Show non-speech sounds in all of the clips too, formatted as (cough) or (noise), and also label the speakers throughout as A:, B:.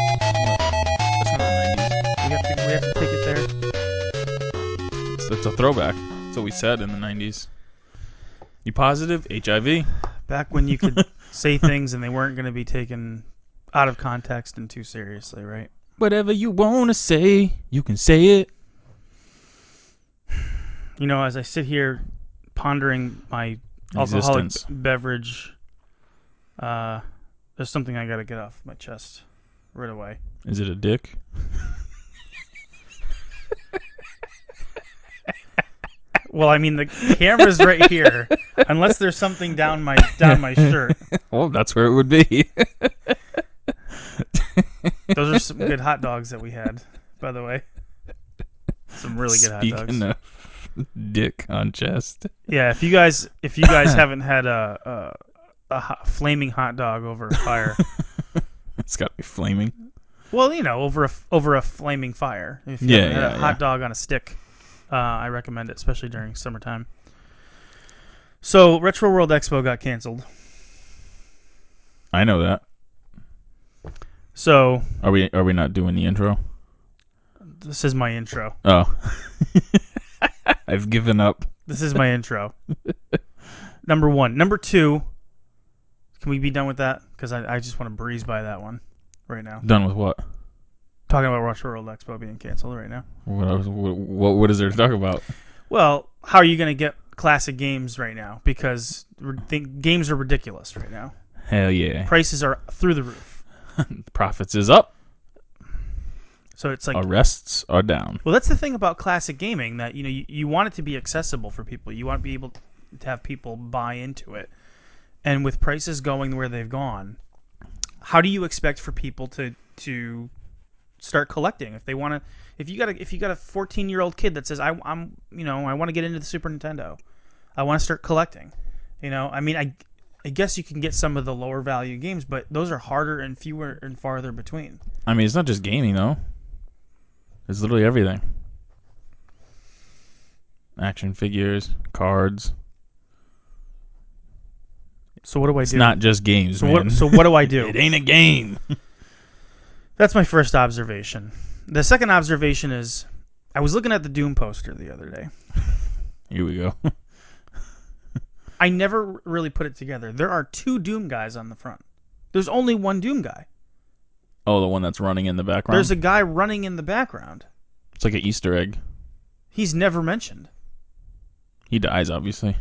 A: That's not the 90s. We have to, we have to take it there. It's, it's a throwback. That's what we said in the 90s. You positive? HIV?
B: Back when
A: (laughs)
B: you could say things and they weren't going to be taken out of context and too seriously, right?
A: Whatever you want to say, you can say it.
B: You know, as I sit here pondering my alcoholic
A: Existence.
B: b- beverage, uh, there's something I got to get off my chest right away.
A: Is it a dick?
B: Well, I mean the
A: (laughs)
B: camera's right here. Unless there's something down my down my shirt.
A: Well, that's where it would be.
B: Those are some good hot dogs that we had, by the way. Some really good hot dogs.
A: Speaking of dick on chest. (laughs)
B: Yeah, if you guys if you guys haven't had a a, a hot, flaming hot dog over a
A: (laughs)
B: fire,
A: It's got to be flaming.
B: well, you know, over a f- over a flaming fire. If you
A: Yeah,
B: haven't had a
A: yeah,
B: hot
A: yeah.
B: dog on a stick, uh, I recommend it, especially during summertime. So, Retro World Expo got canceled.
A: I know that.
B: So,
A: Are we are we not doing the intro?
B: this is my intro.
A: Oh. (laughs) I've given up.
B: This is my
A: (laughs)
B: intro. Number one. Number two. Can we be done with that? Because I, I just want to breeze by that one right now.
A: Done with what?
B: Talking about Retro World Expo being canceled right now.
A: What I was- what what, what is there to talk about?
B: Well, how are you going to get classic games right now? Because r- think games are ridiculous right now.
A: Hell yeah.
B: Prices are through the roof.
A: Profits is up,
B: So it's like,
A: arrests are down.
B: well, that's the thing about classic gaming that you know you, you want it to be accessible for people. You want to be able to have people buy into it. And with prices going where they've gone, how do you expect for people to to start collecting if they want to? If you got a, if you got a 14 year old kid that says I, I'm you know I want to get into the Super Nintendo, I want to start collecting. You know, I mean, I, I guess you can get some of the lower value games, but those are harder and fewer and farther between.
A: I mean, it's not just gaming though. It's literally everything. Action figures, cards.
B: So what do I
A: It's
B: do?
A: not just games,
B: so
A: man.
B: what? So what do
A: (laughs)
B: I
A: it
B: do?
A: ain't a game.
B: That's my first observation. The second observation is, I was looking at the Doom poster the other day.
A: Here we go. (laughs)
B: I never really put it together. There are two Doom guys on the front. There's only one Doom guy.
A: Oh, the one that's running in the background.
B: There's a guy running in the background.
A: it's like an Easter egg.
B: He's never mentioned.
A: He dies, obviously.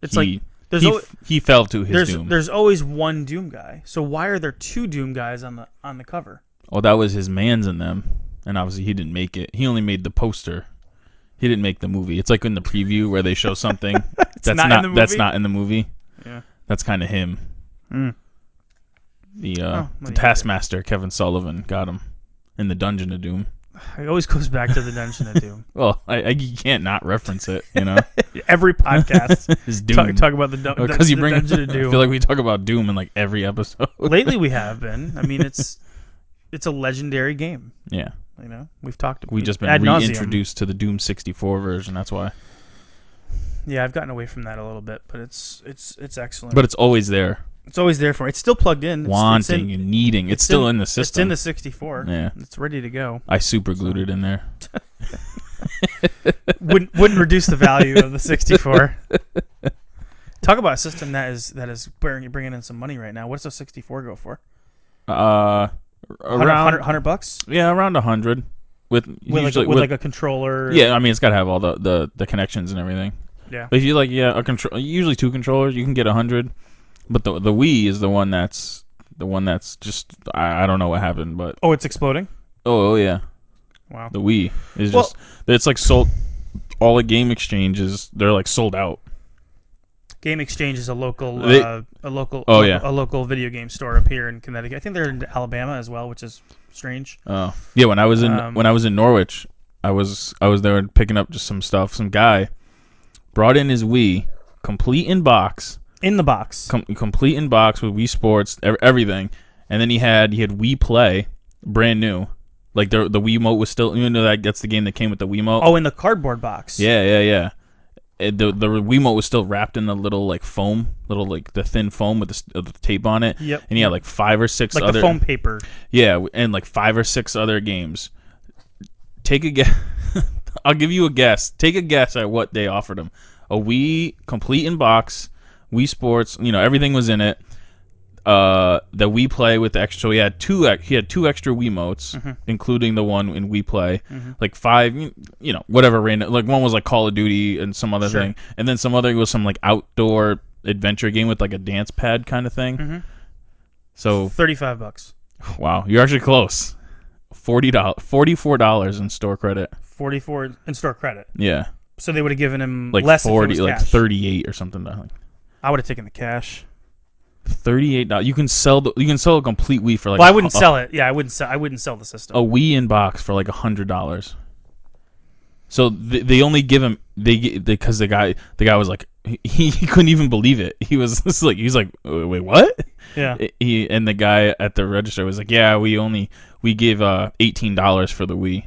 B: It's
A: he,
B: like there's
A: he,
B: al-
A: f- he fell to his
B: there's
A: doom.
B: there's always one Doom guy. So why are there two Doom guys on the on the cover?
A: Oh, that was his man's in them, and obviously he didn't make it. He only made the poster. He didn't make the movie. It's like in the preview where they show
B: (laughs)
A: something that's
B: not in
A: not,
B: the
A: that's
B: movie?
A: not in the movie.
B: Yeah.
A: That's kind of him. Hmm.
B: Mm.
A: The uh,
B: Oh, what do
A: the
B: you
A: taskmaster Kevin Sullivan got him in the Dungeon of Doom.
B: It always goes back to the Dungeon of
A: (laughs)
B: Doom.
A: Well, I, I you can't not reference it, you
B: (laughs)
A: know.
B: Every
A: (laughs)
B: podcast
A: It's Doom.
B: talk, talk about the, dun-
A: because Oh, you
B: the
A: bring
B: Dungeon
A: (laughs)
B: of
A: I
B: Doom.
A: feel like we talk about Doom in like every episode. (laughs)
B: Lately, we have been. I mean, it's it's a legendary game.
A: yeah.
B: You know, we've talked.
A: We just been
B: ad nauseam.
A: reintroduced to the Doom 64 version, that's why.
B: Yeah, I've gotten away from that a little bit, but it's it's it's excellent.
A: But it's always there.
B: It's always there for. It's still plugged in. It's, it's
A: wanting
B: in,
A: and needing. It's,
B: it's
A: still
B: in-
A: in the
B: it's in
A: system.
B: the 64.
A: yeah,
B: It's ready to go.
A: I super glued it in there.
B: Wouldn't wouldn't reduce the value of
A: (laughs)
B: the 64. Talk about a system that is that is bringing bringing in some money right now. What's a 64 go for?
A: Uh, around
B: 100, 100 bucks
A: yeah, around a hundred with,
B: with, like, a-
A: usually
B: with
A: with,
B: like a controller.
A: yeah. I mean, it's got to have all the, the the connections and everything.
B: yeah.
A: But if you like, yeah, a control usually two controllers, you can get a hundred. But the the Wii is the one that's the one that's just I, I don't know what happened, but
B: Oh, it's exploding.
A: oh, oh yeah,
B: Wow.
A: the Wii is
B: Well-
A: just it's like sold. All the game exchanges, they're like sold out.
B: Game Exchange is a local
A: They-
B: uh, a local
A: Oh,
B: a,
A: yeah.
B: a local video game store up here in Connecticut. I think they're in Alabama as well, which is strange.
A: Oh yeah, when I was in
B: Um,
A: when I was in Norwich, I was I was there picking up just some stuff. Some guy brought in his Wii, complete in box,
B: In the box.
A: com- complete in box with Wii Sports, ev- everything, and then he had he had Wii Play, brand new, Like the the Wiimote was still you know that that's the game that came with the Wiimote.
B: Oh, in the cardboard box.
A: Yeah, yeah, yeah. It, the the Wiimote was still wrapped in the little like foam, little like the thin foam with the, s- uh, the tape on it.
B: Yep.
A: And he had like five or six
B: Like
A: other
B: the foam paper.
A: yeah, w- and like five or six other games. Take a guess. (laughs) I'll give you a guess. Take a guess at what they offered him. A Wii complete in box, Wii Sports. You know everything was in it. Uh, the Wii Play with the extra. So he had two. ex- He had two extra Wiimotes, including the one in Wii Play. Like five. You you know whatever random. Like one was like Call of Duty and some other
B: Sure.
A: thing, and then some other was some like outdoor adventure game with like a dance pad kind of thing.
B: Mhm.
A: So
B: Thirty-five bucks.
A: Wow, you're actually close. Forty dollars, forty-four dollars in store credit.
B: Forty-four in store credit.
A: Yeah,
B: So they would have given him
A: like
B: less. if it
A: forty,
B: was
A: like
B: cash.
A: thirty-eight or something. Like
B: I would have taken the cash.
A: thirty-eight dollars. You can sell the, you can sell a complete Wii for like.
B: well, I wouldn't
A: a, Oh,
B: sell it. Yeah, I wouldn't sell. I wouldn't sell the system.
A: a Wii in box for like a hundred dollars. So they, they only give him they because the guy the guy was like he, (laughs) he couldn't even believe it. He was (laughs) just like he's like wait what?
B: yeah.
A: He and the guy at the register was like yeah we only we give uh eighteen dollars for the Wii.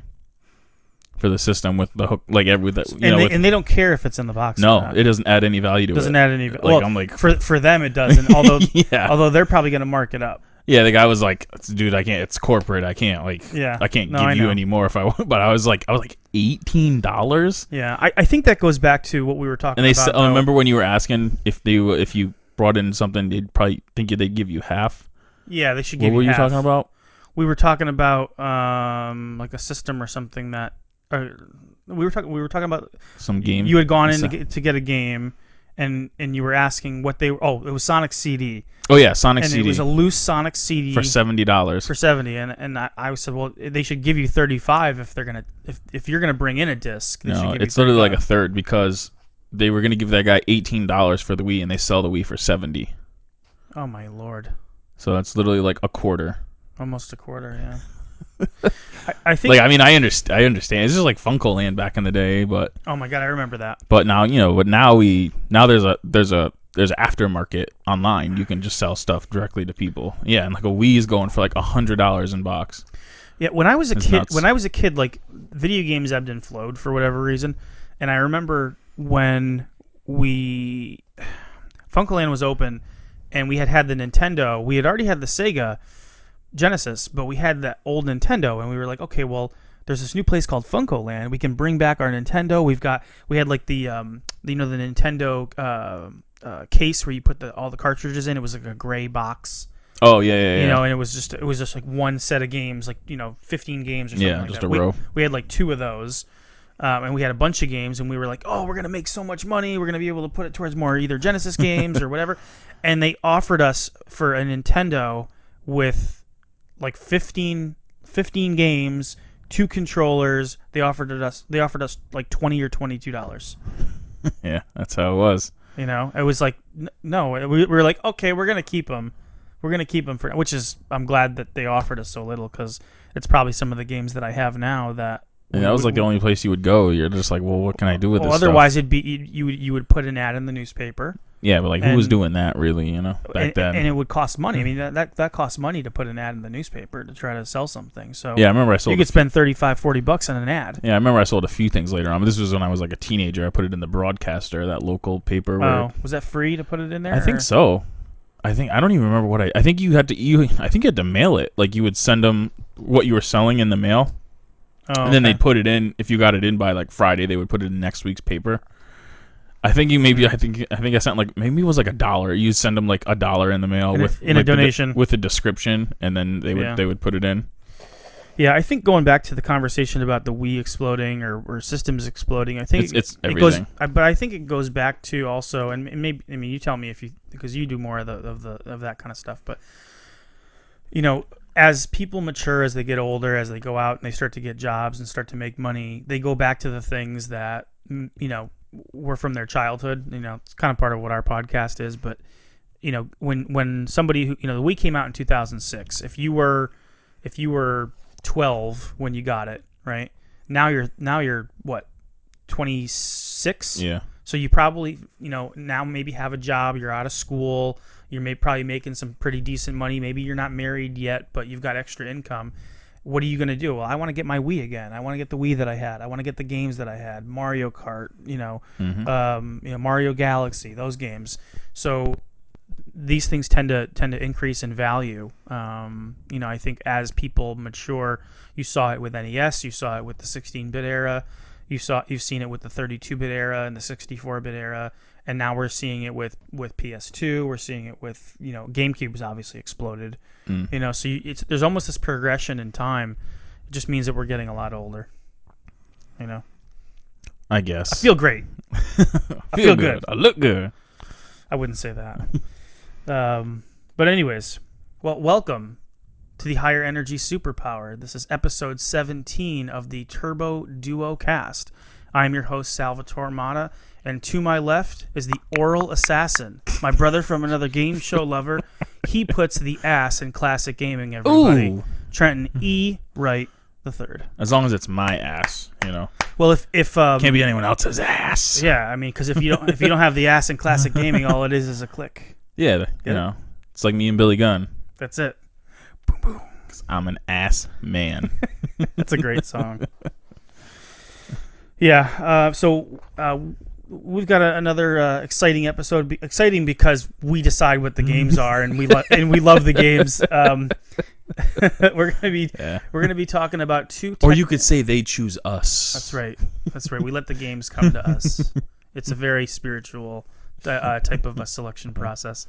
A: For the system with the hook, like every with the, you
B: and,
A: know,
B: they,
A: with-
B: and they don't care if it's in the box.
A: No,
B: or not.
A: it doesn't add any value to
B: doesn't
A: it.
B: add any.
A: Like,
B: well,
A: I'm
B: (laughs)
A: like-
B: for for them
A: (laughs)
B: it doesn't. Although
A: yeah,
B: although they're probably going to mark it up.
A: yeah. The guy was like, "Dude, I can't. It's corporate. I can't. Like,
B: Yeah.
A: I can't
B: No,
A: give
B: I
A: you
B: know.
A: any more if I want." (laughs) But I was like, I was like, eighteen dollars.
B: Yeah, I, I think that goes back to what we were talking
A: And they
B: about.
A: said,
B: though.
A: oh, remember when you were asking if they were- if you brought in something, they'd probably think they'd give you half.
B: Yeah, they should give
A: What were you
B: half.
A: talking about?
B: We were talking about um like a system or something that or we were talking we were talking about
A: Some game.
B: you had gone in
A: So-
B: to get, to get a game and and you were asking what they were oh it was Sonic CD
A: oh yeah, Sonic
B: and it
A: CD
B: was a loose Sonic CD
A: for seventy dollars.
B: for 70 and and I, I said well they should give you 35 if they're going to if if you're going to bring in a disc they
A: No,
B: should give
A: it's
B: you
A: literally like a
B: 35.
A: third because they were gonna give that guy eighteen dollars for the Wii, and they sell the Wii for seventy.
B: Oh my lord.
A: So that's literally like a quarter.
B: Almost a quarter, yeah. (laughs) I, I think
A: Like I mean, I understand. I understand. It's just like Funko Land back in the day, but
B: Oh my god, I remember that.
A: but now you know. But now we now there's a there's a there's aftermarket online. You can just sell stuff directly to people. Yeah, and like a Wii is going for like a hundred dollars in box.
B: Yeah, when I was a
A: It's
B: kid,
A: nuts.
B: when I was a kid, like video games ebbed and flowed for whatever reason, and I remember when we (sighs) Funkoland was open, and we had had the Nintendo. We had already had the Sega Genesis, but we had the old Nintendo, and we were like, okay, well, there's this new place called Funko Land. We can bring back our Nintendo. We've got we had like the um the, you know the Nintendo uh, uh, case where you put the all the cartridges in. It was like a gray box
A: Oh yeah, yeah, yeah.
B: you know, and it was just it was just like one set of games, like you know, fifteen games or something.
A: Yeah,
B: like
A: just
B: that.
A: a
B: we,
A: row.
B: We had like two of those, um, and we had a bunch of games, and we were like, oh, we're gonna make so much money, we're gonna be able to put it towards more
A: (laughs)
B: either Genesis games or whatever. And they offered us for a Nintendo with like 15, 15 games, two controllers. They offered it us they offered us like twenty or twenty two dollars.
A: yeah, that's how it was.
B: You know, it was like n- no, we, we were like, okay, we're gonna keep them, we're gonna keep them for, which is I'm glad that they offered us so little because it's probably some of the games that I have now that.
A: And that was like the only place you would go. You're just like, well, what can I do with
B: Well,
A: this? stuff?
B: otherwise it'd be you, you would- you would put an ad in the newspaper
A: yeah, but like, who was
B: and-
A: doing that really? You know, back
B: and,
A: then.
B: and it would cost money. I mean that, that that costs money to put an ad in the newspaper to try to sell something. So
A: yeah, I remember I
B: Oh. you
A: sold. a
B: could spend 35 40 bucks on an ad.
A: Yeah, I remember I sold a few things later on. But this was when I was like a teenager. I put it in the broadcaster, that local paper. Where
B: Oh, was that free to put it in there?
A: I think
B: or-
A: so. I think I don't even remember what I. I think you had to. You I think you had to mail it. Like you would send them what you were selling in the mail,
B: Oh,
A: and then
B: okay.
A: they'd put it in. If you got it in by like Friday, they would put it in next week's paper. I think you maybe I think I think I sent like maybe it was like a dollar. You send them like a dollar in the mail
B: In a-
A: with
B: in a
A: like, the de-
B: donation.
A: with a description, and then they would
B: Yeah.
A: they would put it in.
B: Yeah, I think going back to the conversation about the Wii exploding or, or systems exploding, I think
A: It's- it's
B: It
A: everything.
B: goes, I- but I think it goes back to also, and maybe I mean you tell me if you because you do more of the of the of that kind of stuff, but you know, as people mature, as they get older, as they go out and they start to get jobs and start to make money, they go back to the things that mm, you know were from their childhood. You know, it's kind of part of what our podcast is. But you know, when when somebody who you know, the Wii came out in 2006. If you were if you were 12 when you got it, right? Now you're now you're what 26.
A: Yeah,
B: So you probably, you know, now maybe have a job. You're out of school. You're may, probably making some pretty decent money. Maybe you're not married yet, but you've got extra income. what are you going to do? Well, I want to get my Wii again. I want to get the Wii that I had. I want to get the games that I had. Mario Kart, you know,
A: Mm-hmm.
B: um, you know, Mario Galaxy, those games. So these things tend to tend to increase in value. Um, you know, I think as people mature, you saw it with NES, you saw it with the 16-bit era, you saw you've seen it with the 32-bit era and the 64-bit era, and now we're seeing it with with PS2. We're seeing it with you know GameCube's obviously exploded.
A: Mm.
B: You know, so you, it's there's almost this progression in time. It just means that we're getting a lot older. You know,
A: I guess.
B: feel great.
A: I
B: feel good.
A: I look good.
B: I wouldn't say
A: (laughs)
B: that. um, but anyways, well, welcome to the Higher Energy Superpower. This is episode 17 of the Turbo Duo Cast. I'm your host Salvatore Mata, and to my left is the Oral Assassin, my brother from another game show lover. He puts the ass in classic gaming. Everybody,
A: Ooh.
B: Trenton E. Wright the third.
A: As long as it's my ass, you know.
B: Well, if if um,
A: Can't be anyone else's ass.
B: yeah, I mean, because if you don't if you don't have the ass in classic gaming, all it is is a click.
A: Yeah, you know. It's like me and Billy Gunn.
B: That's it.
A: 'Cause I'm an ass man. (laughs)
B: That's a great song. yeah. Uh, so uh, we've got a, another uh, exciting episode. Be- exciting because we decide what the
A: Mm.
B: games are, and we lo-
A: (laughs)
B: and we love the games. Um, (laughs) we're gonna be
A: Yeah.
B: we're gonna be talking about two.
A: Or
B: tech-
A: you could say they choose us.
B: (laughs) That's right. That's right. We let the games come to us. It's a very spiritual uh, type of a selection
A: Uh-huh.
B: process.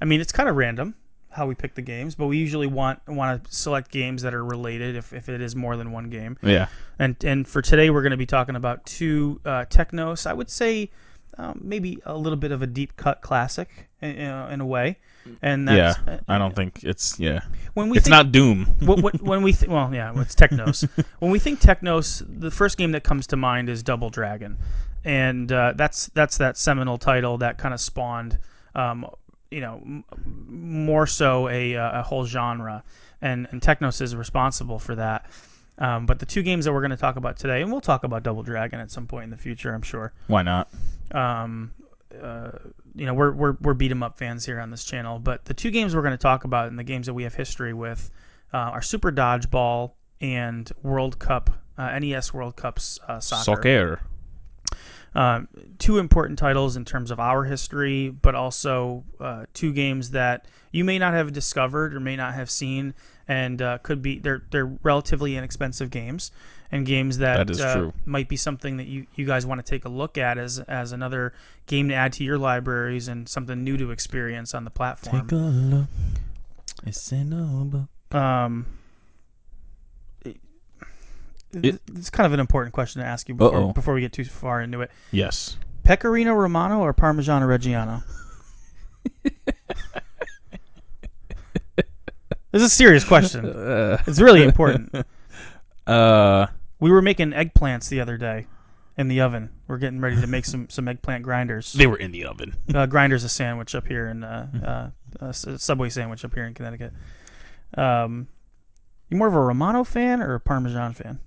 B: I mean, it's kind of random how we pick the games, but we usually want want to select games that are related if, if it is more than one game.
A: Yeah.
B: And and for today, we're going to be talking about two uh, Technos. I would say um, maybe a little bit of a deep cut classic in, you know, in a way. And that's, uh,
A: yeah. I don't think it's yeah.
B: when we
A: It's
B: think,
A: not Doom.
B: what, what, when we th- well yeah it's Technos. when we think Technos, the first game that comes to mind is Double Dragon, and uh, that's that's that seminal title that kind of spawned. Um, you know, m- more so a, uh, a whole genre, and, and Technos is responsible for that. Um, but the two games that we're going to talk about today, and we'll talk about Double Dragon at some point in the future, I'm sure.
A: Why not?
B: Um, uh, you know, we're we're we're beat 'em up fans here on this channel, but the two games we're going to talk about and the games that we have history with uh, are Super Dodgeball and World Cup, uh, NES World Cups uh, soccer
A: Soccer.
B: um, two important titles in terms of our history, but also uh, two games that you may not have discovered or may not have seen, and uh, could be they're they're relatively inexpensive games, and games that,
A: That is
B: uh,
A: true.
B: might be something that you, you guys want to take a look at as as another game to add to your libraries and something new to experience on the platform.
A: a look. It's in a book.
B: Um, it-
A: It-
B: it's kind of an important question to ask you before,
A: Uh-oh.
B: before we get too far into it.
A: Yes.
B: Pecorino Romano or Parmigiano Reggiano? this is a serious question.
A: Uh,
B: It's really important.
A: uh
B: We were making eggplants the other day in the oven. We're getting ready to make some, some eggplant grinders.
A: they were in the oven.
B: Uh, grinders a sandwich up here in uh, uh, a s- Subway sandwich up here in Connecticut. Um, you more of a Romano fan or a Parmesan fan?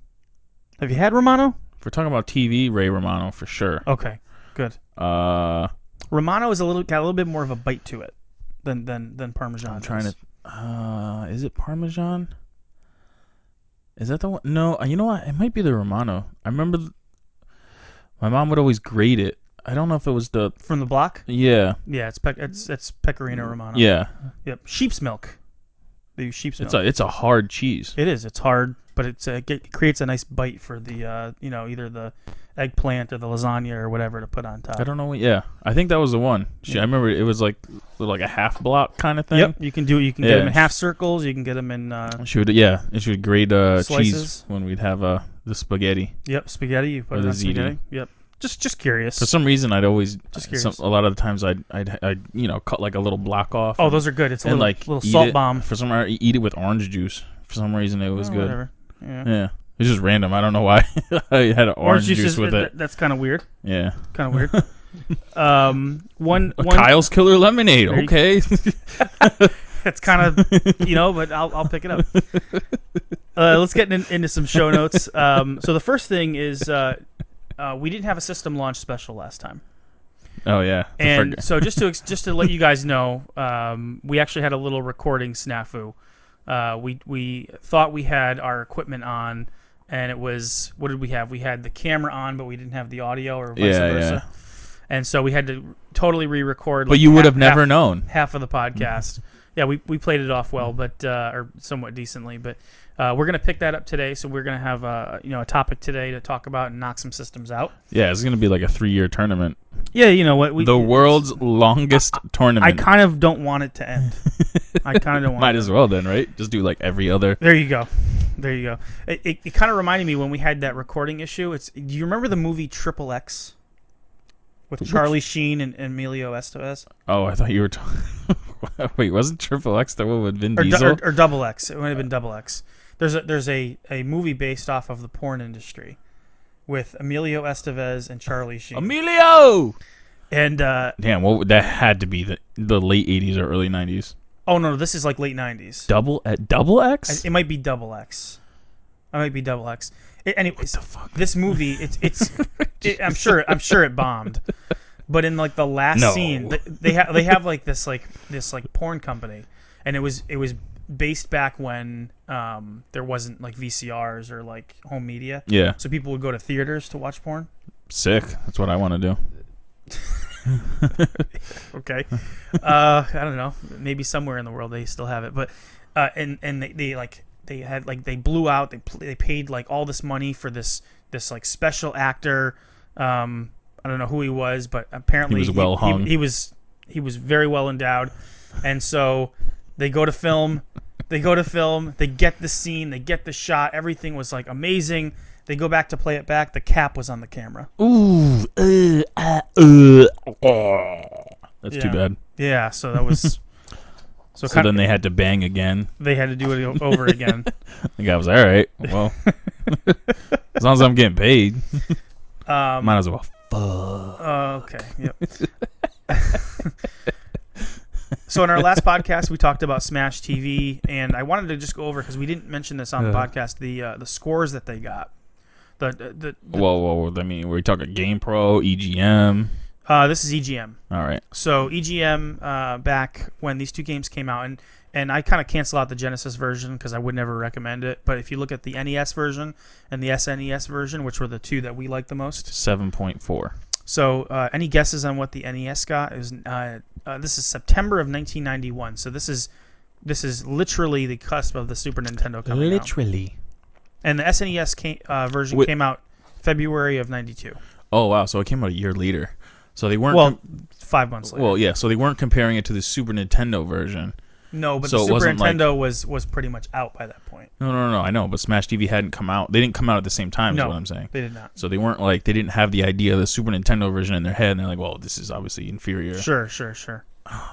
B: Have you had Romano?
A: If we're talking about TV, Ray Romano for sure.
B: Okay, good.
A: Uh
B: Romano is a little got a little bit more of a bite to it than than than Parmesan.
A: I'm trying
B: does.
A: to. Uh, is it Parmesan? Is that the one? No, uh, you know what? It might be the Romano. I remember th- my mom would always grate it. I don't know if it was the.
B: from the block.
A: Yeah,
B: Yeah, it's pec- it's it's pecorino romano.
A: Mm, yeah.
B: Yep. Sheep's milk. They use sheep's
A: It's
B: milk.
A: a it's a hard cheese.
B: it is. It's hard, but it's uh, it creates a nice bite for the uh, you know either the eggplant or the lasagna or whatever to put on top.
A: I don't know. What, yeah, I think that was the one. She, I remember it was like like a half block kind of thing.
B: Yep. You can do. You can get
A: Yeah.
B: them in half circles. You can get them in. Uh,
A: She would yeah, and she would grate uh, cheese
B: Slices.
A: when we'd have uh the spaghetti.
B: yep. Spaghetti. You put
A: Or
B: it
A: the
B: on
A: ziti.
B: spaghetti. Yep. Just just curious.
A: For some reason, I'd always
B: Just
A: some,
B: curious.
A: a lot of the times I'd, I'd I'd you know cut like a little block off.
B: oh, those are good. It's a
A: and
B: little,
A: like
B: little
A: eat
B: salt
A: it.
B: bomb.
A: for some reason eat it with orange juice. For some reason it was
B: Oh,
A: good.
B: Whatever. Yeah.
A: Yeah. It's just random. I don't know why (laughs) I had an orange, juice,
B: is-
A: with
B: that-
A: it.
B: That's kind of weird.
A: Yeah.
B: Kind of
A: (laughs)
B: weird. um. One.
A: A
B: One.
A: Kyle's Killer Lemonade.
B: There you-
A: Okay.
B: That's kind of you know, but I'll, I'll pick
A: (laughs)
B: it up. Uh, let's get in, into some show notes. Um, so the first thing is uh, uh, we didn't have a system launch special last time,
A: (laughs) oh yeah. The
B: and
A: frig-
B: so just to ex- just to let you guys know, um, we actually had a little recording snafu. Uh, we we thought we had our equipment on, and it was what did we have? We had the camera on, but we didn't have the audio, or vice
A: Yeah,
B: versa. And so we had to totally re-record.
A: But
B: like,
A: you would
B: half-
A: have never
B: half-
A: known.
B: half of the podcast. yeah, we, we played it off well, but uh, or somewhat decently. But uh, we're gonna pick that up today. So we're gonna have uh, you know a topic today to talk about and knock some systems out.
A: Yeah, it's gonna be like a three-year tournament,
B: Yeah, you know what we. (laughs)
A: the world's longest
B: I
A: tournament.
B: kind of don't want it to (laughs) end. I kind of don't want.
A: Might
B: it.
A: as well then, right? Just do like every other.
B: There you go. There you go. It, it, it kind of reminded me when we had that recording issue. It's do you remember the movie Triple X with
A: Which-
B: Charlie Sheen and, and Emilio Estevez
A: Oh, I thought you were. talking... (laughs) Wait, wasn't Triple X the one with Vin
B: or, du-
A: Diesel?
B: or or Double X? It would have been Double X. There's a there's a, a movie based off of the porn industry with Emilio Estevez and Charlie Sheen.
A: Emilio.
B: and uh,
A: Damn, well, that had to be the the late '80s or early '90s.
B: oh no, this is like late '90s.
A: Double at Double X.
B: I- It might be Double X. I might be Double X. A- anyways,
A: the fuck?
B: this movie it's
A: (laughs)
B: it's it, i'm sure i'm sure it bombed but in like the last
A: No.
B: scene th- they have they have like this like this like porn company and it was it was based back when um there wasn't like vcrs or like home media
A: Yeah,
B: so people would go to theaters to watch porn
A: sick. That's what I want to do.
B: okay (laughs) uh i don't know maybe somewhere in the world they still have it but uh and and they, they like they had like they blew out they pl- they paid like all this money for this this like special actor um i don't know who he was but apparently
A: was well hung.
B: he was he was very well endowed and so they go to film they go to film they get the scene they get the shot everything was like amazing they go back to play it back the cap was on the camera
A: Ooh, uh, uh, uh, That's too
B: Yeah.
A: bad.
B: yeah so
A: (laughs)
B: that was
A: So
B: so, kind
A: then
B: of,
A: they had to bang again.
B: they had to do it o- over
A: (laughs)
B: again
A: The guy was all right. Well, (laughs) as long as I'm getting paid,
B: Um,
A: might as well.
B: uh, okay. Yep. so in our
A: (laughs)
B: last podcast, we talked about Smash TV, and I wanted to just go over because we didn't mention this on the
A: Yeah.
B: podcast the uh, the scores that they got. The, the, the,
A: Whoa, whoa, whoa. I mean, we're talking Game Pro, EGM.
B: uh, this is EGM.
A: All right.
B: So EGM uh, back when these two games came out, and and I kind of cancel out the Genesis version because I would never recommend it. But if you look at the NES version and the SNES version, which were the two that we liked the most,
A: 7.4.
B: So, uh, any guesses on what the NES got? It was uh, uh, this is September of 1991. So this is this is literally the cusp of the Super Nintendo coming out. And the SNES came, uh, version
A: Wait.
B: came out February of 92.
A: Oh, wow. So it came out a year later. So they weren't.
B: Well, five months later.
A: well, yeah. So they weren't comparing it to the Super Nintendo version.
B: no, but
A: so
B: the
A: it
B: Super
A: wasn't like-
B: Nintendo was was pretty much out by that point.
A: No, no, no. I know, but Smash TV hadn't come out. They didn't come out at the same time, is
B: No.
A: what I'm saying.
B: They did not.
A: So they weren't like, they didn't have the idea of the Super Nintendo version in their head. And they're like, well, this is obviously inferior. Ah,
B: Sure, sure, sure.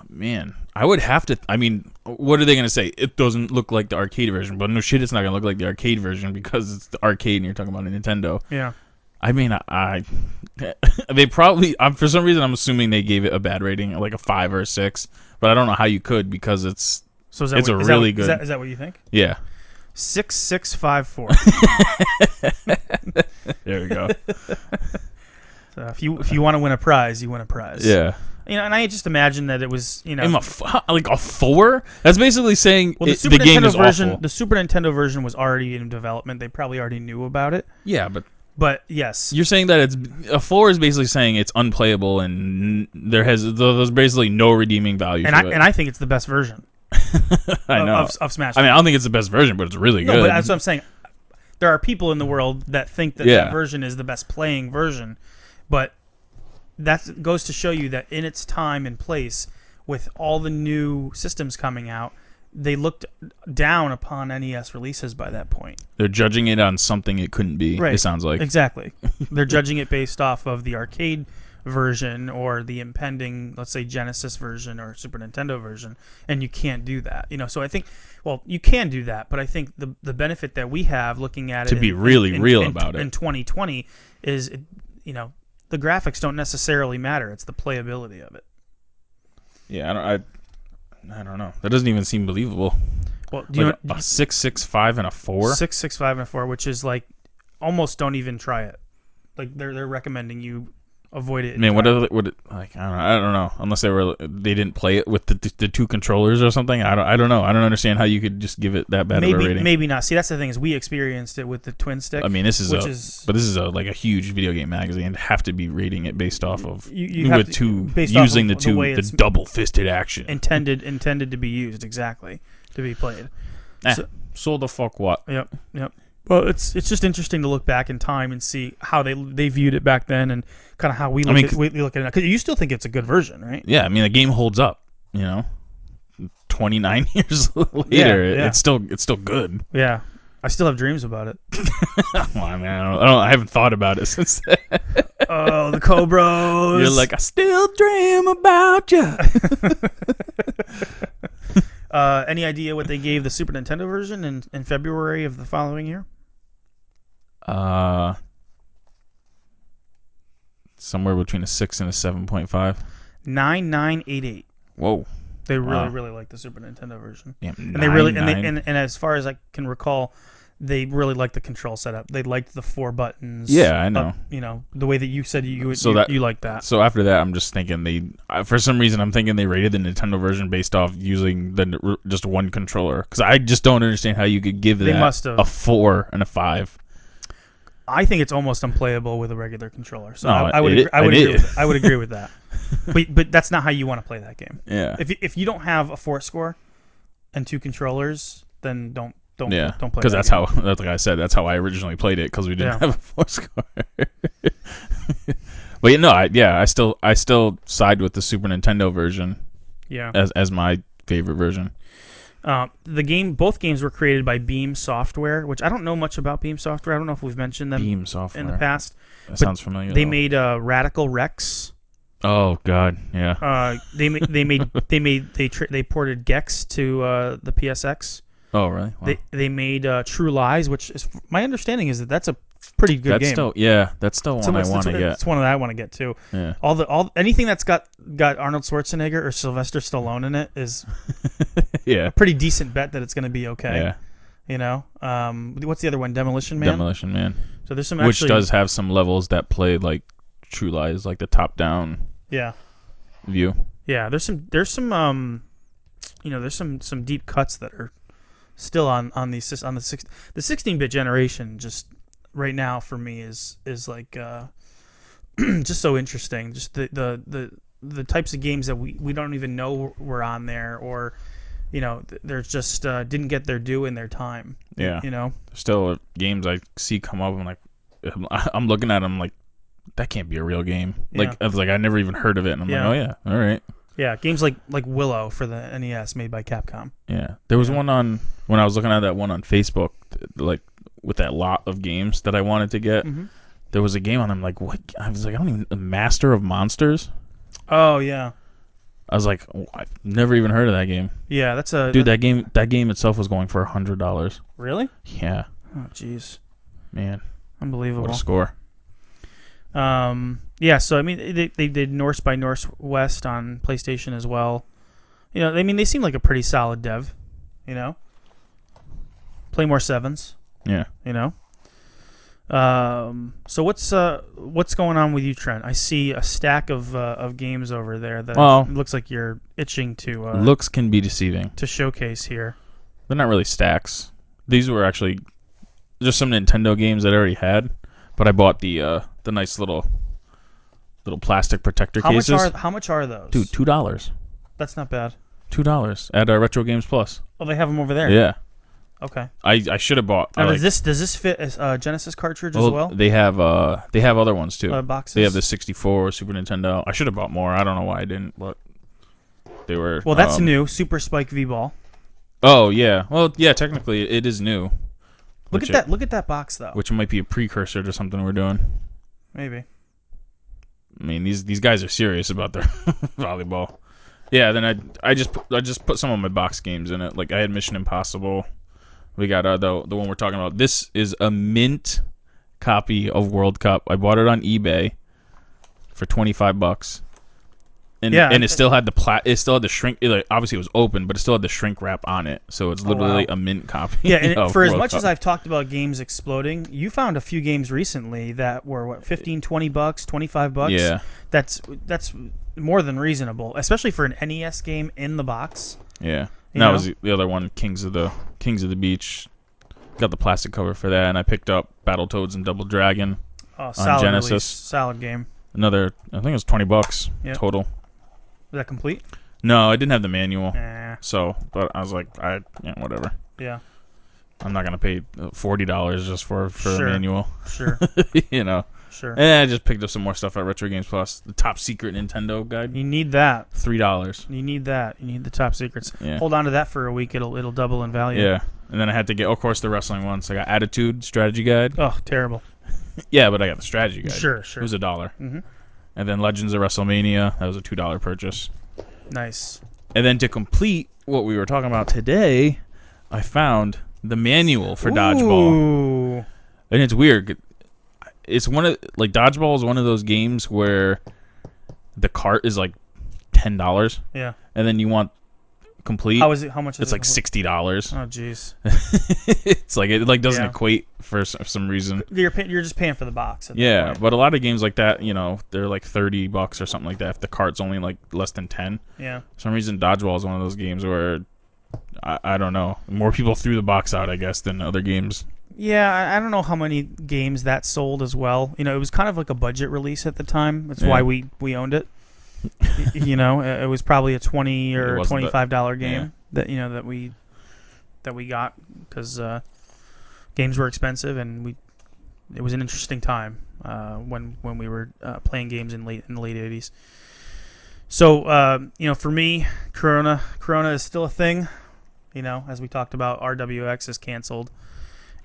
A: Man, I would have to. I mean, what are they going to say? It doesn't look like the arcade version, but no shit, it's not going to look like the arcade version because it's the arcade and you're talking about a Nintendo.
B: Yeah.
A: I mean, I. (laughs) I they probably. I'm, for some reason, I'm assuming they gave it a bad rating, like a 5 or a 6, but I don't know how you could because it's.
B: So is that
A: It's
B: what,
A: a
B: is that
A: really
B: what-
A: good-
B: Is that, is that what you think?
A: Yeah,
B: Six six five four.
A: there we go.
B: (laughs) so if you if you want to win a prize, you win a prize.
A: yeah.
B: You know, and I just imagine that it was you know
A: I'm a f- like a 4? That's basically saying
B: Well, the
A: it-
B: Super
A: game
B: Nintendo
A: is
B: version,
A: awful.
B: the Super Nintendo version was already in development. They probably already knew about it.
A: Yeah, but
B: But yes,
A: you're saying that it's. A 4 is basically saying it's unplayable and there has. There's basically no redeeming value
B: and
A: to
B: I
A: it.
B: and I think it's the best version
A: I
B: of,
A: know.
B: of, of Smash.
A: I mean, I don't think it's the best version, but it's really
B: no,
A: good.
B: but that's what I'm saying. There are people in the world that think that
A: Yeah.
B: that version is the best playing version, but that goes to show you that in its time and place, with all the new systems coming out, they looked down upon NES releases by that point.
A: They're judging it on something it couldn't be.
B: Right.
A: It sounds like
B: Exactly.
A: (laughs)
B: They're judging it based off of the arcade version or the impending, let's say, Genesis version or Super Nintendo version, and you can't do that. You know, so I think, well, you can do that, but I think the the benefit that we have looking at
A: To
B: it
A: be
B: in-
A: really
B: in-
A: real
B: in-
A: about it.
B: in 2020 is, it, you know, the graphics don't necessarily matter. It's the playability of it.
A: yeah. I don't. I, I don't know. That doesn't even seem believable.
B: Well, do you
A: Like
B: know,
A: a six, six, five, and a four.
B: six, six, five, and four, which is like almost don't even try it. Like they're they're recommending you avoid it.
A: I mean, what are the, what it- like? I don't, know, I don't know. Unless they were they didn't play it with the, the, two controllers or something. I don't I don't know. I don't understand how you could just give it that bad of a
B: maybe
A: rating.
B: maybe not. See, that's the thing is we experienced it with the twin stick.
A: I mean, this is
B: which
A: a
B: is
A: but this is a like a huge video game magazine. They Have to be rating it based off of
B: You- you have
A: with
B: to-
A: two
B: based off
A: using
B: of
A: the
B: the
A: two
B: way
A: the
B: it's-
A: double fisted action.
B: intended intended to be used exactly to be played.
A: Eh,
B: so-
A: so the fuck what?
B: Yep, yep. Well, it's it's just interesting to look back in time and see how they they viewed it back then and kind of how we
A: I
B: look
A: mean,
B: at, we look at it now. Because you still think it's a good version, right?
A: Yeah, I mean the game holds up. You know, twenty nine (laughs) years later, it-
B: yeah.
A: it's still it's still good. (laughs)
B: Yeah, I still have dreams about it.
A: Well, I mean, I, don't, I don't I haven't thought about it (laughs) since then.
B: oh, the Cobros.
A: You're like I still dream about
B: (laughs)
A: you.
B: Uh, any idea what they gave the Super Nintendo version in, in February of the following year?
A: Uh, somewhere between a six and a seven point five.
B: Nine nine eight eight.
A: Whoa!
B: They really
A: Wow.
B: really liked the Super Nintendo version,
A: Damn,
B: and they really and, they, and and as far as I can recall, they really liked the control setup. They liked the four buttons.
A: Yeah, I know.
B: up- you know the way that you said you would
A: So
B: you,
A: that-
B: you like that.
A: so after that, I'm just thinking they, I, for some reason, I'm thinking they rated the Nintendo version based off using the n- just one controller because I just don't understand how you could give
B: They
A: that
B: must have.
A: a four and a five.
B: I think it's almost unplayable with a regular controller. So
A: No,
B: I, I would
A: it-
B: agree, I would
A: it
B: agree
A: is.
B: with, I would agree
A: (laughs)
B: with that. but but that's not how you want to play that game.
A: Yeah,
B: If you, if you don't have a four score and two controllers, then don't don't
A: yeah,
B: don't play
A: because
B: that
A: that's
B: game.
A: how (laughs) that's like I said, that's how I originally played it because we didn't
B: Yeah.
A: have a (laughs) four score. but you know, I, yeah, I still I still side with the Super Nintendo version
B: yeah.
A: as as my favorite version.
B: Uh, the game, both games were created by Beam Software, which I don't know much about Beam Software. I don't know if we've mentioned them
A: Beam software.
B: in the past.
A: that
B: but
A: sounds familiar.
B: They
A: though.
B: made uh, Radical Rex.
A: Oh God, yeah.
B: Uh, they ma-
A: (laughs)
B: they made they made they tr they ported Gex to uh, the PSX.
A: Oh really? Wow.
B: They they made uh, True Lies, which is my understanding is that that's a pretty good
A: that's
B: game.
A: still yeah. That's still
B: It's
A: one I
B: almost-
A: want to
B: it's,
A: get.
B: It's one that I want to get too.
A: Yeah.
B: All the all anything that's got got Arnold Schwarzenegger or Sylvester Stallone in it is
A: (laughs) Yeah.
B: pretty decent bet that it's going to be okay.
A: Yeah.
B: You know, um, what's the other one? Demolition Man.
A: Demolition Man,
B: so there's some
A: which
B: actually,
A: does have some levels that play like True Lies, like the top-down
B: yeah,
A: view.
B: yeah. There's some there's some um, you know, there's some some deep cuts that are still on on the sis- on the six the 16 bit generation. Just right now for me is is like uh, (clears throat) just so interesting. Just the the the the types of games that we, we don't even know were on there or you know th- they're just uh, didn't get their due in their time
A: Yeah.
B: you know
A: There's still games I see come up. I'm like, (laughs) I'm- I'm looking at them like, that can't be a real game. Like, I was like, I never even heard of it, and I'm
B: Yeah.
A: like, oh yeah, all right.
B: yeah games like like willow for the nes made by capcom
A: Yeah, there was
B: Yeah.
A: one on when I was looking at that one on Facebook, th- like with that lot of games that I wanted to get.
B: mm-hmm.
A: There was a game on. I'm like, what? I was like, I don't even. The Master of Monsters.
B: oh yeah
A: I was like, oh, I've never even heard of that game,
B: yeah that's a
A: dude. That game, that game itself was going for a hundred dollars.
B: really
A: Yeah,
B: oh jeez
A: man, what a
B: unbelievable
A: score.
B: um yeah so i mean they, they did norse by northwest on playstation as well you know i mean they seem like a pretty solid dev you know play more sevens
A: Yeah.
B: you know um so what's uh what's going on with you trent i see a stack of uh, of games over there that
A: Well-
B: looks like you're itching to uh,
A: Looks can be deceiving.
B: to showcase here
A: They're not really stacks. These were actually just some Nintendo games that I already had, but I bought the uh, the nice little little plastic protector
B: how
A: cases.
B: much are how much are those
A: dude, two dollars.
B: that's not bad
A: Two dollars at uh, Retro Games Plus.
B: oh they have them over there
A: Yeah,
B: okay
A: I, I should have bought.
B: Now,
A: uh,
B: does this does this fit as uh, Genesis cartridge as
A: well,
B: well?
A: They have uh they have other ones too.
B: Uh, boxes.
A: they have the 64 Super Nintendo. I should have bought more. I don't know why I didn't, but they were.
B: Well, that's
A: um,
B: new. Super Spike V Ball.
A: Oh yeah. Well yeah. Technically, it is new.
B: Look
A: which
B: at
A: it-
B: that. Look at that box though.
A: which might be a precursor to something we're doing. (laughs)
B: Maybe.
A: I mean, these these guys are serious about their (laughs) volleyball. Yeah, then I I just put, I just put some of my box games in it. Like I had Mission Impossible. We got uh, the the one we're talking about. This is a mint copy of World Cup. I bought it on eBay for twenty five bucks, and
B: Yeah.
A: and it still had the pla- it still had the shrink it, like, obviously it was open but it still had the shrink wrap on it so it's literally a mint copy
B: Oh, Yeah, and
A: (laughs)
B: it-
A: of
B: for as
A: Oh, World
B: much as
A: Cup.
B: I've talked about games exploding, you found a few games recently that were what 15, 20 bucks, 25 bucks.
A: yeah
B: That's that's more than reasonable, especially for an NES game in the box.
A: yeah
B: You
A: and that
B: know?
A: was the- the other one Kings of the Kings of the Beach got the plastic cover for that and I picked up Battletoads and Double Dragon
B: Oh, solid
A: Genesis.
B: release, solid game.
A: another I think it was 20 bucks
B: Yeah.
A: total
B: Is that complete?
A: no I didn't have the manual
B: Nah,
A: so but I was like I yeah, whatever
B: yeah,
A: I'm not gonna pay uh, forty dollars just for for
B: Sure.
A: a manual (laughs)
B: sure, (laughs)
A: you know
B: sure.
A: and I just picked up some more stuff at Retro Games Plus the top secret Nintendo guide
B: You need that.
A: three dollars
B: You need that. You need the top secrets.
A: Yeah.
B: Hold on to that for a week. It'll it'll double in value.
A: yeah. And then I had to get, of course, the wrestling one. So I got Attitude Strategy Guide.
B: Oh, terrible.
A: Yeah, but I got the Strategy Guide.
B: Sure, sure.
A: It was a dollar.
B: Mhm.
A: And then Legends of WrestleMania. That was a two dollar purchase.
B: Nice.
A: And then to complete what we were talking about today, I found the manual for dodgeball.
B: Ooh.
A: And it's weird. It's one of like dodgeball is one of those games where the cart is like ten dollars,
B: Yeah.
A: and then you want complete.
B: How is it? How much is
A: it's
B: it?
A: like sixty dollars. (laughs)
B: Oh, jeez.
A: it's like it like doesn't
B: Yeah.
A: equate for s- some reason.
B: You're pay- you're just paying for the box. at that
A: Yeah,
B: point.
A: but a lot of games like that, you know, they're like thirty bucks or something like that. If the cart's only like less than ten,
B: yeah.
A: for some reason dodgeball is one of those games where I, I don't know more people threw the box out, I guess, than other games.
B: Yeah, I- I don't know how many games that sold as well. You know, it was kind of like a budget release at the time. That's
A: Yeah.
B: why we we owned it. Y- you know, uh, it was probably a
A: (laughs)
B: twenty
A: It
B: or
A: wasn't
B: twenty
A: that-
B: five dollar game
A: yeah.
B: that you know that we that we got because uh, games were expensive and we it was an interesting time uh, when when we were uh, playing games in late in the late eighties. So uh, you know, for me, Corona Corona is still a thing. You know, as we talked about, RWX is canceled.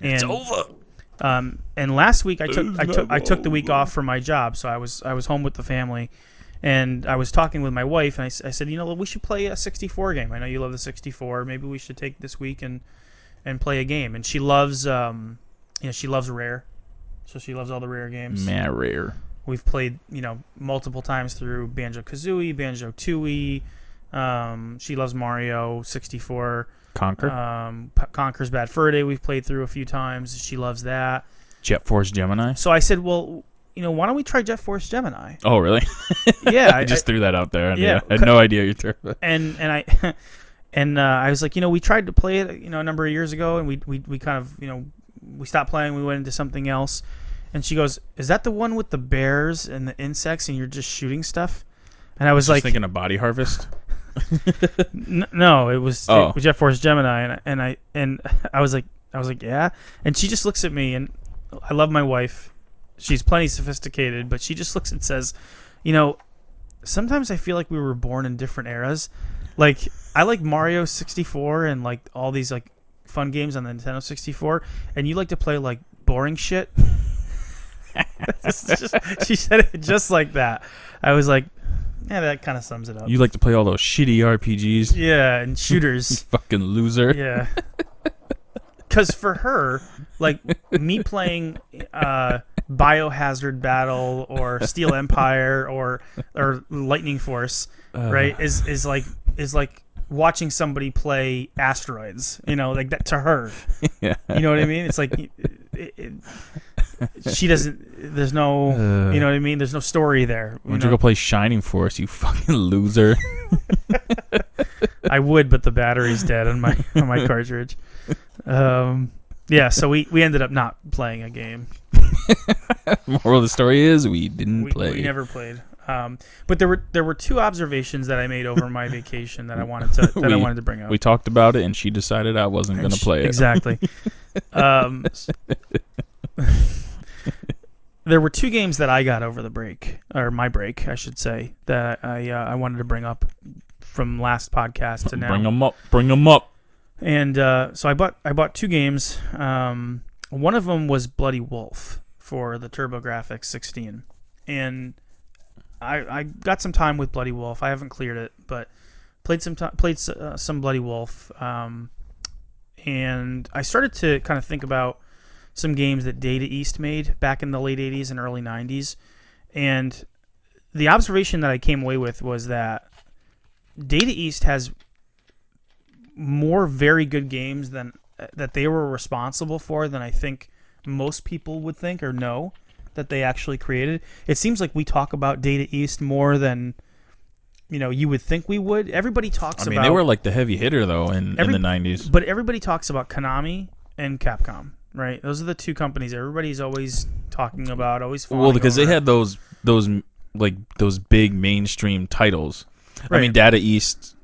B: And
A: over.
B: um, and last week I
A: Is
B: took I
A: that
B: took I took the week
A: all?
B: off from my job, so I was I was home with the family, and I was talking with my wife, and I, s- I said, you know, we should play a 64 game. I know you love the 64. Maybe we should take this week and and play a game. And she loves um, you know, she loves rare, so she loves all the rare games.
A: Man, rare.
B: We've played you know multiple times through Banjo Kazooie, Banjo Tooie. Um, she loves Mario 64.
A: Conquer.
B: Um, P- Conker's Bad Fur Day we've played through a few times. She loves that.
A: Jet Force Gemini.
B: So I said, well, you know, why don't we try Jet Force Gemini?
A: Oh, really? (laughs)
B: Yeah,
A: I just threw that out there. And
B: Yeah.
A: yeah, I had no idea you threw it.
B: and and I (laughs) and uh, I was like, you know, we tried to play it, you know, a number of years ago, and we we we kind of you know we stopped playing, we went into something else, and she goes, is that the one with the bears and the insects, and you're just shooting stuff? And I was
A: Just
B: like,
A: thinking of Body (laughs) Harvest.
B: N- no, it was,
A: Oh.
B: it was Jet Force Gemini, and I, and I and (laughs) I was like, I was like, yeah, and she just looks at me, and I love my wife, she's plenty sophisticated, but she just looks and says, you know, sometimes I feel like we were born in different eras, like I like Mario sixty four and like all these like fun games on the Nintendo sixty four, and you like to play like boring shit. (laughs) It's just- she said it just like that. I was like, yeah, that kind of sums it up.
A: You like to play all those shitty (laughs) RPGs.
B: yeah, and shooters.
A: Fucking loser.
B: (laughs) Yeah. Because for her, like me playing uh, Biohazard Battle or Steel Empire or or Lightning Force,
A: Uh-huh.
B: right, is is like is like watching somebody play asteroids. You know, like that to her.
A: (laughs) Yeah.
B: You know what I mean? It's like it, it, she doesn't. There's no.
A: uh,
B: you know what I mean? There's no story there. you
A: Why don't you
B: know?
A: go play Shining Force, you fucking loser? (laughs)
B: I would, but the battery's dead on my on my cartridge. Um, yeah, so we, we ended up not playing a game.
A: Moral of the story is we didn't
B: We,
A: play.
B: we never played. Um, but there were there were two observations that I made over my vacation that I wanted
A: (laughs)
B: to that
A: We-
B: I wanted to bring up.
A: We talked about it, and she decided I wasn't
B: And
A: going to
B: sh-
A: play it.
B: Exactly. um, (laughs) there were two games that I got over the break, or my break, I should say, that I uh, I wanted to bring up from last podcast to now.
A: Bring them up. Bring them up.
B: and uh, so I bought I bought two games. Um, one of them was Bloody Wolf for the TurboGrafx 16, and I I got some time with Bloody Wolf. I haven't cleared it, but played some time played s- uh, some Bloody Wolf, um, and I started to kind of think about some games that Data East made back in the late 80s and early 90s, and the observation that I came away with was that Data East has more very good games than that they were responsible for than I think most people would think or know that they actually created. It seems like we talk about Data East more than you know you would think we would. Everybody talks
A: I mean,
B: about
A: they were like the heavy hitter though in,
B: Every-
A: in the '90s.
B: but everybody talks about Konami and Capcom, right? Those are the two companies everybody's always talking about, always fawning
A: Well, because they
B: over.
A: had those those like those big mainstream titles. I mean,
B: Right.
A: Data East.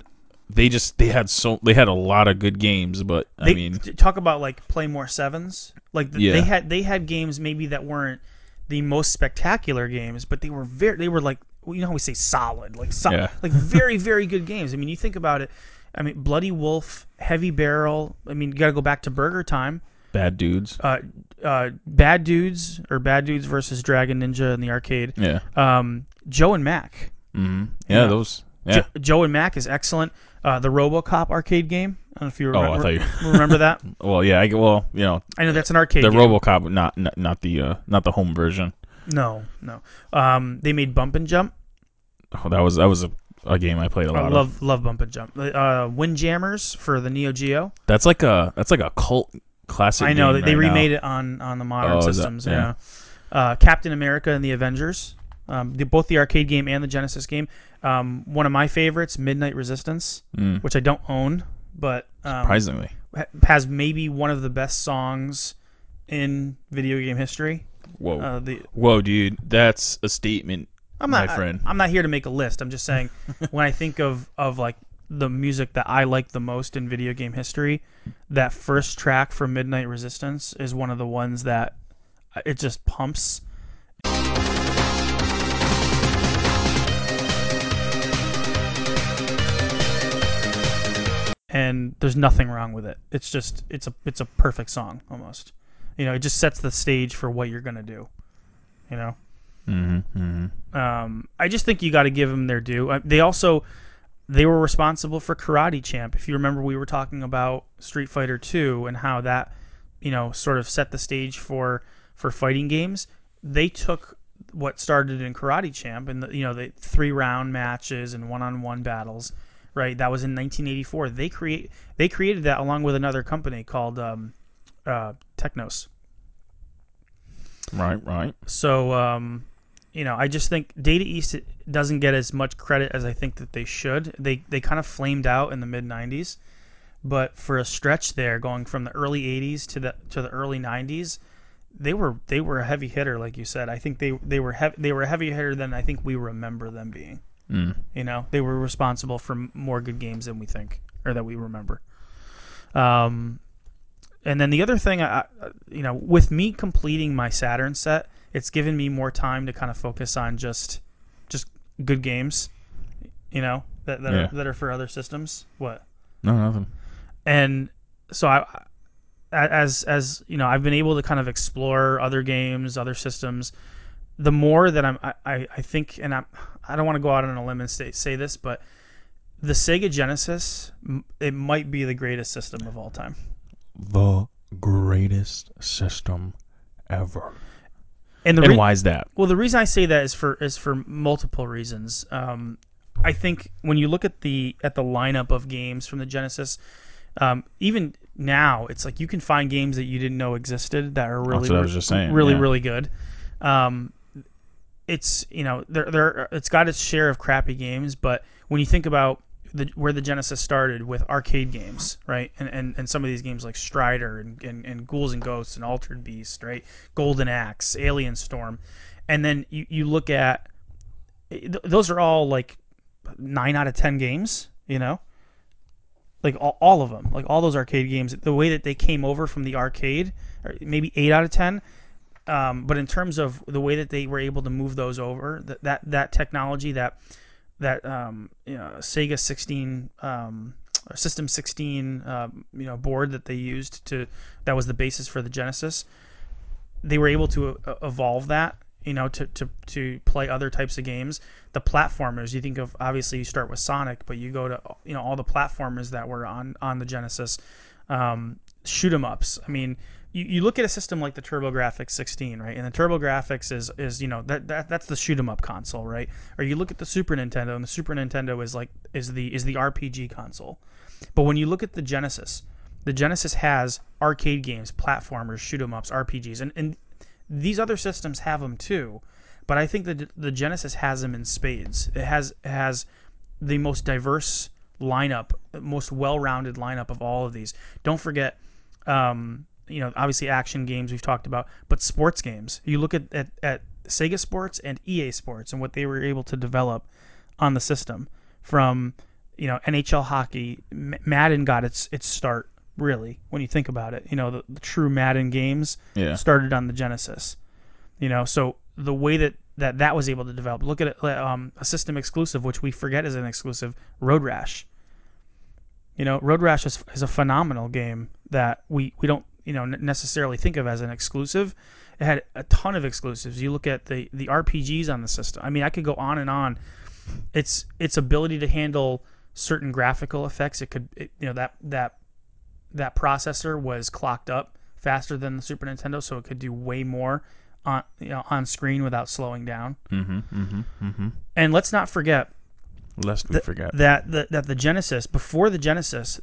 A: They just they had so they had a lot of good games, but
B: they
A: I mean,
B: t- talk about like play more sevens. Like th-
A: Yeah.
B: they had they had games maybe that weren't the most spectacular games, but they were very they were like well, you know how we say solid, like so-
A: Yeah.
B: like very very good games. I mean, you think about it. I mean, Bloody Wolf, Heavy Barrel. I mean, you got to go back to Burger Time.
A: bad dudes.
B: Uh, uh, Bad Dudes or Bad Dudes versus Dragon Ninja in the arcade.
A: Yeah,
B: Um, Joe and Mac.
A: hmm yeah,
B: Yeah.
A: those.
B: Jo-
A: Yeah.
B: Joe and Mac is excellent. Uh, the RoboCop arcade game. I don't know if you
A: Oh,
B: remember,
A: I thought you.
B: remember
A: (laughs)
B: that.
A: Well, yeah. I, well, you know,
B: I know that's an arcade.
A: the
B: game.
A: RoboCop, not not, not the uh, not the home version.
B: No, no. Um, they made Bump and Jump.
A: Oh, that was that was a, a game I played a
B: I
A: lot of.
B: love love Bump and Jump. Uh, Windjammers for the Neo Geo.
A: That's like a that's like a cult classic.
B: I know
A: game
B: that they
A: right now.
B: remade it on on the modern
A: Oh, is that-
B: systems.
A: yeah.
B: yeah. Uh, Captain America and the Avengers. Um, the, both the arcade game and the Genesis game. Um, one of my favorites, Midnight Resistance,
A: Mm,
B: which I don't own, but um,
A: surprisingly.
B: ha- has maybe one of the best songs in video game history.
A: Whoa,
B: Uh, the
A: whoa, dude, that's a statement.
B: I'm
A: My
B: not,
A: friend.
B: I, am not here to make a list. I'm just
A: (laughs)
B: saying when I think of of like the music that I like the most in video game history, that first track from Midnight Resistance is one of the ones that uh, it just pumps. And there's nothing wrong with it. It's just it's a it's a perfect song almost. You know, it just sets the stage for what you're gonna do. You know.
A: hmm hmm
B: Um, I just think you got to give them their due. Uh, They also they were responsible for Karate Champ. If you remember, we were talking about Street Fighter Two and how that you know sort of set the stage for for fighting games. They took what started in Karate Champ and the, you know the three round matches and one on one battles. Right, that was in 1984. They create they created that along with another company called um, uh, Technos.
A: Right, right.
B: So, um, you know, I just think Data East doesn't get as much credit as I think that they should. They they kind of flamed out in the mid '90s, but for a stretch there, going from the early '80s to the to the early '90s, they were they were a heavy hitter, like you said. I think they they were hev- they were a heavy hitter than I think we remember them being.
A: Mm.
B: You know, they were responsible for m- more good games than we think or that we remember. Um, and then the other thing, I, I- you know, with me completing my Saturn set, it's given me more time to kind of focus on just, just good games, you know, that that,
A: Yeah.
B: are, that are for other systems. What?
A: No, nothing.
B: and so I, I- as as you know, I've been able to kind of explore other games, other systems. The more that I'm, I, I I think, and I'm, I don't want to go out on a limb and say, say this, but the Sega Genesis, m- it might be the greatest system of all time.
A: The greatest system ever.
B: And the
A: and
B: rea-
A: why is that?
B: Well, the reason I say that is for is for multiple reasons. Um, I think when you look at the at the lineup of games from the Genesis, um, even now it's like you can find games that you didn't know existed that are really
A: That's what I was just saying,
B: really
A: yeah.
B: really good. Um, it's you know there there it's got its share of crappy games, but when you think about the, where the Genesis started with arcade games, right, and and, and some of these games like Strider and, and and Ghouls and Ghosts and Altered Beast, right, Golden Axe, Alien Storm, and then you you look at eh, th- those are all like nine out of ten games, you know, like all, all of them, like all those arcade games. The way that they came over from the arcade, or maybe eight out of ten. Um, but in terms of the way that they were able to move those over, that that, that technology, that that um, you know, Sega 16 um, or System 16, um, you know, board that they used to that was the basis for the Genesis. They were able to uh, evolve that, you know, to, to to play other types of games. The platformers, you think of obviously you start with Sonic, but you go to you know all the platformers that were on on the Genesis, um, shoot 'em ups. I mean, you, you look at a system like the TurboGrafx 16, right? And the TurboGrafx is is you know that, that that's the shoot 'em up console, right? Or you look at the Super Nintendo, and the Super Nintendo is like is the is the RPG console. But when you look at the Genesis, the Genesis has arcade games, platformers, shoot 'em ups, RPGs, and and these other systems have them too. But I think that the Genesis has them in spades. It has it has the most diverse lineup, most well-rounded lineup of all of these. Don't forget, um, you know, obviously action games we've talked about, but sports games. You look at, at at Sega Sports and EA Sports and what they were able to develop on the system from you know NHL hockey. M- Madden got its its start really when you think about it. You know, the, the true Madden games
A: Yeah.
B: started on the Genesis. You know, so the way that that, that was able to develop. Look at it, um, a system exclusive, which we forget is an exclusive, Road Rash. You know, Road Rash is, is a phenomenal game that we, we don't you know ne- necessarily think of as an exclusive. It had a ton of exclusives. You look at the the RPGs on the system. I mean, I could go on and on. Its its ability to handle certain graphical effects. It could it, you know that that that processor was clocked up faster than the Super Nintendo, so it could do way more on you know, on screen without slowing down.
A: Mm-hmm. Mm-hmm. Mm-hmm.
B: And let's not forget
A: Lest we
B: Th-
A: forget.
B: that the, that the Genesis before the Genesis,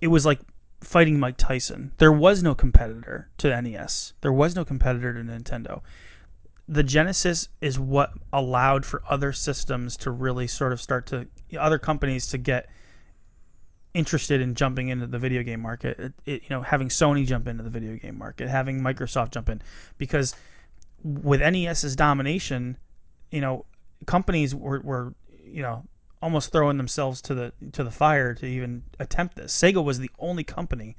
B: it was like fighting Mike Tyson. There was no competitor to NES. There was no competitor to Nintendo. The Genesis is what allowed for other systems to really sort of start to other companies to get interested in jumping into the video game market. It, it, you know, having Sony jump into the video game market, having Microsoft jump in, because with NES's domination, you know, companies were, were you know almost throwing themselves to the to the fire to even attempt this. Sega was the only company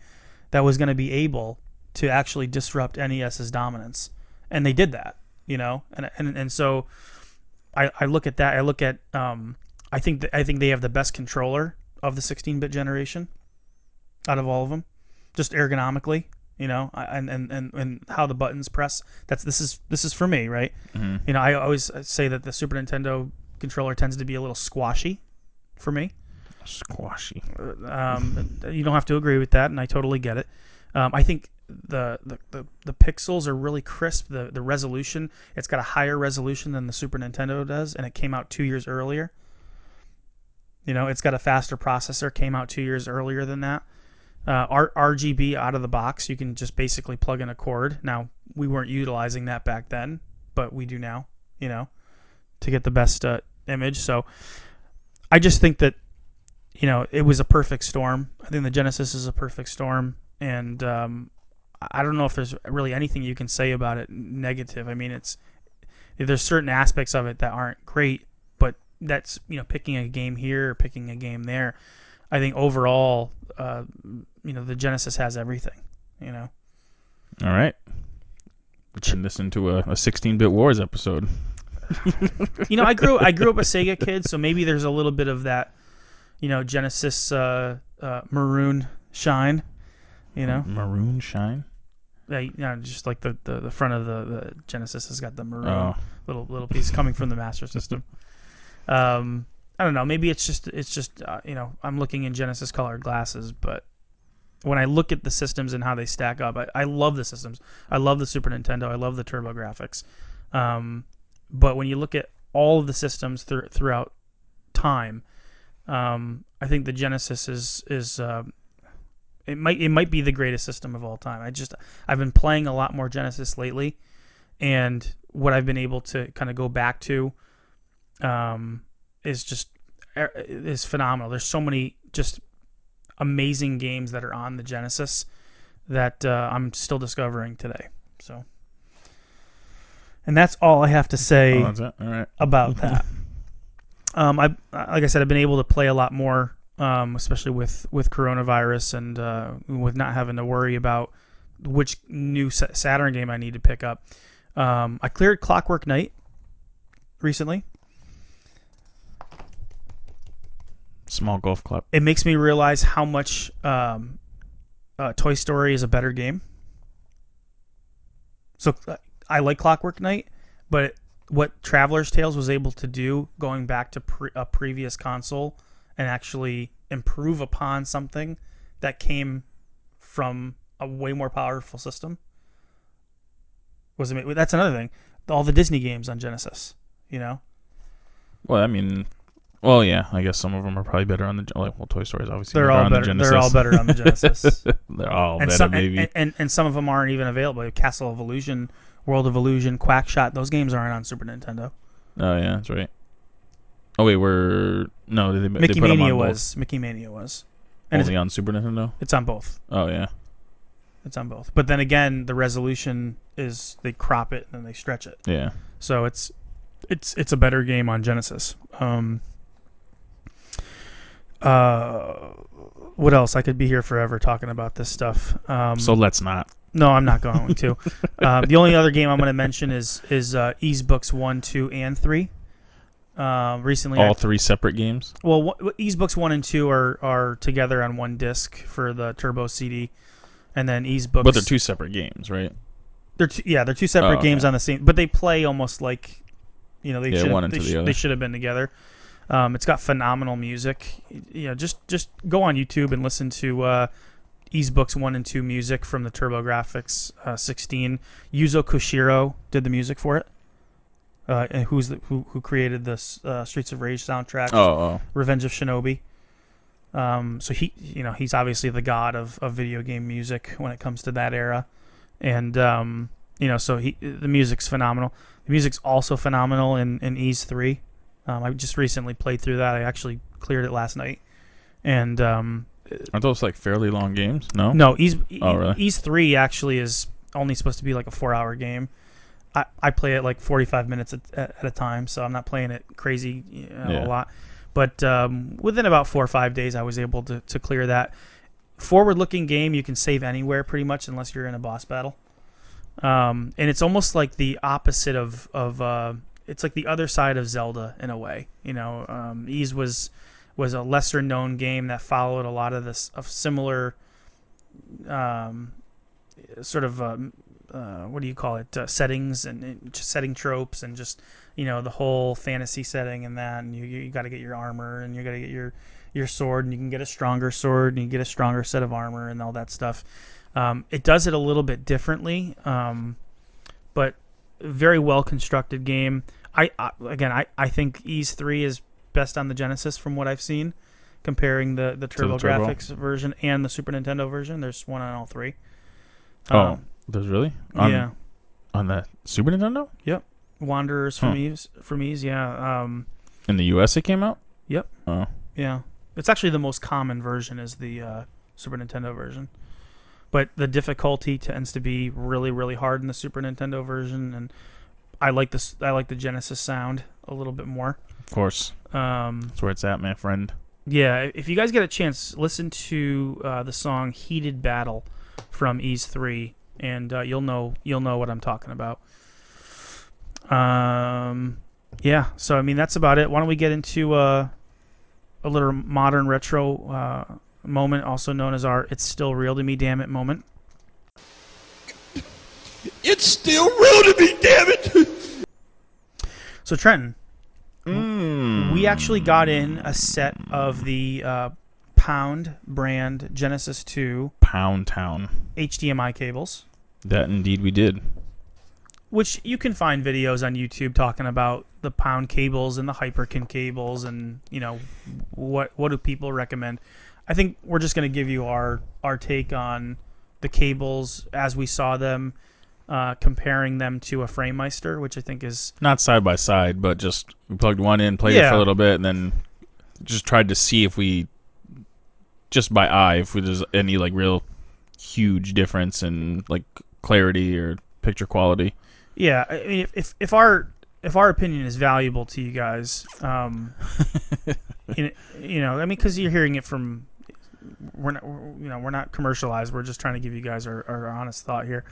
B: that was going to be able to actually disrupt NES's dominance, and they did that. You know, and and and so I, I look at that. I look at um, I think th- I think they have the best controller of the 16-bit generation out of all of them, just ergonomically. You know, I- and and and, and how the buttons press. That's this is this is for me, right?
A: Mhm.
B: You know, I always say that the Super Nintendo controller tends to be a little squashy for me.
A: Squashy.
B: Um, you don't have to agree with that, and I totally get it. Um, I think the, the, the, the pixels are really crisp. The, the resolution, it's got a higher resolution than the Super Nintendo does, and it came out two years earlier. You know, it's got a faster processor, came out two years earlier than that. Uh, R- RGB out of the box, you can just basically plug in a cord. Now, we weren't utilizing that back then, but we do now, you know, to get the best uh, image. So I just think that you know, it was a perfect storm. I think the Genesis is a perfect storm, and um, I I don't know if there's really anything you can say about it negative. I mean, it's there's certain aspects of it that aren't great, but that's you know picking a game here or picking a game there. I think overall, uh, you know, the Genesis has everything. You know,
A: All right. We turned this into a, a 16-bit wars episode.
B: you know, I grew I grew up a Sega kid, so maybe there's a little bit of that, you know, Genesis uh, uh, maroon shine. You know,
A: Maroon shine.
B: Yeah, you know, just like the, the, the front of the, the Genesis has got the maroon
A: Oh,
B: little little piece coming from the Master System. Um, I don't know. Maybe it's just it's just uh, you know I'm looking in Genesis colored glasses, but when I look at the systems and how they stack up, I, I love the systems. I love the Super Nintendo. I love the Turbo Graphics. Um, but when you look at all of the systems thr- throughout time, um, I think the Genesis is is uh, it might it might be the greatest system of all time. I just I've been playing a lot more Genesis lately, and what I've been able to kind of go back to um, is just er, is phenomenal. There's so many just amazing games that are on the Genesis that uh, I'm still discovering today. So, and that's all I have to say
A: oh, that's it. All right.
B: about that. um, I like I said, I've been able to play a lot more, um, especially with with coronavirus and uh, with not having to worry about which new Sa- Saturn game I need to pick up. Um, I cleared Clockwork Knight recently.
A: Small golf club.
B: It makes me realize how much um, uh, Toy Story is a better game. So uh, I like Clockwork Knight, but what Traveler's Tales was able to do, going back to pre- a previous console and actually improve upon something that came from a way more powerful system was amazing. That's another thing. All the Disney games on Genesis, you know,
A: Well, I mean, well, yeah, I guess some of them are probably better on the Gen- like well, Toy Stories obviously.
B: they're
A: better
B: all
A: on
B: better.
A: The
B: they're all
A: Genesis.
B: better on
A: (laughs)
B: the Genesis.
A: They're all
B: and,
A: better,
B: some, and,
A: baby.
B: and, and, and some of them aren't even available. Castle of Illusion, World of Illusion, Quackshot. Those games aren't on Super Nintendo.
A: oh yeah, that's right. Oh wait, we're no. They, they
B: Mickey
A: put 'em
B: Mania
A: on both.
B: was. Mickey Mania was. And
A: only on Super Nintendo.
B: It's on both.
A: Oh yeah,
B: It's on both. But then again, the resolution is they crop it and then they stretch it.
A: yeah.
B: So it's it's it's a better game on Genesis. Um uh what else? I could be here forever talking about this stuff. Um
A: so let's not.
B: no, I'm not going to. uh, the only
A: (laughs)
B: other game I'm going to mention is is uh Ease Books 1, 2 and 3. Uh, recently I
A: All three separate games.
B: well, what, Easebooks one and two are are together on one disc for the Turbo CD, and then Easebooks.
A: But they're two separate games, right?
B: They're two, yeah, they're two separate
A: Oh, okay.
B: games on the same, but they play almost like, you know, they
A: Yeah,
B: should
A: one into
B: they,
A: the
B: should-
A: other.
B: they should have been together. Um, it's got phenomenal music. You know, just just go on YouTube and listen to uh, Easebooks one and two music from the TurboGrafx uh, 16. Yuzo Koshiro did the music for it. Uh, and who's the, who who created this uh, Streets of Rage soundtrack?
A: Oh, oh,
B: Revenge of Shinobi. Um, so he, you know, he's obviously the god of, of video game music when it comes to that era, and um, you know, so he the music's phenomenal. The music's also phenomenal in in Ease Three. Um, I just recently played through that. I actually cleared it last night, and um,
A: aren't those like fairly long games? No.
B: no, Ease E,
A: Oh, really?
B: Ease Three actually is only supposed to be like a four hour game. I, I play it like forty five minutes at, at, at a time, so I'm not playing it crazy you know,
A: Yeah.
B: a lot. But um, within about four or five days, I was able to, to clear that. Forward looking game, you can save anywhere pretty much, unless you're in a boss battle. Um, and it's almost like the opposite of of uh, it's like the other side of Zelda in a way. You know, um, Ease was was a lesser known game that followed a lot of this of similar um, sort of um, uh, what do you call it uh, settings and, and just setting tropes and just you know the whole fantasy setting and that and you you got to get your armor and you got to get your your sword and you can get a stronger sword and you get a stronger set of armor and all that stuff. Um, it does it a little bit differently, um, but very well constructed game. I, I again I, I think Ease three is best on the Genesis from what I've seen, comparing the the
A: To the
B: Turbo
A: Turbo.
B: Graphics version and the Super Nintendo version. There's one on all three.
A: Oh,
B: Um,
A: there's really on
B: yeah.
A: on the Super Nintendo
B: Wanderers from
A: Huh.
B: Ease from Ease, yeah. Um,
A: in the U.S. It came out.
B: Yep.
A: Oh,
B: yeah. It's actually the most common version is the uh, Super Nintendo version. But the difficulty tends to be really, really hard in the Super Nintendo version and I like this I like the Genesis sound a little bit more.
A: of course.
B: Um,
A: That's where it's at, my friend.
B: yeah, if you guys get a chance, listen to uh, the song "Heated Battle" from Ease Three, and uh, you'll know you'll know what I'm talking about. Um, yeah. So I mean, that's about it. Why don't we get into uh, a little modern retro uh, moment, also known as our "It's Still Real to Me, Damn It" moment.
C: It's still real to me, damn it!
B: So Trenton,
A: Mm.
B: we actually got in a set of the uh, Pound brand Genesis Two
A: Pound Town.
B: HDMI cables.
A: That indeed we did.
B: which you can find videos on YouTube talking about the pound cables and the hyperkin cables and you know what what do people recommend. I think we're just going to give you our our take on the cables as we saw them, uh, comparing them to a FrameMeister, which I think is
A: Not side by side, but just we plugged one in, played it for
B: Yeah.
A: a little bit, and then just tried to see if we just by eye if there's any like real huge difference in like clarity or picture quality.
B: yeah. I mean, if if, if our if our opinion is valuable to you guys, um, you know- you know, I mean, because you're hearing it from we're not we're- you know we're not commercialized. We're just trying to give you guys our, our honest thought here.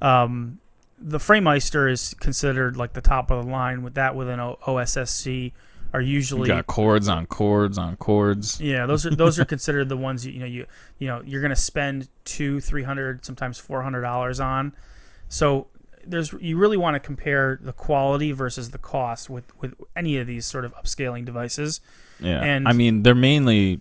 B: Um, the Framemeister is considered like the top of the line with that with an o- OSSC are
A: We
B: usually
A: got chords on chords on chords.
B: yeah those are those are considered the ones you, you know you you know you're gonna spend two three hundred sometimes four hundred dollars on so there's you really want to compare the quality versus the cost with with any of these sort of upscaling devices
A: Yeah.
B: And-
A: I mean, they're mainly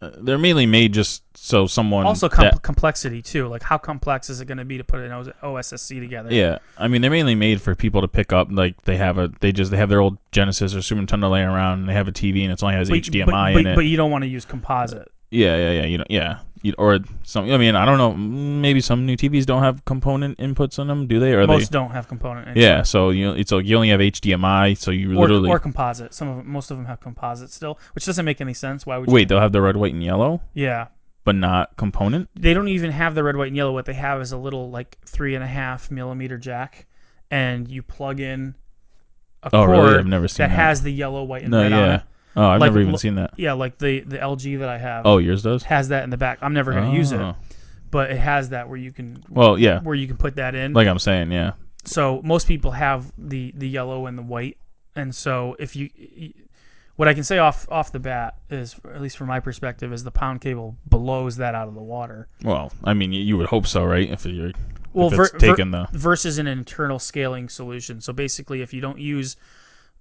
A: uh, they're mainly made just so someone
B: Also, com-
A: that-
B: complexity too. Like, how complex is it going to be to put an O- OSSC together?
A: yeah, I mean they're mainly made for people to pick up. Like they have a they just they have their old Genesis or Super Nintendo laying around, and they have a TV and it's only has
B: but,
A: HDMI
B: but,
A: in
B: but,
A: it.
B: but you don't want to use composite.
A: yeah, yeah, yeah. You know, yeah. You, or some. I mean, I don't know. Maybe some new TVs don't have component inputs on them, do they? Or
B: Most
A: they?
B: don't have component. input.
A: Yeah. So you it's like you only have HDMI, so you
B: Or,
A: literally
B: or composite. Some of 'em- most of them have composite still, which doesn't make any sense. Why would you?
A: wait. They'll have the red, white, and yellow,
B: Yeah,
A: but not component.
B: they don't even have the red, white, and yellow. What they have is a little like three and a half millimeter jack, and you plug in a
A: Oh,
B: cord
A: really? I've never seen that.
B: has the yellow, white, and
A: No,
B: red on
A: yeah.
B: it.
A: Oh, I've
B: Like,
A: never even
B: lo-
A: seen that.
B: Yeah, like the the LG that I have
A: Oh, yours does.
B: has that in the back. I'm never going to use it,
A: Oh.
B: but it has that where you can
A: Well, yeah.
B: where you can put that in.
A: Like I'm saying, yeah.
B: so most people have the the yellow and the white and so if you what i can say off off the bat is at least from my perspective is the pound cable blows that out of the water
A: Well, I mean, y- you would hope so, right? If you're
B: well
A: If it's taken, though.
B: versus an internal scaling solution so basically if you don't use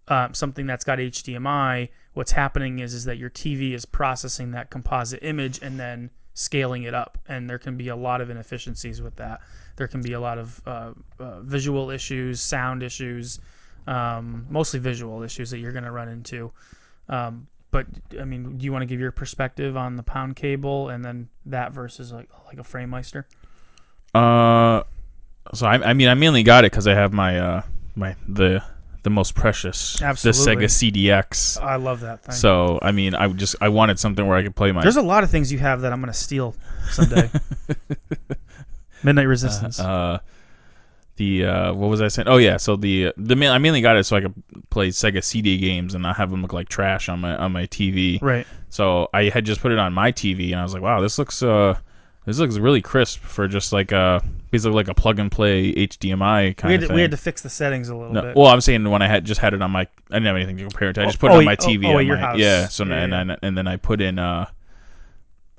B: uh, something that's got hdmi what's happening is is that your tv is processing that composite image and then scaling it up and there can be a lot of inefficiencies with that there can be a lot of uh, uh, visual issues sound issues um, mostly visual issues that you're going to run into um, but i mean do you want to give your perspective on the pound cable and then that versus like like a frame meister
A: Uh, so I, I mean, I mainly got it because I have my uh my the the most precious
B: Absolutely. Oh,
A: the Sega CDX.
B: i love that thing
A: So I mean, I would just I wanted something where I could play my.
B: There's a lot of things you have that I'm going to steal
A: (laughs)
B: someday. Midnight Resistance.
A: uh, the uh, what was I saying? Oh yeah, so the the main, I mainly got it so I could play Sega CD games and not have them look like trash on my on my TV.
B: right.
A: So I had just put it on my TV, and I was like, "Wow, this looks uh, this looks really crisp for just like a basically like a plug and play HDMI kind
B: We
A: of
B: had, to,
A: thing."
B: we had to fix the settings a little
A: No,
B: bit.
A: well, I'm saying when I had just had it on my, I didn't have anything to compare it to. I just put
B: oh,
A: it on
B: y-
A: my
B: oh,
A: TV.
B: oh,
A: on
B: at your
A: my-
B: house.
A: Yeah. So n-
B: Yeah,
A: and
B: yeah.
A: then and then I put in uh,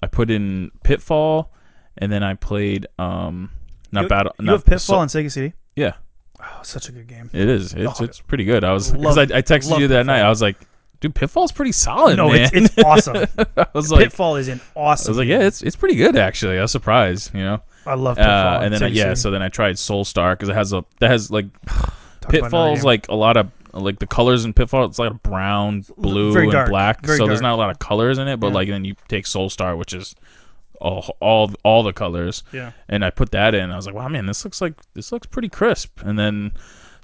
A: I put in Pitfall, and then I played um, not
B: you,
A: battle.
B: You
A: not-
B: have Pitfall
A: so-
B: on Sega CD.
A: yeah,
B: Oh, such a good game.
A: it is. It's
B: Oh,
A: it's pretty good. I was because
B: love-
A: I, I texted
B: love
A: you that
B: Pitfall.
A: night. I was like, dude, Pitfall's pretty solid.
B: no,
A: Oh, man.
B: it's, it's awesome.
A: (laughs) I was like,
B: Pitfall is an
A: I
B: awesome.
A: was like, yeah, it's it's pretty good actually. I was surprised, you know.
B: I love Pitfall.
A: Uh,
B: on
A: and then I,
B: Sega
A: yeah,
B: CD.
A: so then I tried Soulstar because it has a that has like
B: Talk about another
A: Pitfall's
B: game.
A: like a lot of like the colors in Pitfall. It's like brown, blue,
B: very
A: and
B: dark,
A: black.
B: very
A: so there's
B: dark.
A: not a lot of colors in it. But
B: Yeah.
A: like then you take Soulstar, which is all all all the colors.
B: Yeah.
A: And I put that in. I was like, wow, man, this looks like this looks pretty crisp. And then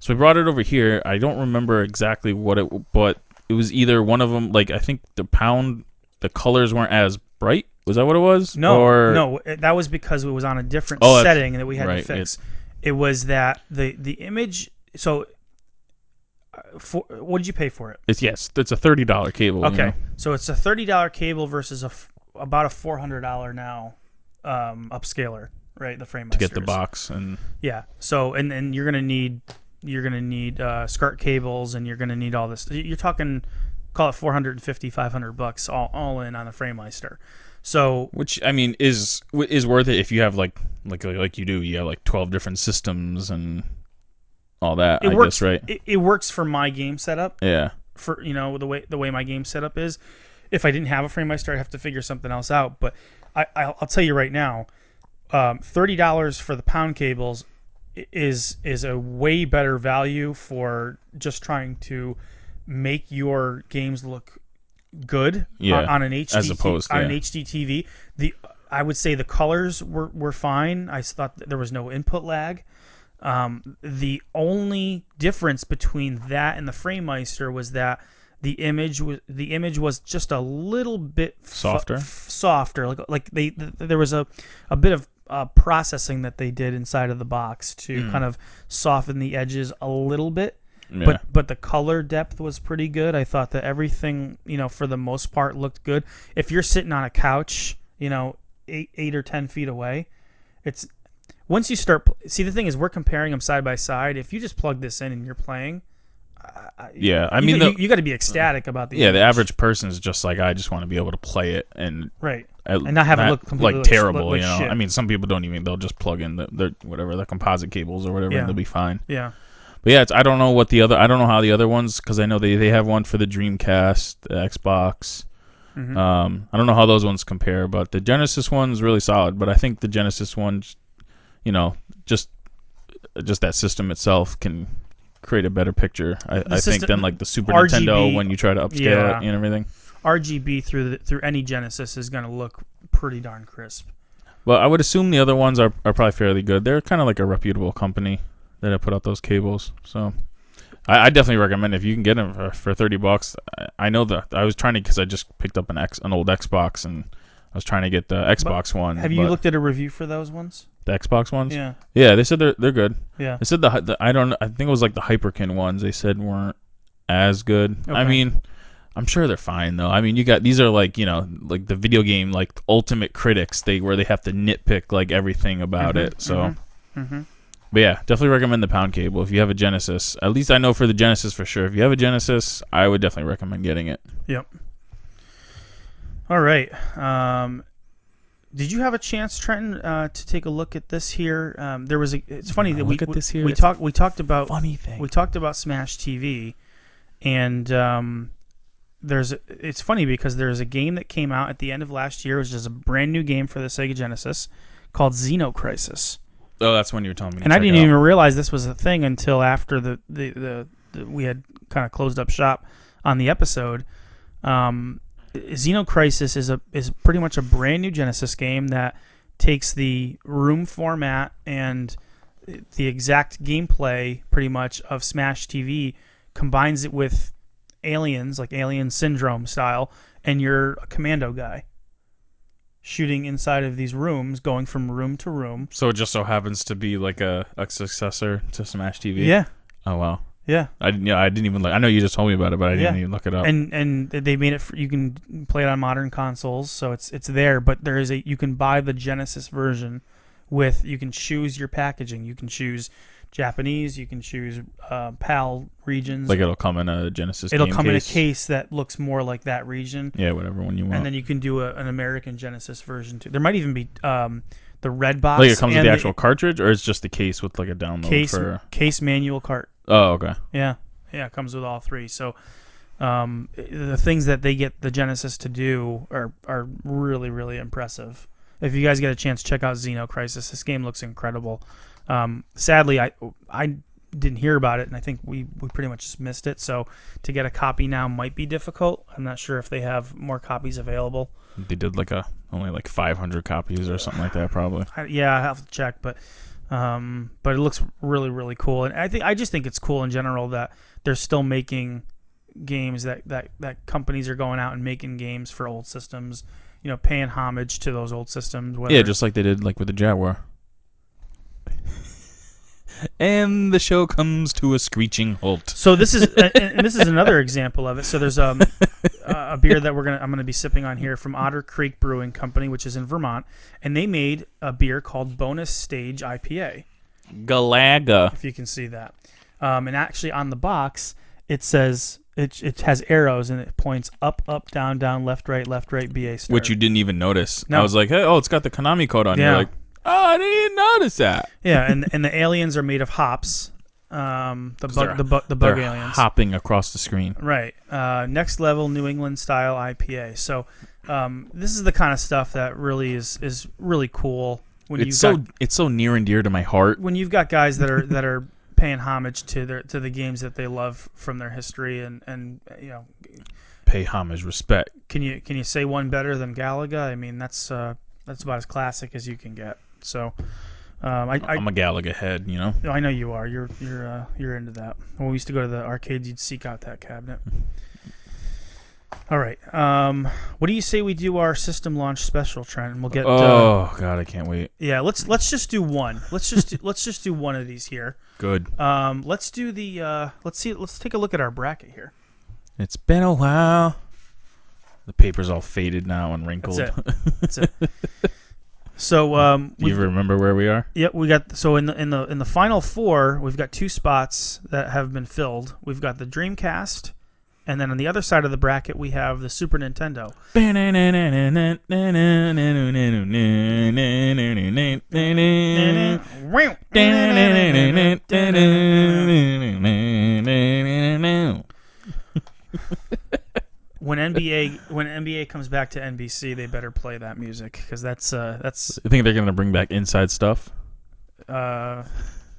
A: so we brought it over here. I don't remember exactly what it, but it was either one of them. Like I think the pound, the colors weren't as bright. Was that what it was?
B: No,
A: Or,
B: no, it- that was because it was on a different
A: Oh, that's-
B: setting that we had
A: right,
B: to fix. It was that the the image. So, uh, for what did you pay for it?
A: It's yes. It's a thirty dollar cable. you
B: Okay,
A: know?
B: so it's a thirty dollar cable versus a f- about a four hundred dollar now um, upscaler, right? The frame
A: to get the box and
B: Yeah. So and and you're gonna need you're gonna need uh, SCART cables and you're gonna need all this. You're talking call it 450 500 bucks all, all in on the framemeister so
A: which I mean is w- is worth it if you have like like like you do. You have like twelve different systems and all that.
B: it
A: I
B: works
A: guess right.
B: it, it works for my game setup
A: yeah.
B: for you know the way the way my game setup is. If I didn't have a frame I start, I'd have to figure something else out. But I, I'll, I'll tell you right now, um, thirty dollars for the pound cables i- is is a way better value for just trying to make your games look good
A: Yeah,
B: on, on an HD
A: as opposed-
B: on an
A: yeah.
B: HD TV. The I would say the colors were, were fine. I s- thought that there was no input lag. Um, the only difference between that and the Framemeister was that the image was the image was just a little bit fu-
A: Softer?
B: softer. Like like they th- there was a a bit of uh, processing that they did inside of the box to kind of soften the edges a little bit.
A: Yeah.
B: But but the color depth was pretty good. I thought that everything you know for the most part looked good. If you're sitting on a couch, you know eight eight or ten feet away, it's once you start pl- see the thing is we're comparing them side by side. If you just plug this in and you're playing,
A: yeah. I
B: I
A: mean
B: mean
A: the,
B: you, got to be ecstatic about the
A: yeah. The
B: image.
A: average person is just like I just want to be able to play it and.
B: right
A: I-
B: and not have it look completely
A: like
B: like-
A: terrible,
B: like
A: you know.
B: shit.
A: I mean, some people don't even; they'll just plug in the, their whatever the composite cables or whatever,
B: Yeah.
A: and they'll be fine.
B: yeah
A: But yeah, it's, I don't know what the other. I don't know how the other ones because I know they, they have one for the Dreamcast, the Xbox.
B: Mm-hmm. Hmm.
A: Um, I don't know how those ones compare, but the Genesis one's really solid. But I think the Genesis one, you know, just just that system itself can create a better picture. I, I think
B: system-
A: than like the Super
B: RGB
A: Nintendo when you try to upscale
B: Yeah.
A: it and everything.
B: RGB through the, through any Genesis is going to look pretty darn crisp.
A: But I would assume the other ones are, are probably fairly good. They're kind of like a reputable company that have put out those cables. So I, I definitely recommend if you can get them for, for thirty bucks. I, I know that I was trying to because I just picked up an X an old Xbox and I was trying to get the Xbox one.
B: Have you
A: but
B: looked at a review for those ones?
A: the Xbox ones?
B: Yeah,
A: Yeah, they said they're they're good.
B: yeah.
A: They said the, hy- the I don't I think it was like the Hyperkin ones. They said weren't as good. I
B: Okay.
A: mean, I'm sure they're fine though. I mean, you got these are like you know like the video game like ultimate critics. They where they have to nitpick like everything about
B: Mhm,
A: it. So.
B: mhm, mhm.
A: But yeah, definitely recommend the pound cable if you have a Genesis. At least I know for the Genesis for sure. If you have a Genesis, I would definitely recommend getting it.
B: Yep. All right. Um, did you have a chance, Trenton, uh, to take a look at this here? Um, there was a. It's funny
A: Yeah,
B: that we
A: look at
B: we-
A: this here.
B: We
A: It's
B: talked. We talked about
A: Funny thing.
B: we talked about Smash TV, and um, there's it's funny because there's a game that came out at the end of last year, which is a brand new game for the Sega Genesis called Xenocrisis. Crisis.
A: Oh, that's when you were telling me. to
B: And I
A: check it
B: didn't
A: out.
B: even realize this was a thing until after the the, the, the we had kind of closed up shop on the episode. Um, Xenocrisis is a is pretty much a brand new Genesis game that takes the room format and the exact gameplay pretty much of Smash TV, combines it with aliens like Alien Syndrome style, and you're a commando guy shooting inside of these rooms, going from room to room.
A: So it just so happens to be like a, a successor to Smash TV.
B: Yeah,
A: Oh wow.
B: yeah.
A: I didn't. Yeah, I didn't even. Look, I know you just told me about it, but I didn't
B: Yeah.
A: even look it up.
B: and and they made it. For, you can play it on modern consoles, so it's it's there. But there is a you can buy the Genesis version with you can choose your packaging. You can choose Japanese. You can choose uh, PAL regions.
A: like it'll come in a Genesis.
B: It'll
A: game
B: come
A: case.
B: in a case that looks more like that region,
A: Yeah, whatever one you want.
B: and then you can do a, an American Genesis version too. There might even be um, the red box.
A: like it comes with
B: and
A: the actual cartridge, or it's just the case with like a download
B: case
A: for.
B: case manual cart.
A: Oh okay.
B: Yeah, yeah, it comes with all three. So, um, the things that they get the Genesis to do are are really really impressive. If you guys get a chance, check out Xeno Crisis. This game looks incredible. Um, sadly, I I didn't hear about it, and I think we we pretty much just missed it. So to get a copy now might be difficult. I'm not sure if they have more copies available.
A: They did like a only like 500 copies or something like that probably.
B: I, yeah, I have to check, but um, but it looks really really cool, and I think I just think it's cool in general that they're still making games that that that companies are going out and making games for old systems, you know, paying homage to those old systems. Whether,
A: Yeah, just like they did like with the
B: (laughs)
A: Jaguar. and the show comes to a screeching halt.
B: so this is and, and this is another example of it. So there's um a beer that we're gonna I'm gonna be sipping on here from Otter Creek Brewing Company, which is in Vermont, and they made a beer called Bonus Stage IPA.
A: Galaga.
B: if you can see that. Um, and actually, on the box, it says it, it has arrows and it points up, up, down, down, left, right, left, right, BA star.
A: Which you didn't even notice.
B: No.
A: I was like, hey, oh, it's got the Konami code on.
B: Yeah.
A: You're like, oh, I didn't even notice that.
B: yeah, and and the aliens are made of hops. Um, the
A: they're-
B: bug, the bug, the bug
A: They're
B: aliens.
A: hopping across the screen.
B: Right. Uh, next level New England style IPA. So um, this is the kind of stuff that really is is really cool when you
A: It's so it's so near and dear to my heart.
B: when you've got guys that are that are paying homage to their to the games that they love from their history and and you know
A: Pay homage, respect.
B: can you can you say one better than Galaga? I mean, that's uh, that's about as classic as you can get. So, um, I,
A: I, am
B: I,
A: a Galaga head, you know.
B: I know you are. You're you're uh, you're into that. When we used to go to the arcades, you'd seek out that cabinet. All right. Um, what do you say we do our system launch special, Trent? And we'll get. Uh,
A: oh God, I can't wait.
B: yeah. Let's let's just do one. Let's just do, let's just do one of these here.
A: Good.
B: Um, let's do the. Uh, let's see. Let's take a look at our bracket here.
A: It's been a while. The paper's all faded now and wrinkled.
B: That's it. That's it. So um,
A: Do you remember where we are?
B: Yep, we got so in the in the in the final four, we've got two spots that have been filled. We've got the Dreamcast, and then on the other side of the bracket, we have the Super Nintendo.
A: That's
B: when NBA when NBA comes back to NBC, they better play that music because that's uh that's
A: I think they're gonna bring back inside stuff.
B: uh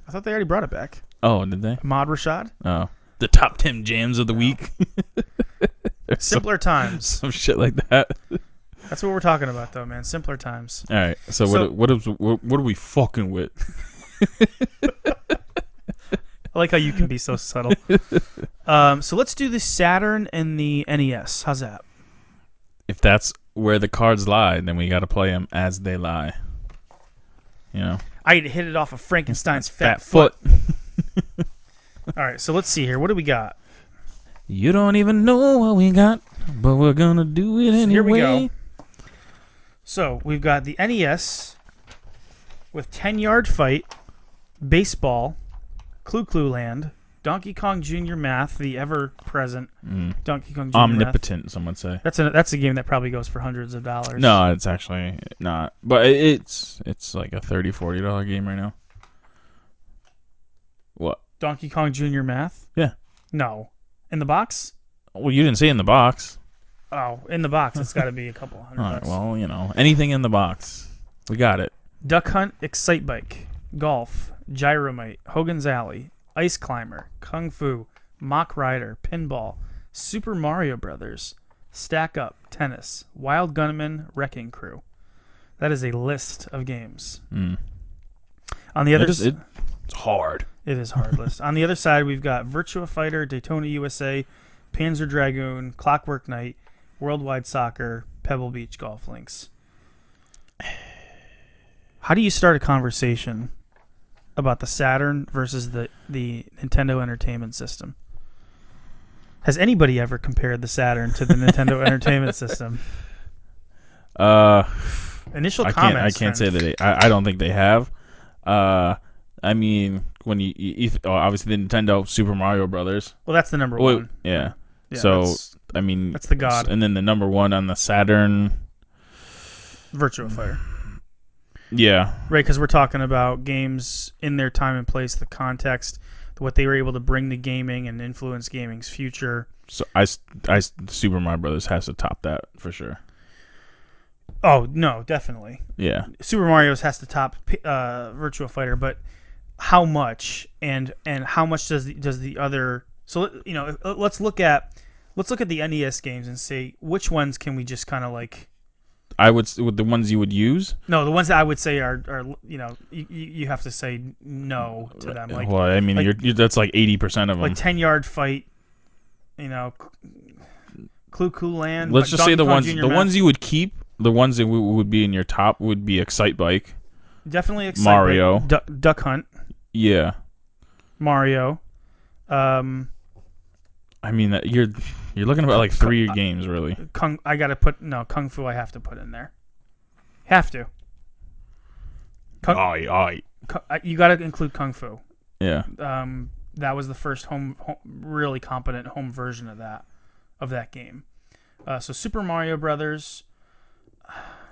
B: I thought they already brought it back.
A: Oh, did they?
B: Ahmad Rashad,
A: Oh, the top ten jams of the (laughs) week,
B: simpler times.
A: some shit like that.
B: That's what we're talking about, though, man. Simpler times.
A: All right. So,
B: So-
A: what what is what, what are we fucking with?
B: I like how you can be
A: (laughs)
B: so subtle. Um, so let's do the Saturn and the NES. How's that?
A: If that's where the cards lie, then we got to play them as they lie. You know,
B: I hit it off of Frankenstein's fat,
A: fat foot.
B: foot. All right, so let's see here. What do we got?
A: You don't even know what we got, but we're gonna do it anyway.
B: Here we go. So we've got the NES with 10 yard fight, baseball, Clue Clue Land, Donkey Kong Jr. Math, the ever present Donkey Kong Jr. Math.
A: Mm. Omnipotent, some would say.
B: That's a, that's a game that probably goes for hundreds of dollars.
A: No, it's actually not. But it- it's it's like a 30 40 dollar game right now. What?
B: Donkey Kong Jr. Math?
A: Yeah.
B: No. In the box?
A: Well, you didn't say in the box.
B: Oh, in the box, it's got to be a couple
A: (laughs)
B: hundred
A: All right.
B: bucks.
A: Well, you know, anything in the box. We got it.
B: Duck Hunt, Excite Bike, Golf, Gyromite, Hogan's Alley, Ice Climber, Kung Fu, Mock Rider, Pinball, Super Mario Brothers, Stack Up, Tennis, Wild Gunman, Wrecking Crew. That is a list of games. On the other
A: Mm. It is-
B: s-
A: it- it's hard.
B: it is hard list. On the other side, we've got Virtua Fighter, Daytona USA, Panzer Dragoon, Clockwork Knight, Worldwide Soccer, Pebble Beach Golf Links. How do you start a conversation about the Saturn versus the, the Nintendo Entertainment System? Has anybody ever compared the Saturn to
A: (laughs)
B: the Nintendo Entertainment System?
A: Uh,
B: Initial
A: I can't.
B: comments.
A: I can't say
B: then.
A: that. They, I, I don't think they have. Uh, I mean, when you, you you- oh, obviously the Nintendo Super Mario Brothers.
B: Well, that's the number
A: Wait,
B: one.
A: yeah.
B: Yeah,
A: So
B: that's
A: I mean,
B: that's the god.
A: And then the number one on the Saturn.
B: Virtua Fighter.
A: Yeah.
B: Right, because we're talking about games in their time and place, the context, what they were able to bring to gaming and influence gaming's future.
A: So I, s- I s- Super Mario Brothers has to top that for sure.
B: Oh no, definitely.
A: Yeah.
B: Super Mario's has to top uh, Virtua Fighter, but how much and and how much does the, does the other? So let- you know, let- let's look at let's look at the NES games and see which ones can we just kind of like.
A: I would s- with the ones you would use.
B: No, the ones that I would say are are you know you, you you have to say no to them. Like
A: well, I mean,
B: like-
A: you're, you that's like eighty percent of them.
B: like ten yard fight, you know, Clue Clue Land.
A: Let's
B: like
A: just say
B: Donkey
A: the
B: Kong
A: ones
B: Jr.
A: the
B: Math-
A: ones you would keep. The ones that w- would be in your top would be Excite Bike.
B: definitely Excite
A: Mario.
B: Bike, Duck, Duck Hunt,
A: Yeah.
B: Mario. Um,
A: I mean, that you're you're looking about like three games really.
B: Kung. I gotta put no Kung Fu. I have to put in there. Have to. Kung,
A: Aye, aye.
B: Ku- uh, you gotta include Kung Fu.
A: Yeah.
B: Um, that was the first home, home really competent home version of that of that game. Uh, so Super Mario Brothers,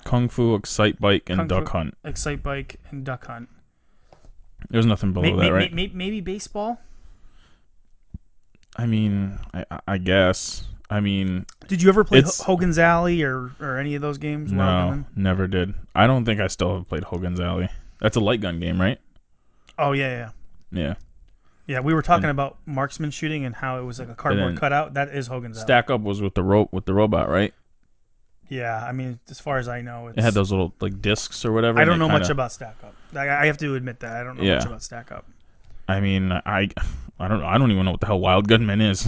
A: Kung Fu, Excite Bike, and
B: Kung Fu-
A: Duck Hunt.
B: Excite Bike, and Duck Hunt.
A: There's nothing below
B: May-
A: that,
B: may-
A: right?
B: may- may- maybe baseball.
A: I mean, I, I- I guess. I mean,
B: Did you ever play
A: It's-
B: Ho- Hogan's Alley or, or any of those games? Wild
A: no,
B: Gunman?
A: never did. I don't think I still have played Hogan's Alley. That's a light gun game, right?
B: Oh yeah, yeah,
A: Yeah.
B: yeah. We were talking about marksman shooting and how it was like a cardboard
A: then-
B: cutout. That is Hogan's Alley.
A: Stack Up was with the rope with the robot, right?
B: Yeah, I mean, as far as I know, it's,
A: It had those little like discs or whatever.
B: I
A: and
B: don't
A: it
B: know much
A: kinda-
B: about Stack Up. I, I have to admit that I don't know
A: Yeah.
B: much about Stack Up.
A: I mean, I I don't I don't even know what the hell Wild Gunman is.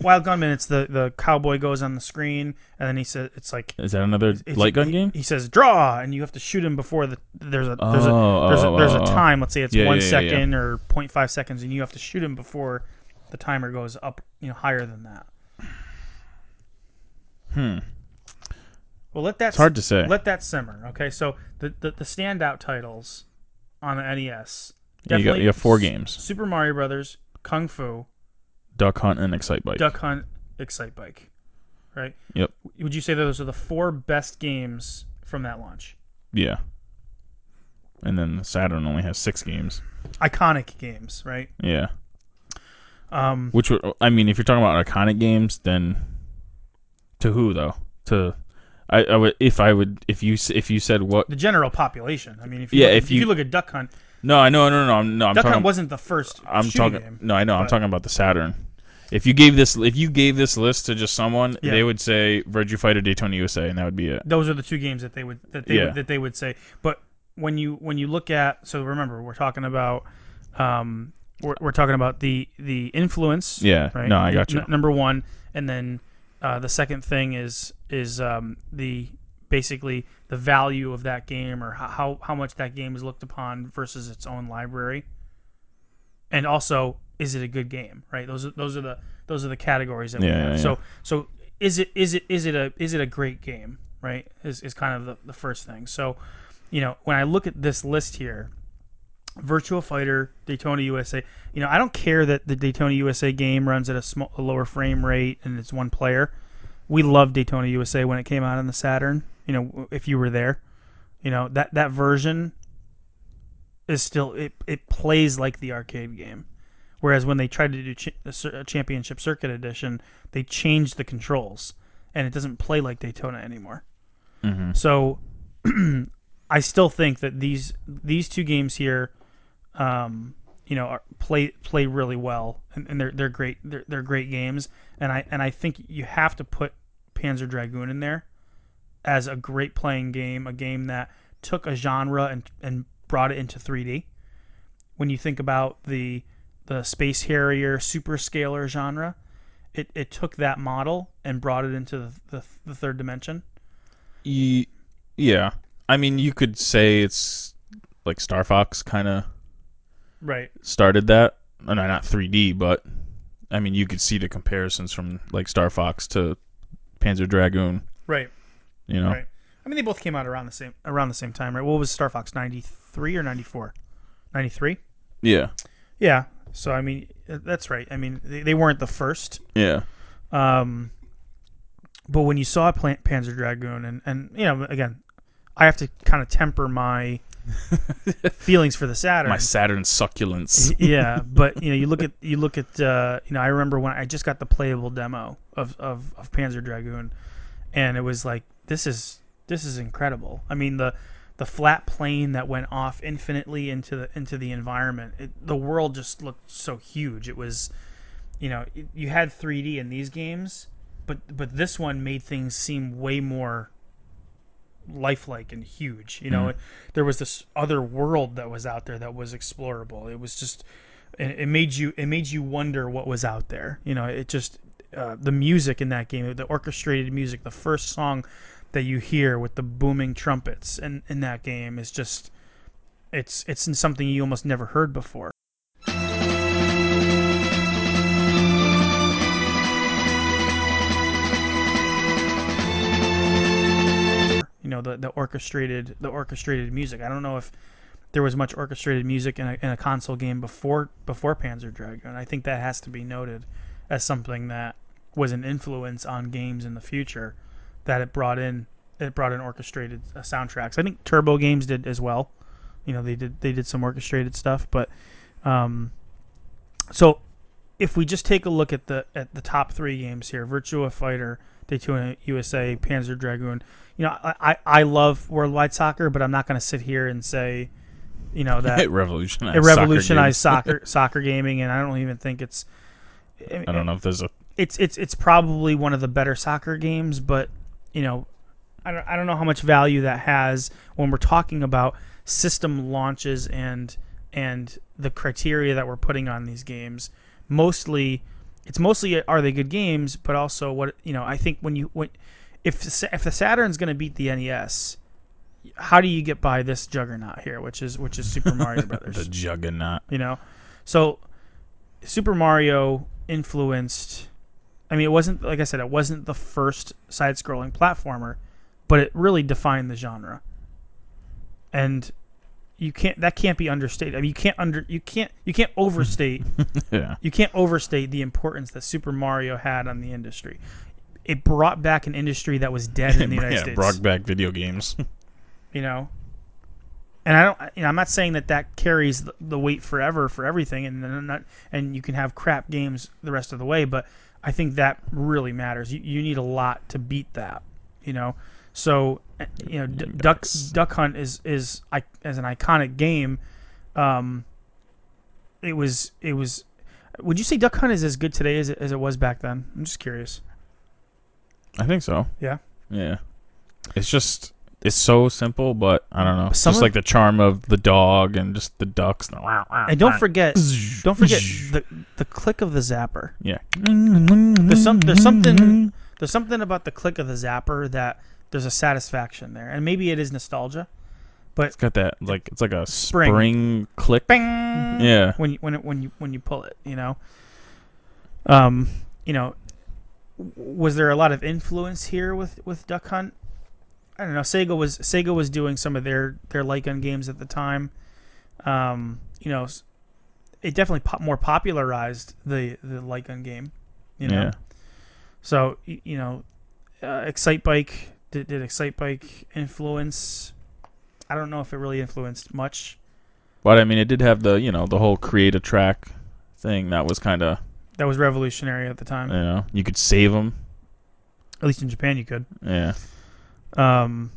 B: Wild Gunman. It's the the cowboy goes on the screen and then he says it's like
A: Is that another
B: it's-
A: light gun
B: he-
A: game?
B: He says draw, and you have to shoot him before the there's a there's
A: Oh,
B: a there's,
A: oh,
B: a, there's
A: oh,
B: a
A: oh.
B: time. Let's say it's
A: Yeah,
B: one
A: yeah, yeah, yeah.
B: second or 0.5 seconds, and you have to shoot him before the timer goes up, you know, higher than that. Hmm. Well, let that
A: It's hard to say.
B: Let that simmer. Okay, so the the, the standout titles on the NES.
A: Yeah, you got-
B: definitely
A: you have four
B: S-
A: games.
B: Super Mario Brothers, Kung Fu,
A: Duck Hunt and Excite Bike.
B: Duck Hunt, Excite Bike. Right?
A: Yep.
B: Would you say those are the four best games from that launch?
A: Yeah. And then the Saturn only has six games.
B: iconic games, right?
A: Yeah.
B: Um,
A: Which would, I mean, if you're talking about iconic games, then To who though? To I, I would if I would if you s- if you said what?
B: The general population. I mean, if you
A: Yeah,
B: look,
A: if
B: if you,
A: you-
B: look at Duck Hunt,
A: No, I know, no, no, no, I'm, no. I'm
B: Duck
A: talking.
B: Hunt wasn't the first
A: I'm
B: shooting
A: talking.
B: game.
A: No, I know. I'm
B: but-
A: talking about the Saturn. If you gave this, if you gave this list to just someone,
B: Yeah.
A: they would say Virtue Fighter Daytona USA, and that would be it.
B: Those are the two games that they would that they
A: Yeah.
B: would, that they would say. But when you when you look at so remember we're talking about um we're, we're talking about the the influence
A: Yeah.
B: right?
A: No, I got you.
B: N- number one, and then uh, the second thing is is um, the basically the value of that game or ho- how how much that game is looked upon versus its own library, and also is it a good game? Right. Those are those are the those are the categories that we
A: Yeah,
B: have.
A: yeah, yeah.
B: So so is it is it is it a is it a great game? Right. Is is kind of the, the first thing. So. You know, when I look at this list here, Virtual Fighter, Daytona USA. You know, I don't care that the Daytona USA game runs at a, small, a lower frame rate and it's one player. We loved Daytona USA when it came out on the Saturn. You know, if you were there, you know that that version is still it it plays like the arcade game. Whereas when they tried to do ch- a cer- a championship circuit edition, they changed the controls and it doesn't play like Daytona anymore.
A: Mm-hmm.
B: So (clears throat) I still think that these these two games here, um, you know, are, play play really well, and, and they're they're great they're, they're great games, and I and I think you have to put Panzer Dragoon in there as a great playing game, a game that took a genre and and brought it into 3D. When you think about the the space harrier superscalar genre, it, it took that model and brought it into the, the, the third dimension.
A: Ye- yeah. I mean, you could say it's like Star Fox kind of
B: Right.
A: started that. No, no, not 3D, but I mean, you could see the comparisons from like Star Fox to Panzer Dragoon.
B: Right.
A: You know,
B: Right. I mean, they both came out around the same around the same time, right? What was Star Fox ninety three or ninety four? Ninety three.
A: yeah,
B: Yeah. So I mean, uh, that's right. I mean, they, they weren't the first,
A: yeah,
B: um, but when you saw Plan- Panzer Dragoon, and and you know, again, I have to kind of temper my feelings for the Saturn.
A: my Saturn (laughs) succulents.
B: yeah, but you know, you look at you look at uh, you know, I remember when I just got the playable demo of, of, of Panzer Dragoon, and it was like this is this is incredible. I mean the the flat plane that went off infinitely into the into the environment, it, the world just looked so huge. It was, you know, it, you had 3D in these games, but but this one made things seem way more lifelike and huge. You know, there was this other world that was out there that was explorable. It was just, it, it made you, it made you wonder what was out there. You know, it just, uh, the music in that game, the orchestrated music, the first song that you hear with the booming trumpets in, in that game is just, it's it's something you almost never heard before. you know the, the orchestrated the orchestrated music. I don't know if there was much orchestrated music in a, in a console game before before Panzer Dragoon. I think that has to be noted as something that was an influence on games in the future that it brought in it brought in orchestrated uh, soundtracks. I think Turbo Games did as well. You know they did they did some orchestrated stuff, but um, so if we just take a look at the at the top three games here, Virtua Fighter, Daytona USA, Panzer Dragoon. You know, I I, I love worldwide soccer, but I'm not going to sit here and say, you know,
A: (laughs)
B: that
A: it revolutionized.
B: it
A: soccer
B: revolutionized
A: games. (laughs)
B: soccer soccer gaming, and I don't even think it's.
A: I don't know if there's a
B: It's it's it's probably one of the better soccer games, but you know, I don't I don't know how much value that has when we're talking about system launches and and the criteria that we're putting on these games. Mostly, it's mostly are they good games, but also what you know. I think when you when if the Sa- if the Saturn's going to beat the NES. How do you get by this juggernaut here, which is which is Super Mario Brothers?
A: the juggernaut.
B: you know so super mario influenced i mean it wasn't like i said it wasn't the first side-scrolling platformer but it really defined the genre and you can't that can't be understated i mean you can't under you can't you can't overstate
A: (laughs) Yeah,
B: you can't overstate the importance that super mario had on the industry it brought back
A: (laughs)
B: an industry that was dead in the united
A: yeah,
B: states
A: brought back video games.
B: you know and I don't. You know, I'm not saying that that carries the, the weight forever for everything, and then I'm not, and you can have crap games the rest of the way. But I think that really matters. You, you need a lot to beat that. You know, so uh, you know, D- Duck
A: Yikes.
B: Duck Hunt is is I as an iconic game. Um, it was it was. Would you say Duck Hunt is as good today as it, as it was back then? I'm just curious.
A: (laughs) I think so.
B: Yeah.
A: Yeah. It's just it's so simple, but I don't know. It's
B: Some
A: just
B: of-
A: like the charm of the dog and just the ducks. And
B: And don't forget, don't forget the the click of the zapper.
A: Yeah.
B: There's some there's something there's something about the click of the zapper that there's a satisfaction there, and maybe it is nostalgia.
A: It's got that like it's like a spring,
B: Spring.
A: click.
B: Bing.
A: Yeah.
B: When you when it, when you when you pull it, you know. Um, you know, w- was there a lot of influence here with with Duck Hunt? I don't know. Sega was Sega was doing some of their their light gun games at the time. Um, you know, s- it definitely pop, more popularized the the light gun game. You know.
A: Yeah.
B: So y- you know, uh, Excite Bike did, did Excite Bike influence? I don't know if it really influenced much.
A: But I mean it did have the, you know, the whole create a track thing that was kind of,
B: That was revolutionary at the
A: you
B: time.
A: know, you could save them.
B: At least in Japan, you could.
A: Yeah.
B: Um,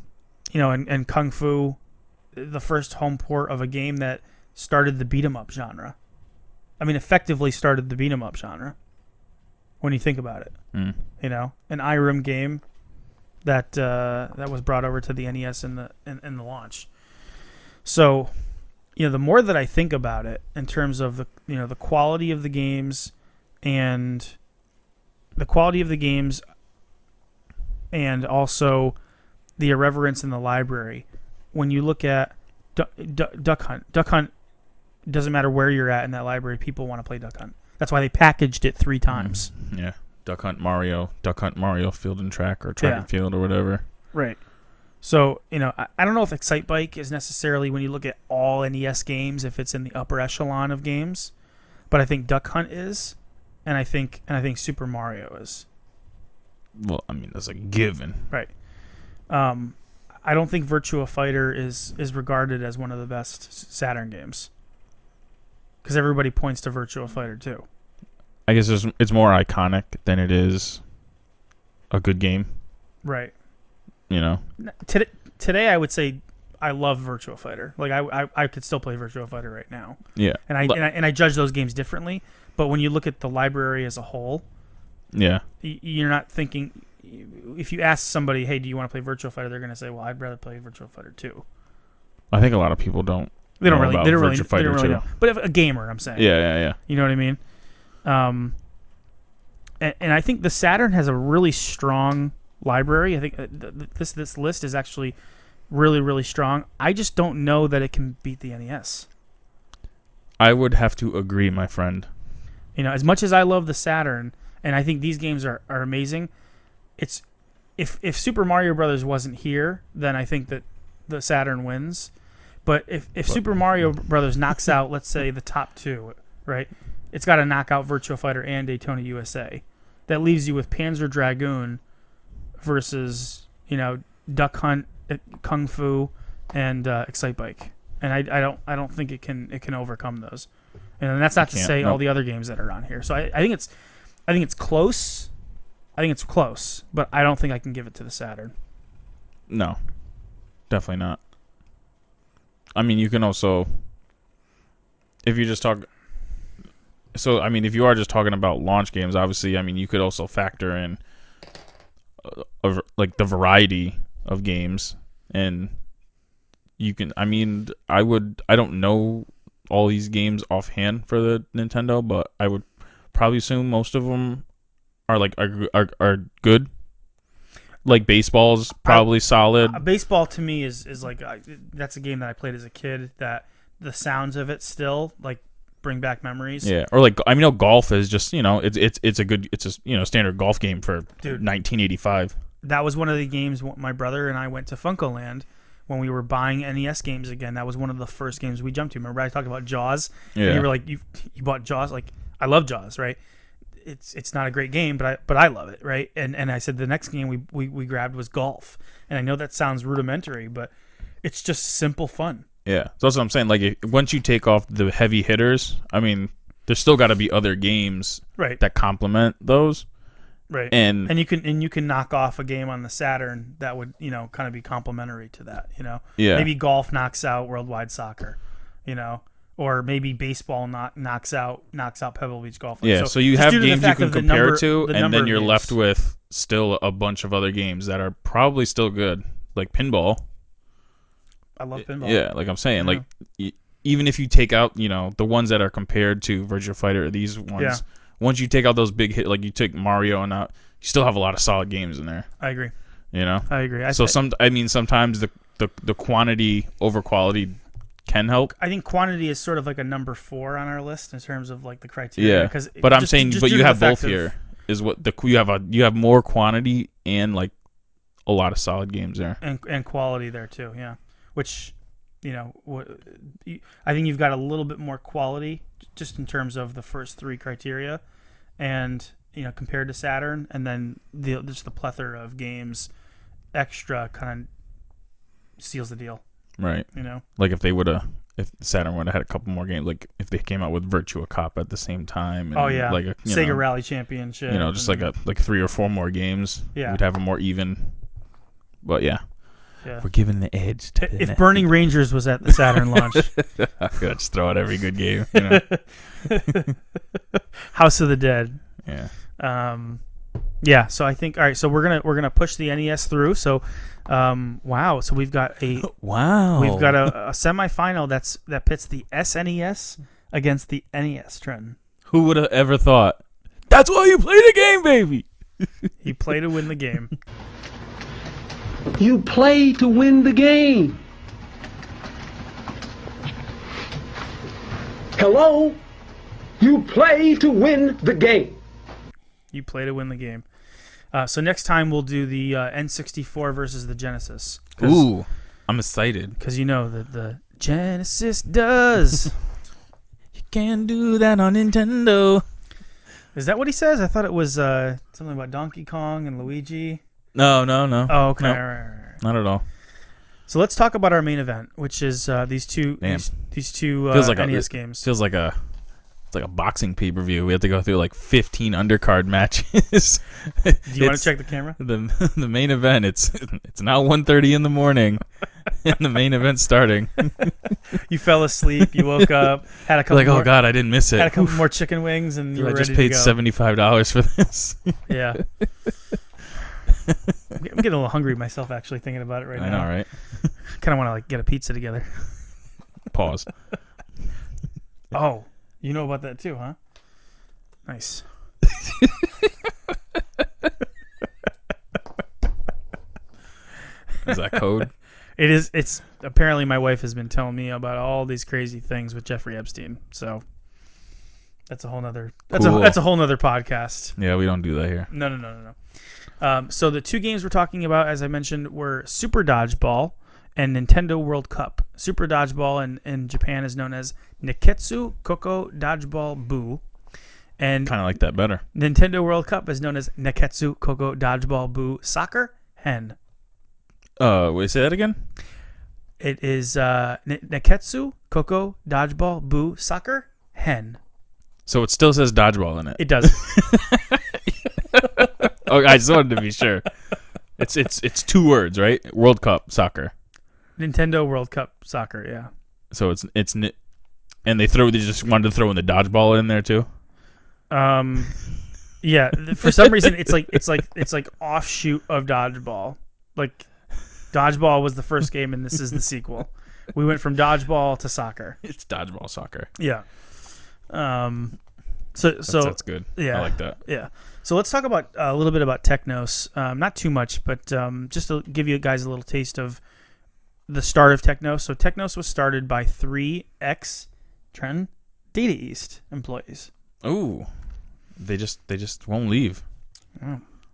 B: you know, and, and Kung Fu, the first home port of a game that started the beat 'em up genre. I mean, effectively started the beat 'em up genre. When you think about it,
A: Mm.
B: you know, an iRoom game that uh, that was brought over to the NES in the in, in the launch. So, you know, the more that I think about it in terms of the you know the quality of the games and the quality of the games and also the irreverence in the library. When you look at du- du- Duck Hunt, Duck Hunt doesn't matter where you're at in that library, people want to play Duck Hunt. That's why they packaged it three
A: Mm.
B: times.
A: Mm-hmm. Yeah. Duck Hunt Mario, Duck Hunt Mario Field and Track or Track
B: Yeah.
A: and Field or whatever.
B: Right. So, you know, I, I don't know if Excite Bike is necessarily when you look at all NES games if it's in the upper echelon of games, but I think Duck Hunt is, and I think and I think Super Mario is.
A: Well, I mean, that's a given.
B: Right. Um I don't think Virtua Fighter is is regarded as one of the best S- Saturn games. Cuz everybody points to Virtua Fighter too.
A: I guess it's, it's more iconic than it is a good game,
B: Right.
A: you know.
B: N- Today today I would say I love Virtua Fighter. Like I I, I could still play Virtua Fighter right now.
A: Yeah.
B: and I,
A: Look-
B: and I and I judge those games differently. But when you look at the library as a whole,
A: Yeah.
B: y- you're not thinking. If you ask somebody, "Hey, do you want to play Virtual Fighter?" They're going to say, "Well, I'd rather play Virtual Fighter 2.
A: I think a lot of people don't.
B: They don't
A: Know
B: really.
A: about
B: They don't really.
A: Virtua
B: They don't
A: Fighter
B: really
A: 2.
B: know. But if, a gamer, I'm saying.
A: Yeah, yeah, yeah.
B: You know what I mean? Um, and, and I think the Saturn has a really strong library. I think uh, th- th- this this list is actually really really strong. I just don't know that it can beat the E NES.
A: I would have to agree, my friend.
B: You know, as much as I love the Saturn, and I think these games are, are amazing, it's if if Super Mario Brothers wasn't here, then I think that the Saturn wins. But if, if Super Mario Brothers knocks out, let's say the top two, right? It's got to knock out Virtua Fighter and Daytona USA. That leaves you with Panzer Dragoon versus you know Duck Hunt, uh, Kung Fu, and uh, Excite Bike. And I, I don't I don't think it can it can overcome those. And that's not to
A: can't,
B: say all
A: nope.
B: the other games that are on here. So I, I think it's I think it's close. I think it's close, but I don't think I can give it to the Saturn.
A: No, definitely not. I mean, you can also, if you just talk. So, I mean, if you are just talking about launch games, obviously, I mean, you could also factor in, uh, a v- like the variety of games, and you can. I mean, I would. I don't know all these games offhand for the Nintendo, but I would probably assume most of them are like are g- are, are good. Like baseball's probably solid.
B: Uh, baseball to me is is like I, that's a game that I played as a kid. That the sounds of it still like bring back memories.
A: Yeah, or like I mean, no, golf is just you know it's it's it's a good it's a you know standard golf game for
B: Dude.
A: 1985.
B: That was one of the games wh- my brother and I went to Funkoland when we were buying NES games again. That was one of the first games we jumped to. Remember I talked about Jaws? And
A: Yeah.
B: you were like you (laughs) you bought Jaws. Like I love Jaws, right? It's it's not a great game, but I but I love it, right? And and I said the next game we we, we grabbed was golf, and I know that sounds rudimentary, but it's just simple fun.
A: Yeah, so that's what I'm saying. Like, if, once you take off the heavy hitters, I mean, there's still got to be other games
B: Right.
A: that complement those.
B: right.
A: And,
B: and you can and you can knock off a game on the Saturn that would you know kind of be complementary to that. You know,
A: Yeah.
B: maybe golf knocks out worldwide soccer. You know. Or maybe baseball knock, knocks out knocks out Pebble Beach golf. League.
A: yeah, so, you
B: just
A: have
B: due to the
A: games you
B: fact
A: can
B: of the
A: compare
B: number-
A: it to,
B: the
A: and
B: number
A: then
B: of
A: you're
B: games.
A: left with still a bunch of other games that are probably still good, like pinball.
B: I love pinball.
A: Yeah, like I'm saying, like y- even if you take out, you know, the ones that are compared to Virtua Fighter, these ones.
B: Yeah.
A: Once you take out those big hit, like you take Mario and out, you still have a lot of solid games in there.
B: I agree.
A: You know,
B: I agree. I
A: so
B: thi-
A: some, I mean, sometimes the, the the quantity over quality can help.
B: I think quantity is sort of like a number four on our list in terms of like the criteria.
A: Yeah,
B: 'cause it-
A: but I'm
B: just-
A: saying,
B: just
A: but
B: due
A: you
B: to the
A: have both
B: fact of-
A: here. Is what the you have a you have more quantity and like a lot of solid games there.
B: and and quality there too. Yeah, which you know, wh- you- I think you've got a little bit more quality just in terms of the first three criteria, and you know, compared to Saturn, and then the just the plethora of games extra kind of seals the deal.
A: Right.
B: You know,
A: Like if they would have, if Saturn would have had a couple more games, like if they came out with Virtua Cop at the same time. And
B: oh yeah,
A: Like a, you
B: Sega
A: know,
B: Rally Championship.
A: You know, just like
B: and-
A: a like three or four more games.
B: Yeah.
A: We'd have a more even. But yeah,
B: yeah.
A: we're giving the edge to the
B: If Burning Rangers was at
A: (laughs)
B: the Saturn launch,
A: I'm gonna just throw out every good game. You
B: (laughs)
A: know?
B: House of the Dead,
A: yeah.
B: um, yeah so i think all right so we're gonna we're gonna push the nes through so um, wow so we've got a
A: Wow.
B: we've got a, a semifinal that's that pits the snes against the nes Trenton.
A: Who would have ever thought? That's why you play the game, baby.
B: he play to win the game
D: You play to win the game. Hello? You play to win the game.
B: you play to win the game uh, so next time we'll do the uh, n64 versus the genesis
A: Ooh, I'm excited.
B: because you know that the genesis does
A: You can do that on Nintendo.
B: is that what he says i thought it was uh, something about donkey kong and luigi
A: No, no, no.
B: oh okay
A: No,
B: all right, all right, all right.
A: not at all.
B: So let's talk about our main event, which is uh, these two
A: Damn.
B: these, these two uh,
A: Feels like a- (laughs)
B: NES
A: it
B: games.
A: Feels like a it's like a boxing pay per view. We have to go through like 15 undercard matches. (laughs)
B: Do you want to check the camera?
A: the (laughs) the main event? It's it's now 1:30 in the morning, (laughs) and the main event's starting.
B: You fell asleep.
A: (laughs)
B: You woke up. Had a couple.
A: like,
B: more,
A: oh god, I didn't miss
B: Had a
A: it.
B: couple
A: Oof,
B: more chicken wings, and you
A: dude, I
B: were
A: just
B: ready
A: paid
B: to go.
A: 75 dollars for this. (laughs)
B: Yeah. I'm getting a little hungry myself, actually, thinking about it (laughs) right
A: I
B: now.
A: know, right?
B: Kind of want to like get a pizza together.
A: Pause.
B: Oh, you know about that too, huh? Nice.
A: Is that
B: (laughs)
A: code?
B: It is. It's apparently my wife has been telling me about all these crazy things with Jeffrey Epstein. So that's a whole nother. That's
A: Cool.
B: a that's a whole nother podcast.
A: yeah, we don't do that here.
B: No, no, no, no, no. Um, so the two games we're talking about, as I mentioned, were Super Dodgeball and Nintendo World Cup. Super Dodgeball in, in Japan is known as Niketsu Koko Dodgeball Boo, and
A: Kind of like that better.
B: Nintendo World Cup is known as Niketsu Koko Dodgeball Boo Soccer Hen.
A: Uh, wait, say that again.
B: It is uh, Ni- Niketsu Koko Dodgeball Boo Soccer Hen.
A: So it still says dodgeball in it.
B: It does.
A: Oh, I just wanted to be
B: (laughs)
A: sure. It's it's it's two words, right? World Cup soccer.
B: Nintendo World Cup Soccer, yeah.
A: So it's it's ni- and they throw they just wanted to throw in the dodgeball in there too.
B: Um, yeah. th- For some reason, it's like it's like it's like offshoot of dodgeball. Like dodgeball was the first game, and this is the sequel. We went from dodgeball to soccer.
A: It's dodgeball soccer.
B: Yeah. Um. So so
A: That's, that's good.
B: yeah.
A: I like that.
B: yeah. So let's talk about uh, a little bit about Technos. Um, not too much, but um, just to give you guys a little taste of the start of Technos. So Technos was started by three ex Trend Data East employees.
A: Ooh, they just they just won't leave.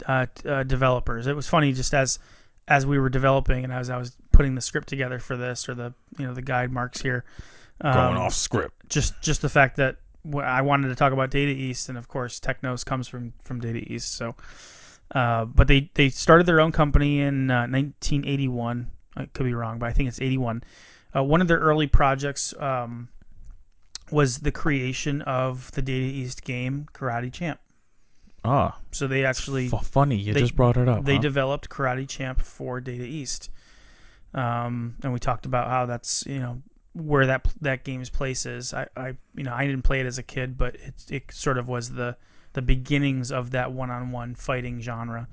B: uh, t- uh, developers. It was funny just as as we were developing and as I was putting the script together for this or the you know the guide marks here. Um,
A: Going off script.
B: Just just the fact that wh- I wanted to talk about Data East and of course Technos comes from from Data East. So, uh, but they they started their own company in uh, 1981. I could be wrong, but I think it's 81. Uh, one of their early projects um, was the creation of the Data East game Karate Champ.
A: Ah,
B: So they actually
A: f- funny. You
B: they-
A: just brought it up.
B: they
A: huh?
B: developed Karate Champ for Data East, um, and we talked about how that's you know where that that game's place is. I, I you know I didn't play it as a kid, but it it sort of was the the beginnings of that one on one fighting genre.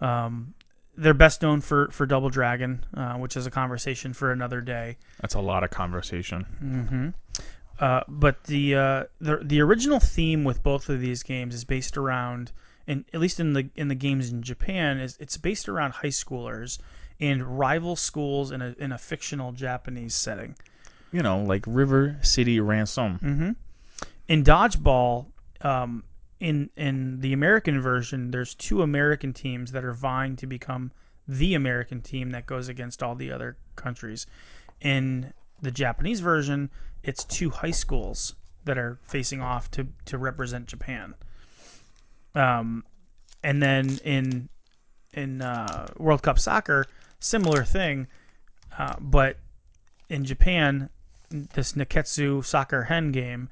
B: Um, they're best known for for Double Dragon, uh, which is a conversation for another day.
A: That's a lot of conversation.
B: Uh, but the, uh, the the original theme with both of these games is based around, and at least in the in the games in Japan, is it's based around high schoolers and rival schools in a in a fictional Japanese setting.
A: You know, like River City Ransom.
B: Mm-hmm. In dodgeball, um, in in the American version, there's two American teams that are vying to become the American team that goes against all the other countries. In the Japanese version, it's two high schools that are facing off to to represent Japan. Um, and then in in uh, World Cup soccer, similar thing, uh, but in Japan, this Niketsu Soccer Hen game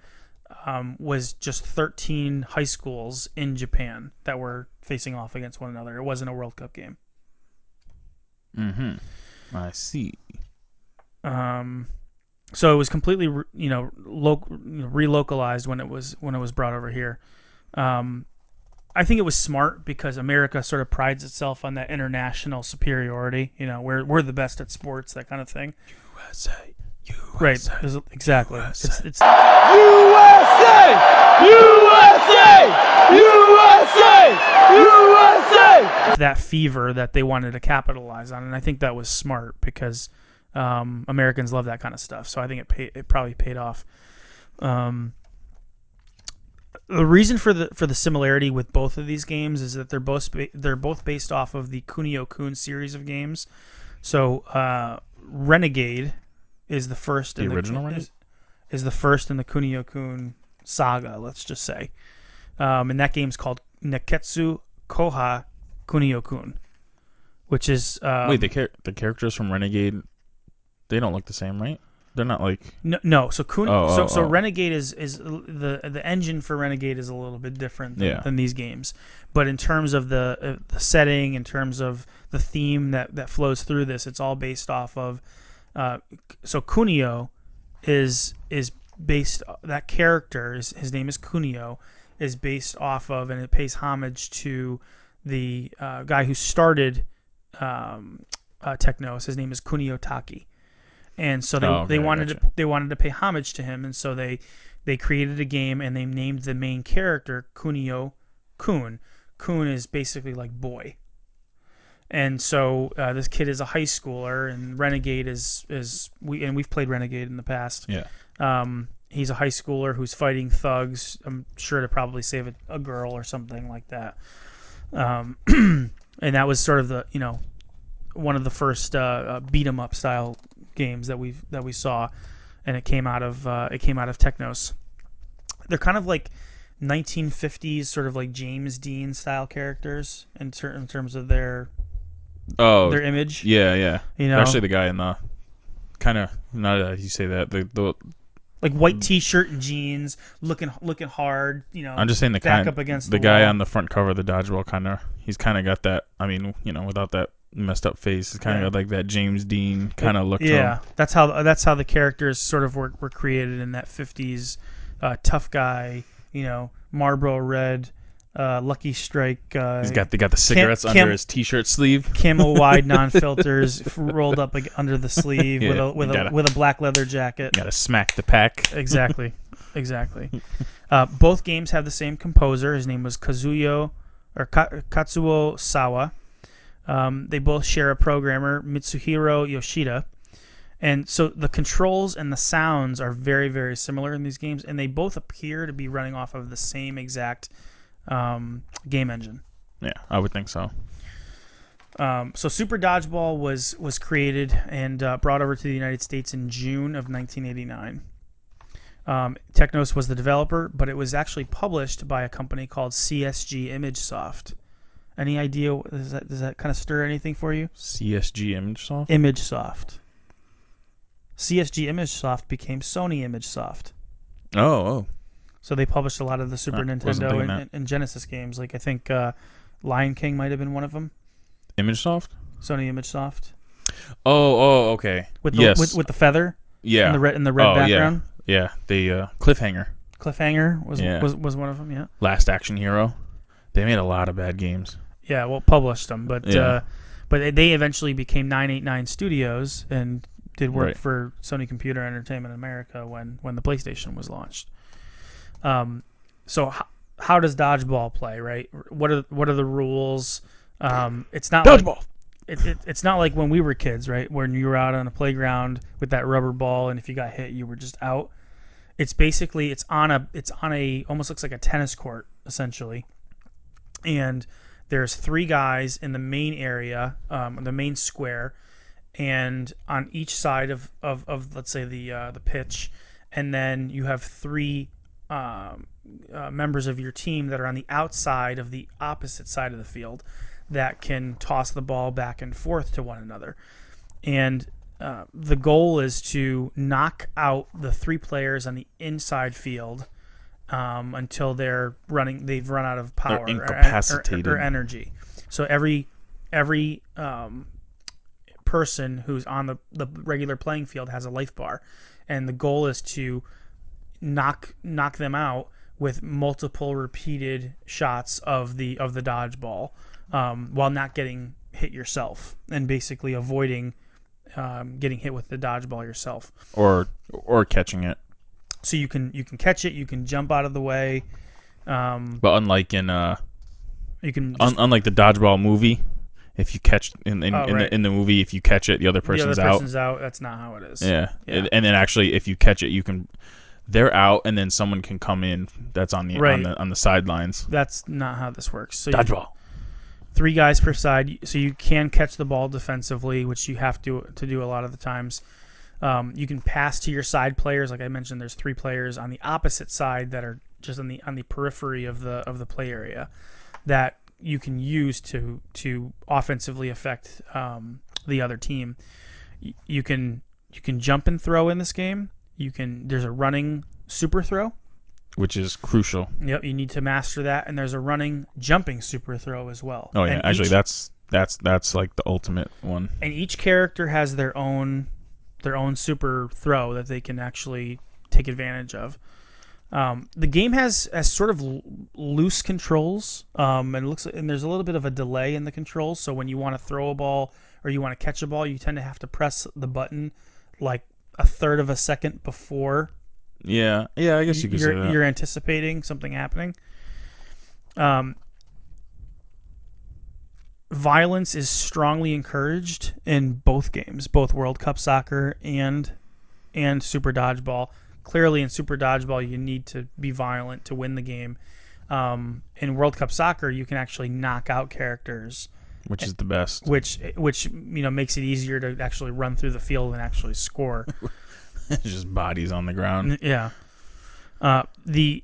B: um, was just 13 high schools in Japan that were facing off against one another. It wasn't a World Cup game.
A: Mm-hmm. I see.
B: Um, so it was completely re- you know lo- relocalized when it was when it was brought over here. Um, I think it was smart because America sort of prides itself on that international superiority. You know, we're we're the best at sports, that kind of thing. USA, right? there's- Exactly. It's, it's that fever that they wanted to capitalize on, and I think that was smart because um, Americans love that kind of stuff. So I think it pay, it probably paid off. Um, the reason for the for the similarity with both of these games is that they're both ba- they're both based off of the Kunio Kun series of games. So uh, Renegade is the first
A: The
B: in
A: original
B: the,
A: Renegade?
B: is, is the first in the Kunio Kun saga. Let's just say, um, and that game's called Neketsu Koha Kunio Kun, which is um,
A: Wait, the char- the characters from Renegade, they don't look the same, right? They're not like
B: No, no. So Kun,
A: Oh,
B: so,
A: oh,
B: so
A: oh.
B: Renegade is is the the engine for Renegade is a little bit different than,
A: Yeah.
B: than these games, but in terms of the uh, the setting, in terms of the theme that that flows through this, it's all based off of. Uh, so Kunio is is based that character is his name is Kunio is based off of and it pays homage to the uh, guy who started um, uh, Technos. His name is Kunio Taki, and so they,
A: Oh, okay,
B: they wanted
A: gotcha.
B: to they wanted to pay homage to him, and so they they created a game and they named the main character Kunio Kun. Kun is basically like boy. And so uh, this kid is a high schooler, and Renegade is is we and we've played Renegade in the past.
A: yeah.
B: Um, he's a high schooler who's fighting thugs. I'm sure to probably save a, a girl or something like that. Um, (clears throat) and that was sort of the you know one of the first uh, uh, beat 'em up style games that we that we saw, and it came out of uh, it came out of Technos. They're kind of like 1950s sort of like James Dean style characters in, ter- in terms of their
A: Oh,
B: their image.
A: yeah, yeah.
B: You know?
A: actually, the guy in the kind of not uh, you say that the the
B: like
A: mm.
B: white t-shirt and jeans, looking looking hard. You know,
A: I'm just saying the
B: back
A: kind
B: up against
A: the,
B: the,
A: guy
B: wall.
A: on the front cover of the dodgeball kind of he's kind of got that. I mean, you know, without that messed up face, it's kind of
B: Yeah.
A: got like that James Dean kind of look. to him.
B: Yeah, that's how that's how the characters sort of were, were created in that '50s uh, tough guy, you know, Marlboro Red, uh, Lucky Strike, uh,
A: he's got they got the cigarettes
B: Cam-
A: under his t-shirt sleeve. (laughs)
B: camel wide non-filters f- rolled up ag- under the sleeve with
A: Yeah,
B: a with
A: you
B: a
A: gotta-
B: with a black leather jacket.
A: Got to smack the pack.
B: Exactly, exactly. Uh, both games have the same composer. His name was Kazuyo or Ka- Katsuo Sawa. Um, they both share a programmer, Mitsuhiro Yoshida. And so the controls and the sounds are very, very similar in these games, and they both appear to be running off of the same exact um, game engine.
A: Yeah, I would think so.
B: Um, so Super Dodgeball was was created and uh, brought over to the United States in June of 1989. Um, Technos was the developer, but it was actually published by a company called CSG ImageSoft. Any idea? Does
A: Uh-huh.
B: that, does that kind of stir anything for you?
A: CSG image soft.
B: ImageSoft. CSG ImageSoft became Sony ImageSoft.
A: Oh, oh.
B: So they published a lot of the Super
A: I wasn't
B: Nintendo
A: thinking
B: and,
A: that.
B: and, Genesis games. Like I think uh, Lion King might have been one of them.
A: ImageSoft.
B: Sony ImageSoft
A: Oh, oh, okay.
B: with the,
A: yes,
B: with, with the feather
A: yeah,
B: and the red and the red
A: Oh, yeah.
B: background.
A: yeah. The uh, cliffhanger,
B: Cliffhanger was,
A: Yeah.
B: was was one of them. Yeah,
A: Last Action Hero. They made a lot of bad games.
B: yeah. Well, published them, but
A: Yeah.
B: uh, but they- they eventually became 989 Studios and did work
A: Right.
B: for Sony Computer Entertainment America when when the PlayStation was launched. Um, so h- how does dodgeball play? Right? What are what are the rules? Um, it's not like- it, it, it's not like when we were kids, right? When you were out on a playground with that rubber ball, and if you got hit, you were just out. It's basically it's on a it's on a almost looks like a tennis court essentially, and there's three guys in the main area, um, the main square, and on each side of of, of let's say the uh, the pitch, and then you have three. Um, uh, members of your team that are on the outside of the opposite side of the field that can toss the ball back and forth to one another. And uh, the goal is to knock out the three players on the inside field um, until they're running. They've run out of power, or- or-
A: incapacitated.
B: or, energy. So every every um, person who's on the, the regular playing field has a life bar, and the goal is to knock knock them out with multiple repeated shots of the of the dodgeball um, while not getting hit yourself and basically avoiding um, getting hit with the dodgeball yourself
A: or or catching it.
B: so you can you can catch it you can jump out of the way um,
A: But unlike in uh,
B: you can
A: un- unlike the dodgeball movie, if you catch in in,
B: Oh,
A: in,
B: right.
A: the, in the movie, if you catch it, the other
B: the other
A: person's out.
B: person's out. that's not how it is
A: Yeah.
B: Yeah.
A: And then actually, if you catch it, you can. They're out, and then someone can come in. That's on the
B: Right.
A: on the on the sidelines.
B: that's not how this works so you-
A: Dodgeball.
B: three guys per side, so you can catch the ball defensively, which you have to to do a lot of the times. Um, you can pass to your side players, like I mentioned. There's three players on the opposite side that are just on the on the periphery of the of the play area that you can use to to offensively affect um, the other team. Y- You can you can jump and throw in this game. You can there's a running super throw.
A: which is crucial.
B: Yep, you need to master that. And there's a running jumping super throw as well.
A: Oh yeah,
B: And
A: actually,
B: each-
A: that's that's that's like the ultimate one.
B: and each character has their own their own super throw that they can actually take advantage of. Um, the game has has sort of l- loose controls, um, and it looks and there's a little bit of a delay in the controls. So when you want to throw a ball or you want to catch a ball, you tend to have to press the button like a third of a second before
A: Yeah, yeah, I guess you could say
B: you're,
A: that.
B: you're anticipating something happening. Um, violence is strongly encouraged in both games, both World Cup soccer and and Super Dodgeball. Clearly, in Super Dodgeball, you need to be violent to win the game. Um, in World Cup soccer, you can actually knock out characters,
A: which is the best.
B: which which you know makes it easier to actually run through the field and actually score.
A: It's (laughs) just bodies on the ground.
B: N- Yeah. Uh, the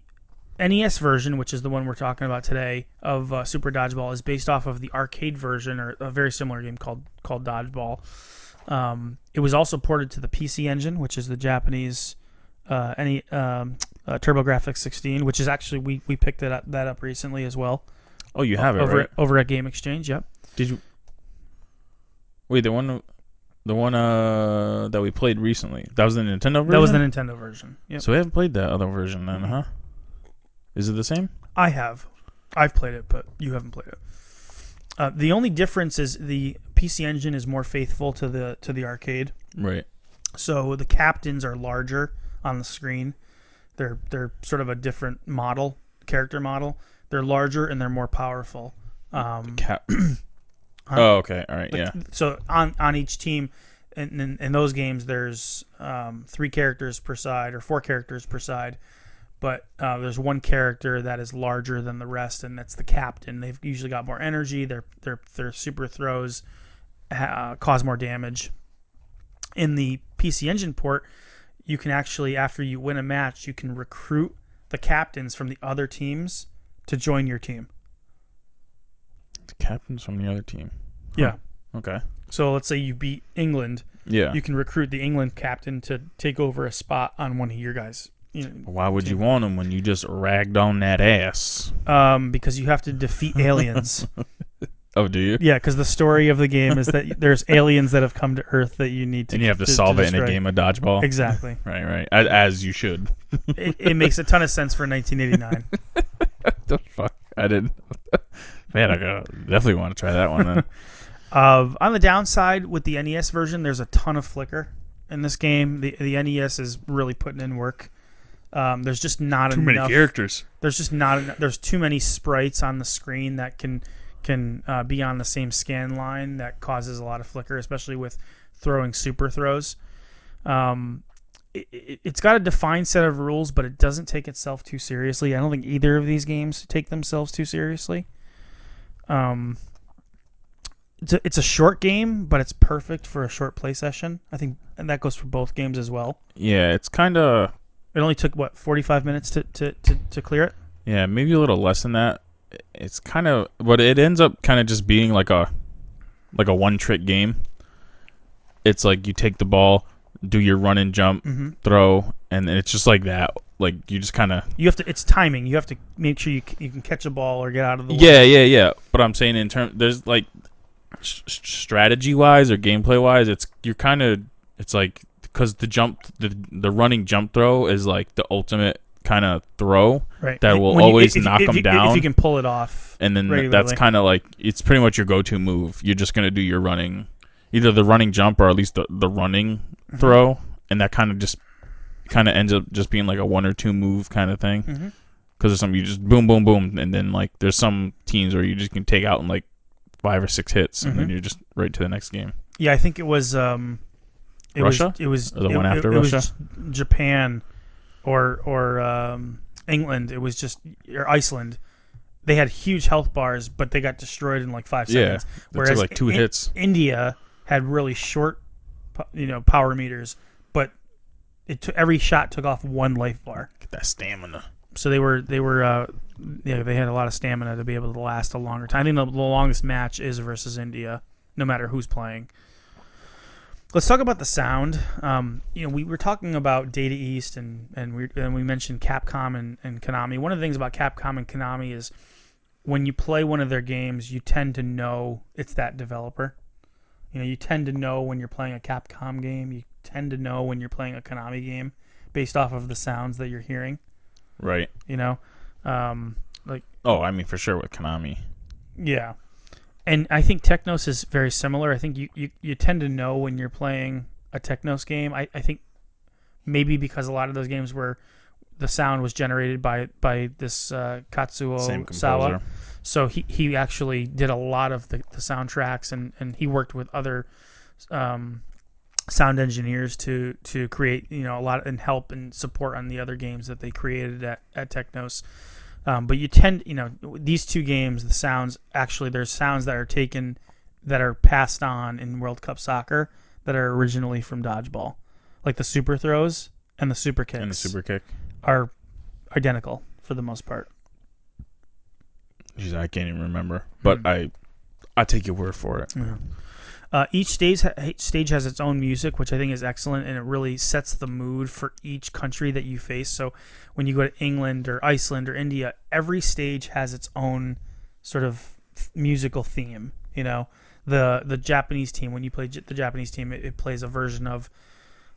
B: NES version, which is the one we're talking about today, of uh, Super Dodgeball, is based off of the arcade version or a very similar game called called Dodgeball. Um, it was also ported to the PC Engine, which is the Japanese uh, any um, uh, TurboGrafx 16, which is actually we, we picked that up, that up recently as well
A: Oh, you have it
B: over
A: right?
B: over at Game Exchange. Yep.
A: Did you? Wait, the one, the one uh that we played recently. That was the Nintendo version.
B: That was the Nintendo version. Yep.
A: So we haven't played that other version then, huh? Is it the same?
B: I have. I've played it, but you haven't played it. Uh, the only difference is the PC Engine is more faithful to the to the arcade,
A: Right.
B: so the captains are larger on the screen. They're they're sort of a different model, character model. They're larger and they're more powerful. Um,
A: Cap. Oh, okay. All right.
B: but-
A: Yeah.
B: So on on each team, in, in, in those games, there's um, three characters per side or four characters per side, but uh, there's one character that is larger than the rest, and that's the captain. They've usually got more energy. Their their their super throws uh, cause more damage. In the PC Engine port, you can actually after you win a match, you can recruit the captains from the other teams to join your team.
A: The captain's from the other team.
B: Yeah.
A: Okay.
B: So let's say you beat England,
A: Yeah.
B: you can recruit the England captain to take over a spot on one of your guys. You know,
A: Why would you want him when you just ragged on that ass?
B: um, because you have to
A: (laughs)
B: defeat aliens.
A: Oh, do you?
B: yeah, because the story of the game is that there's aliens that have come to Earth that you need to
A: And you have to, solve it in a
B: destroy.
A: game of dodgeball. (laughs)
B: Exactly.
A: Right, right. As, as you should.
B: it, it makes a ton of sense
A: (laughs)
B: for 1989.
A: the fuck? I didn't. (laughs) Man, I gotta- definitely want to try that one
B: (laughs)
A: then.
B: Uh, on the downside, with the NES version, there's a ton of flicker in this game. The the NES is really putting in work. Um, there's just not
A: Too many
B: enough.
A: characters.
B: There's just not enough. There's too many sprites on the screen that can can uh, be on the same scan line that causes a lot of flicker, especially with throwing super throws. Um, it, it, it's got a defined set of rules, but it doesn't take itself too seriously. I don't think either of these games take themselves too seriously. Um, it's a, it's a short game, but it's perfect for a short play session. I think, and that goes for both games as well.
A: Yeah, it's kind of.
B: It only took what 45 minutes to, to, to, to clear it.
A: Yeah, maybe a little less than that. It's kind of, but it ends up kind of just being like a, like a one trick game. It's like you take the ball, do your run and jump,
B: Mm-hmm.
A: throw, and it's just like that. Like you just kind of.
B: You have to. It's timing. You have to make sure you c- you can catch a ball or get out of the. way.
A: Yeah, yeah, yeah. But I'm saying in terms, there's like, strategy wise or gameplay wise, it's you're kind of, it's like because the jump, the the running jump throw is like the ultimate kind of throw
B: Right.
A: that
B: Like,
A: will
B: when you-
A: always
B: if- if-
A: knock
B: if
A: them
B: you-
A: down.
B: If you can pull it off.
A: and then th- that's
B: regularly.
A: kind of like it's pretty much your go-to move. You're just gonna do your running, either the running jump or at least the, the running
B: Mm-hmm.
A: throw, and that kind of just kind of ends up just being like a one or two move kind of thing.
B: Mm-hmm.
A: Because there's some you just boom, boom, boom, and then like there's some teams where you just can take out in like five or six hits, and
B: Mm-hmm.
A: then you're just right to the next game.
B: Yeah, I think it was. Um, it
A: Russia?
B: Was, it was
A: Or the
B: it-
A: one
B: it-
A: after
B: it was
A: Russia?
B: J- Japan, or or um, England. It was just or Iceland. They had huge health bars, but they got destroyed in like five
A: Yeah,
B: seconds.
A: it took, like, two
B: I-
A: hits.
B: India had really short, po- you know, power meters, but it took every shot took off one life bar.
A: Get that stamina.
B: so they were they were uh, yeah they had a lot of stamina to be able to last a longer time. I think the, the longest match is versus India, no matter who's playing. Let's talk about the sound. Um, you know, we were talking about Data East and and we and we mentioned Capcom and, and Konami. One of the things about Capcom and Konami is when you play one of their games, you tend to know it's that developer. You know, you tend to know when you're playing a Capcom game. You tend to know when you're playing a Konami game based off of the sounds that you're hearing
A: Right.
B: you know um like
A: Oh, I mean for sure with Konami.
B: yeah and i think technos is very similar i think you you, you tend to know when you're playing a technos game I, I think maybe because a lot of those games were the sound was generated by by this uh, katsuo
A: Same
B: sawa
A: composer.
B: so he, he actually did a lot of the, the soundtracks and, and he worked with other um, sound engineers to to create you know a lot and help and support on the other games that they created at, at Technos. Um, but you tend you know these two games the sounds actually there's sounds that are taken that are passed on in World Cup soccer that are originally from dodgeball, like the super throws and the super kicks
A: And the super kick.
B: are identical for the most part.
A: Jeez, I can't even remember, but
B: Hmm.
A: I, I take your word for it.
B: Uh, each stage ha- each stage has its own music, which I think is excellent, and it really sets the mood for each country that you face. So when you go to England or Iceland or India, every stage has its own sort of th- musical theme. You know, the the Japanese team when you play J- the Japanese team, it, it plays a version of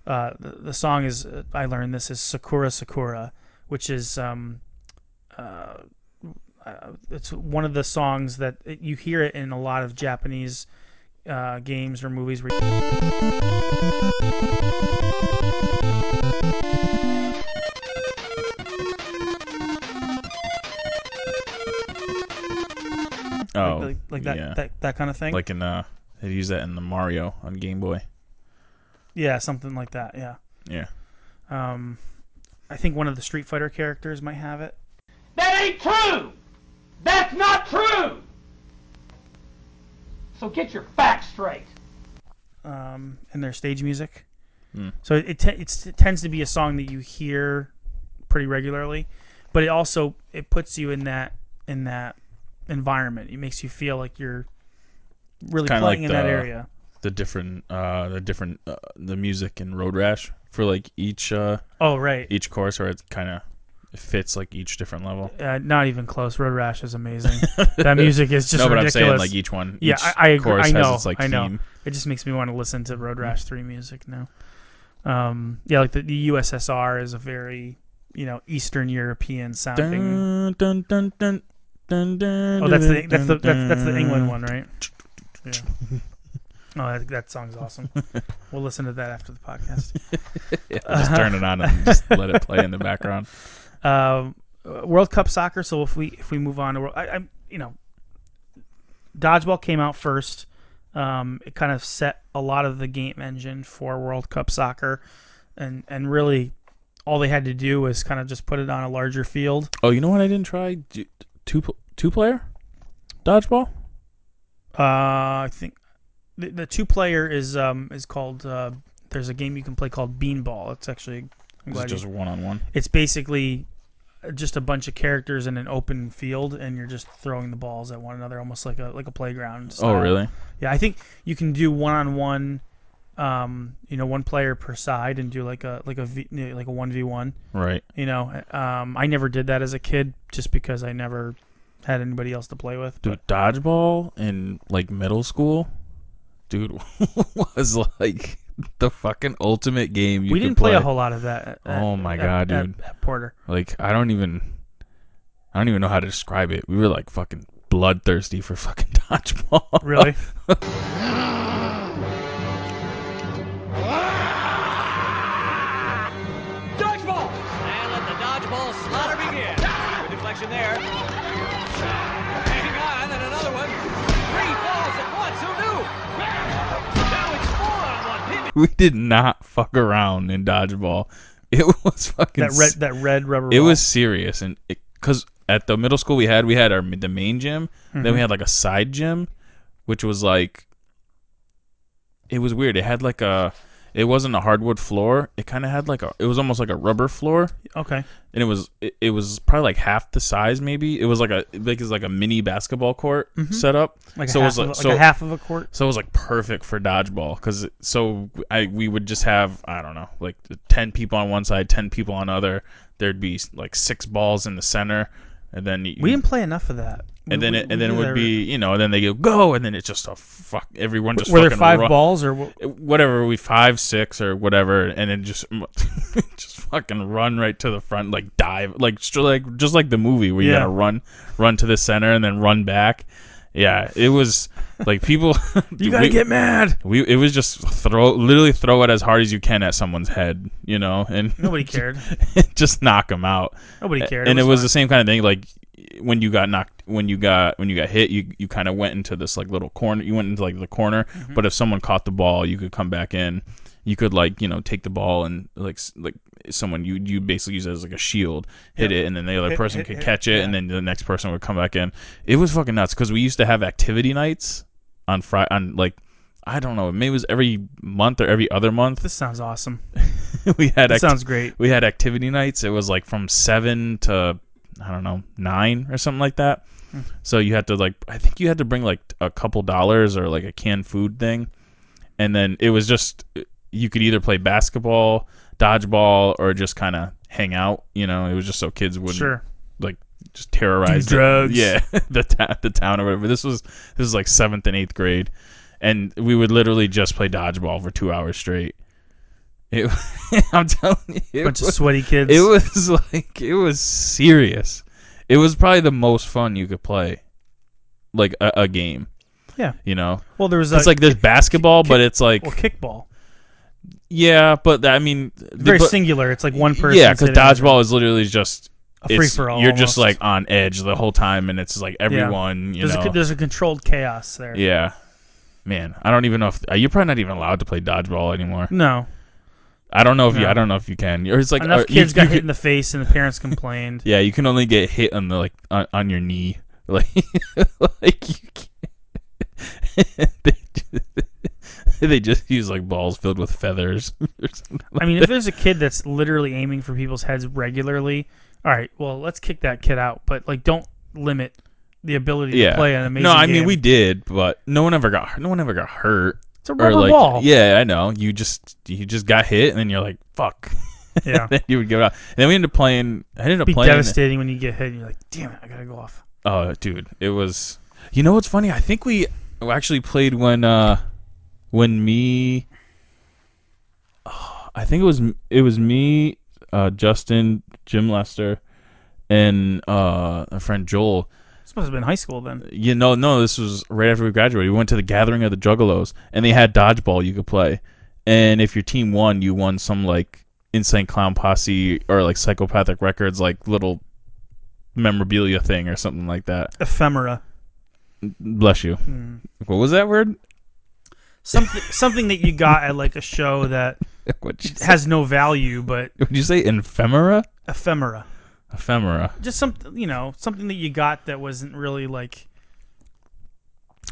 B: uh, the, the song is uh, I learned this is Sakura Sakura, which is um, uh, it's one of the songs that you hear it in a lot of Japanese uh, games or movies. Where
A: Oh,
B: like, like that,
A: yeah.
B: that that kind of thing.
A: like in uh they use that in the Mario on Game Boy.
B: yeah, something like that. Yeah.
A: Yeah.
B: Um, I think one of the Street Fighter characters might have it.
E: That ain't true! That's not true! So get your facts straight.
B: Um, in their stage music.
A: Hmm.
B: So it te- it's, it tends to be a song that you hear pretty regularly, but it also it puts you in that in that environment. It makes you feel like you're really
A: Kinda
B: playing
A: like
B: in that
A: the-
B: area.
A: the different uh the different uh, the music in Road Rash for like each uh
B: Oh right,
A: each course or it kind of fits like each different level.
B: uh, not even close. Road Rash
A: (laughs)
B: is amazing. (laughs) that music is just
A: no, but
B: ridiculous.
A: I'm saying like each one
B: yeah,
A: each
B: I, I agree.
A: course
B: I know.
A: has its like
B: I know.
A: theme. Mm.
B: It just makes me want to listen to Road Rash Three music now. Um, yeah, like the, the USSR is a very you know Eastern European sounding.
A: Dun, dun, dun, dun, dun, dun,
B: Oh, that's the
A: dun,
B: that's the that's,
A: dun,
B: that's the England
A: dun. (laughs)
B: one, right? Yeah. Oh, that, that
A: (laughs)
B: song's awesome. We'll listen to that after the podcast.
A: Yeah, just turn it on
B: (laughs)
A: and just let it play in the background.
B: Um, uh, World Cup soccer. So if we if we move on to World, I, I'm you know, dodgeball came out first. Um, it kind of set a lot of the game engine for World Cup soccer, and and really, all they had to do was kind of just put it on a larger field.
A: Oh, you know what? I didn't try Do- two pl- two player dodgeball. Oh,
B: Uh, I think the, the two player is um is called uh, there's a game you can play called Beanball. It's actually I'm
A: It's
B: glad you-
A: just one on one.
B: it's basically just a bunch of characters in an open field and you're just throwing the balls at one another almost like a like a playground
A: Oh,
B: style.
A: really? (laughs)
B: yeah i think you can do one-on-one um you know one player per side and do like a like a v, you know, like a 1v1
A: Right.
B: you know um i never did that as a kid just because i never had anybody else to play with but
A: dude dodgeball in like middle school dude was like the fucking ultimate game you
B: we
A: could
B: didn't play. a whole lot of that at-
A: Oh my
B: at-
A: God,
B: at-
A: dude.
B: at porter
A: like i don't even i don't even know how to describe it we were like fucking bloodthirsty for fucking (laughs) dodgeball (laughs)
B: really
F: Dodgeball! And let the dodgeball slaughter begin. Good deflection there. Hang on, and another one. Three balls at once, who knew? Now it's four on one. Pin
A: we did not fuck around in dodgeball it (laughs) was fucking
B: that red that red rubber
A: it
B: ball.
A: was serious and because at the middle school we had we had our the main gym then
B: Mm-hmm.
A: we had like a side gym which was like it was weird it had like a it wasn't a hardwood floor it kind of had like a it was almost like a rubber floor
B: okay
A: and it was it, it was probably like half the size maybe it was like a like it was like a mini basketball court set up
B: Mm-hmm. like,
A: so
B: a,
A: it was
B: half of,
A: like,
B: a- like
A: so
B: a half of a court
A: so it was like perfect for dodgeball because so I we would just have I don't know like ten people on one side, ten people on other. There'd be like six balls in the center, and then you,
B: we didn't play enough of that
A: and then it, and then it would
B: be.
A: be you know and then they go go and then it's just a fuck everyone just
B: Were there
A: fucking
B: five
A: ru-
B: balls
A: (laughs)
B: or what?
A: whatever we five six or whatever and then just (laughs) just fucking run right to the front like dive like str- like just like the movie where you
B: Yeah.
A: gotta run run to the center and then run back. Yeah, it was like people.
B: You gotta get mad.
A: We it was just throw literally throw it as hard as you can at someone's head, you know, and (laughs)
B: Nobody cared.
A: just knock them out.
B: Nobody cared.
A: and it was
B: fun.
A: the same kind of thing. Like when you got knocked, when you got when you got hit, you you kind of went into this like little corner. You went into like the corner,
B: Mm-hmm.
A: but if someone caught the ball, you could come back in. You could like you know take the ball and like s- like someone you you basically use it as like a shield, hit it, and then the other
B: Hit-
A: person
B: hit-
A: could
B: hit,
A: catch it, and then the next person would come back in. It was fucking nuts because we used to have activity nights on Friday on like. I don't know. Maybe it was every month or every other month (laughs)
B: This sounds awesome.
A: we had.
B: This
A: acti-
B: sounds great.
A: we had activity nights. It was like from seven to I don't know nine or something like that.
B: Hmm.
A: So you had to like I think you had to bring like a couple dollars or like a canned food thing, and then it was just you could either play basketball, dodgeball, or just kind of hang out. You know, it was just so kids wouldn't
B: Sure.
A: like just terrorize
B: Do
A: the-
B: drugs.
A: yeah, (laughs) the ta- the town or whatever. This was this was like seventh and eighth grade, and we would literally just play dodgeball for two hours straight. It, (laughs) I'm telling you, it
B: Bunch of
A: was-
B: sweaty kids.
A: it was (laughs) like it was serious. It was probably the most fun you could play, like a, a game.
B: Yeah.
A: You know,
B: well, there was
A: it's like there's basketball, but it's like
B: or kickball.
A: yeah, but I mean,
B: Very
A: but-
B: singular. It's like one person.
A: yeah, because dodgeball is literally just
B: a
A: it's-
B: free-for-all
A: You're just like on
B: almost.
A: edge the whole time, and it's like everyone. You
B: There's
A: know,
B: a, there's a controlled chaos there.
A: yeah. Man, I don't even know if uh, you're probably not even allowed to play dodgeball anymore.
B: No.
A: I don't know if you.
B: No.
A: I don't know if you can. Or it's like
B: Enough
A: uh, you-
B: kids
A: you
B: got hit
A: could-
B: in the face and the
A: (laughs)
B: parents complained.
A: Yeah, you can only get hit on the like on, on your knee, (laughs) like like you can. (laughs) they, just, they just use like balls filled with feathers. or something
B: I
A: like
B: mean, if there's a kid that's literally aiming for people's heads regularly, all right, well, let's kick that kid out. But like, don't limit the ability
A: yeah.
B: to play an amazing.
A: no, I mean
B: game.
A: we did, but no one ever got no one ever got hurt.
B: It's a rubber
A: or like,
B: ball.
A: yeah, I know. You just you just got hit, and then you're like, fuck.
B: (laughs)
A: (laughs)
B: Yeah.
A: then you would go out. And then we ended up playing. I ended up
B: Be
A: playing.
B: devastating when you get hit and you're like, damn it, I gotta go off.
A: Oh, dude, it was. You know what's funny? I think we actually played when (laughs) uh when me. (sighs) Oh, I think it was it was me, uh, Justin, Jim Lester, and uh, our friend Joel.
B: This must have been high school then.
A: You know, no, this was right after we graduated. We went to the gathering of the Juggalos, and they had dodgeball you could play. And if your team won, you won some like insane clown posse or like psychopathic records, like little memorabilia thing or something like that.
B: Ephemera. Hmm.
A: Bless you. What was that word? (laughs)
B: Something something that you got at like a show that
A: What'd you, say?
B: has no value, but
A: Would you say ephemera?
B: ephemera.
A: Ephemera.
B: Just something you know, something that you got that wasn't really like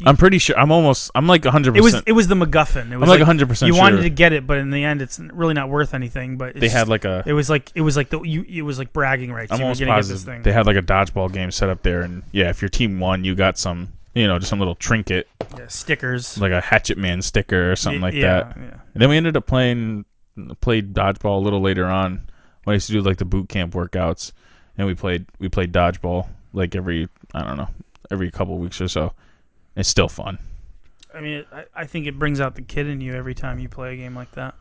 A: I'm pretty sure. I'm almost. I'm like 100.
B: it was.
A: percent
B: It was the MacGuffin. It was
A: like 100%
B: You wanted
A: sure.
B: to get it, but in the end, it's really not worth anything. But it's
A: They
B: just-
A: had like a.
B: It was like it was like the you. It was like bragging rights.
A: I'm
B: you were
A: almost
B: gonna get this
A: positive
B: thing.
A: they had like a dodgeball game set up there, and yeah, if your team won, you got some. You know, just some little trinket,
B: Yeah, stickers.
A: like a Hatchet Man sticker or something like
B: yeah,
A: that.
B: Yeah.
A: And then we ended up playing played dodgeball a little later on when I used to do like the boot camp workouts, and we played we played dodgeball like every I don't know every couple weeks or so. It's still fun.
B: I mean, I, I think it brings out the kid in you every time you play a game like that.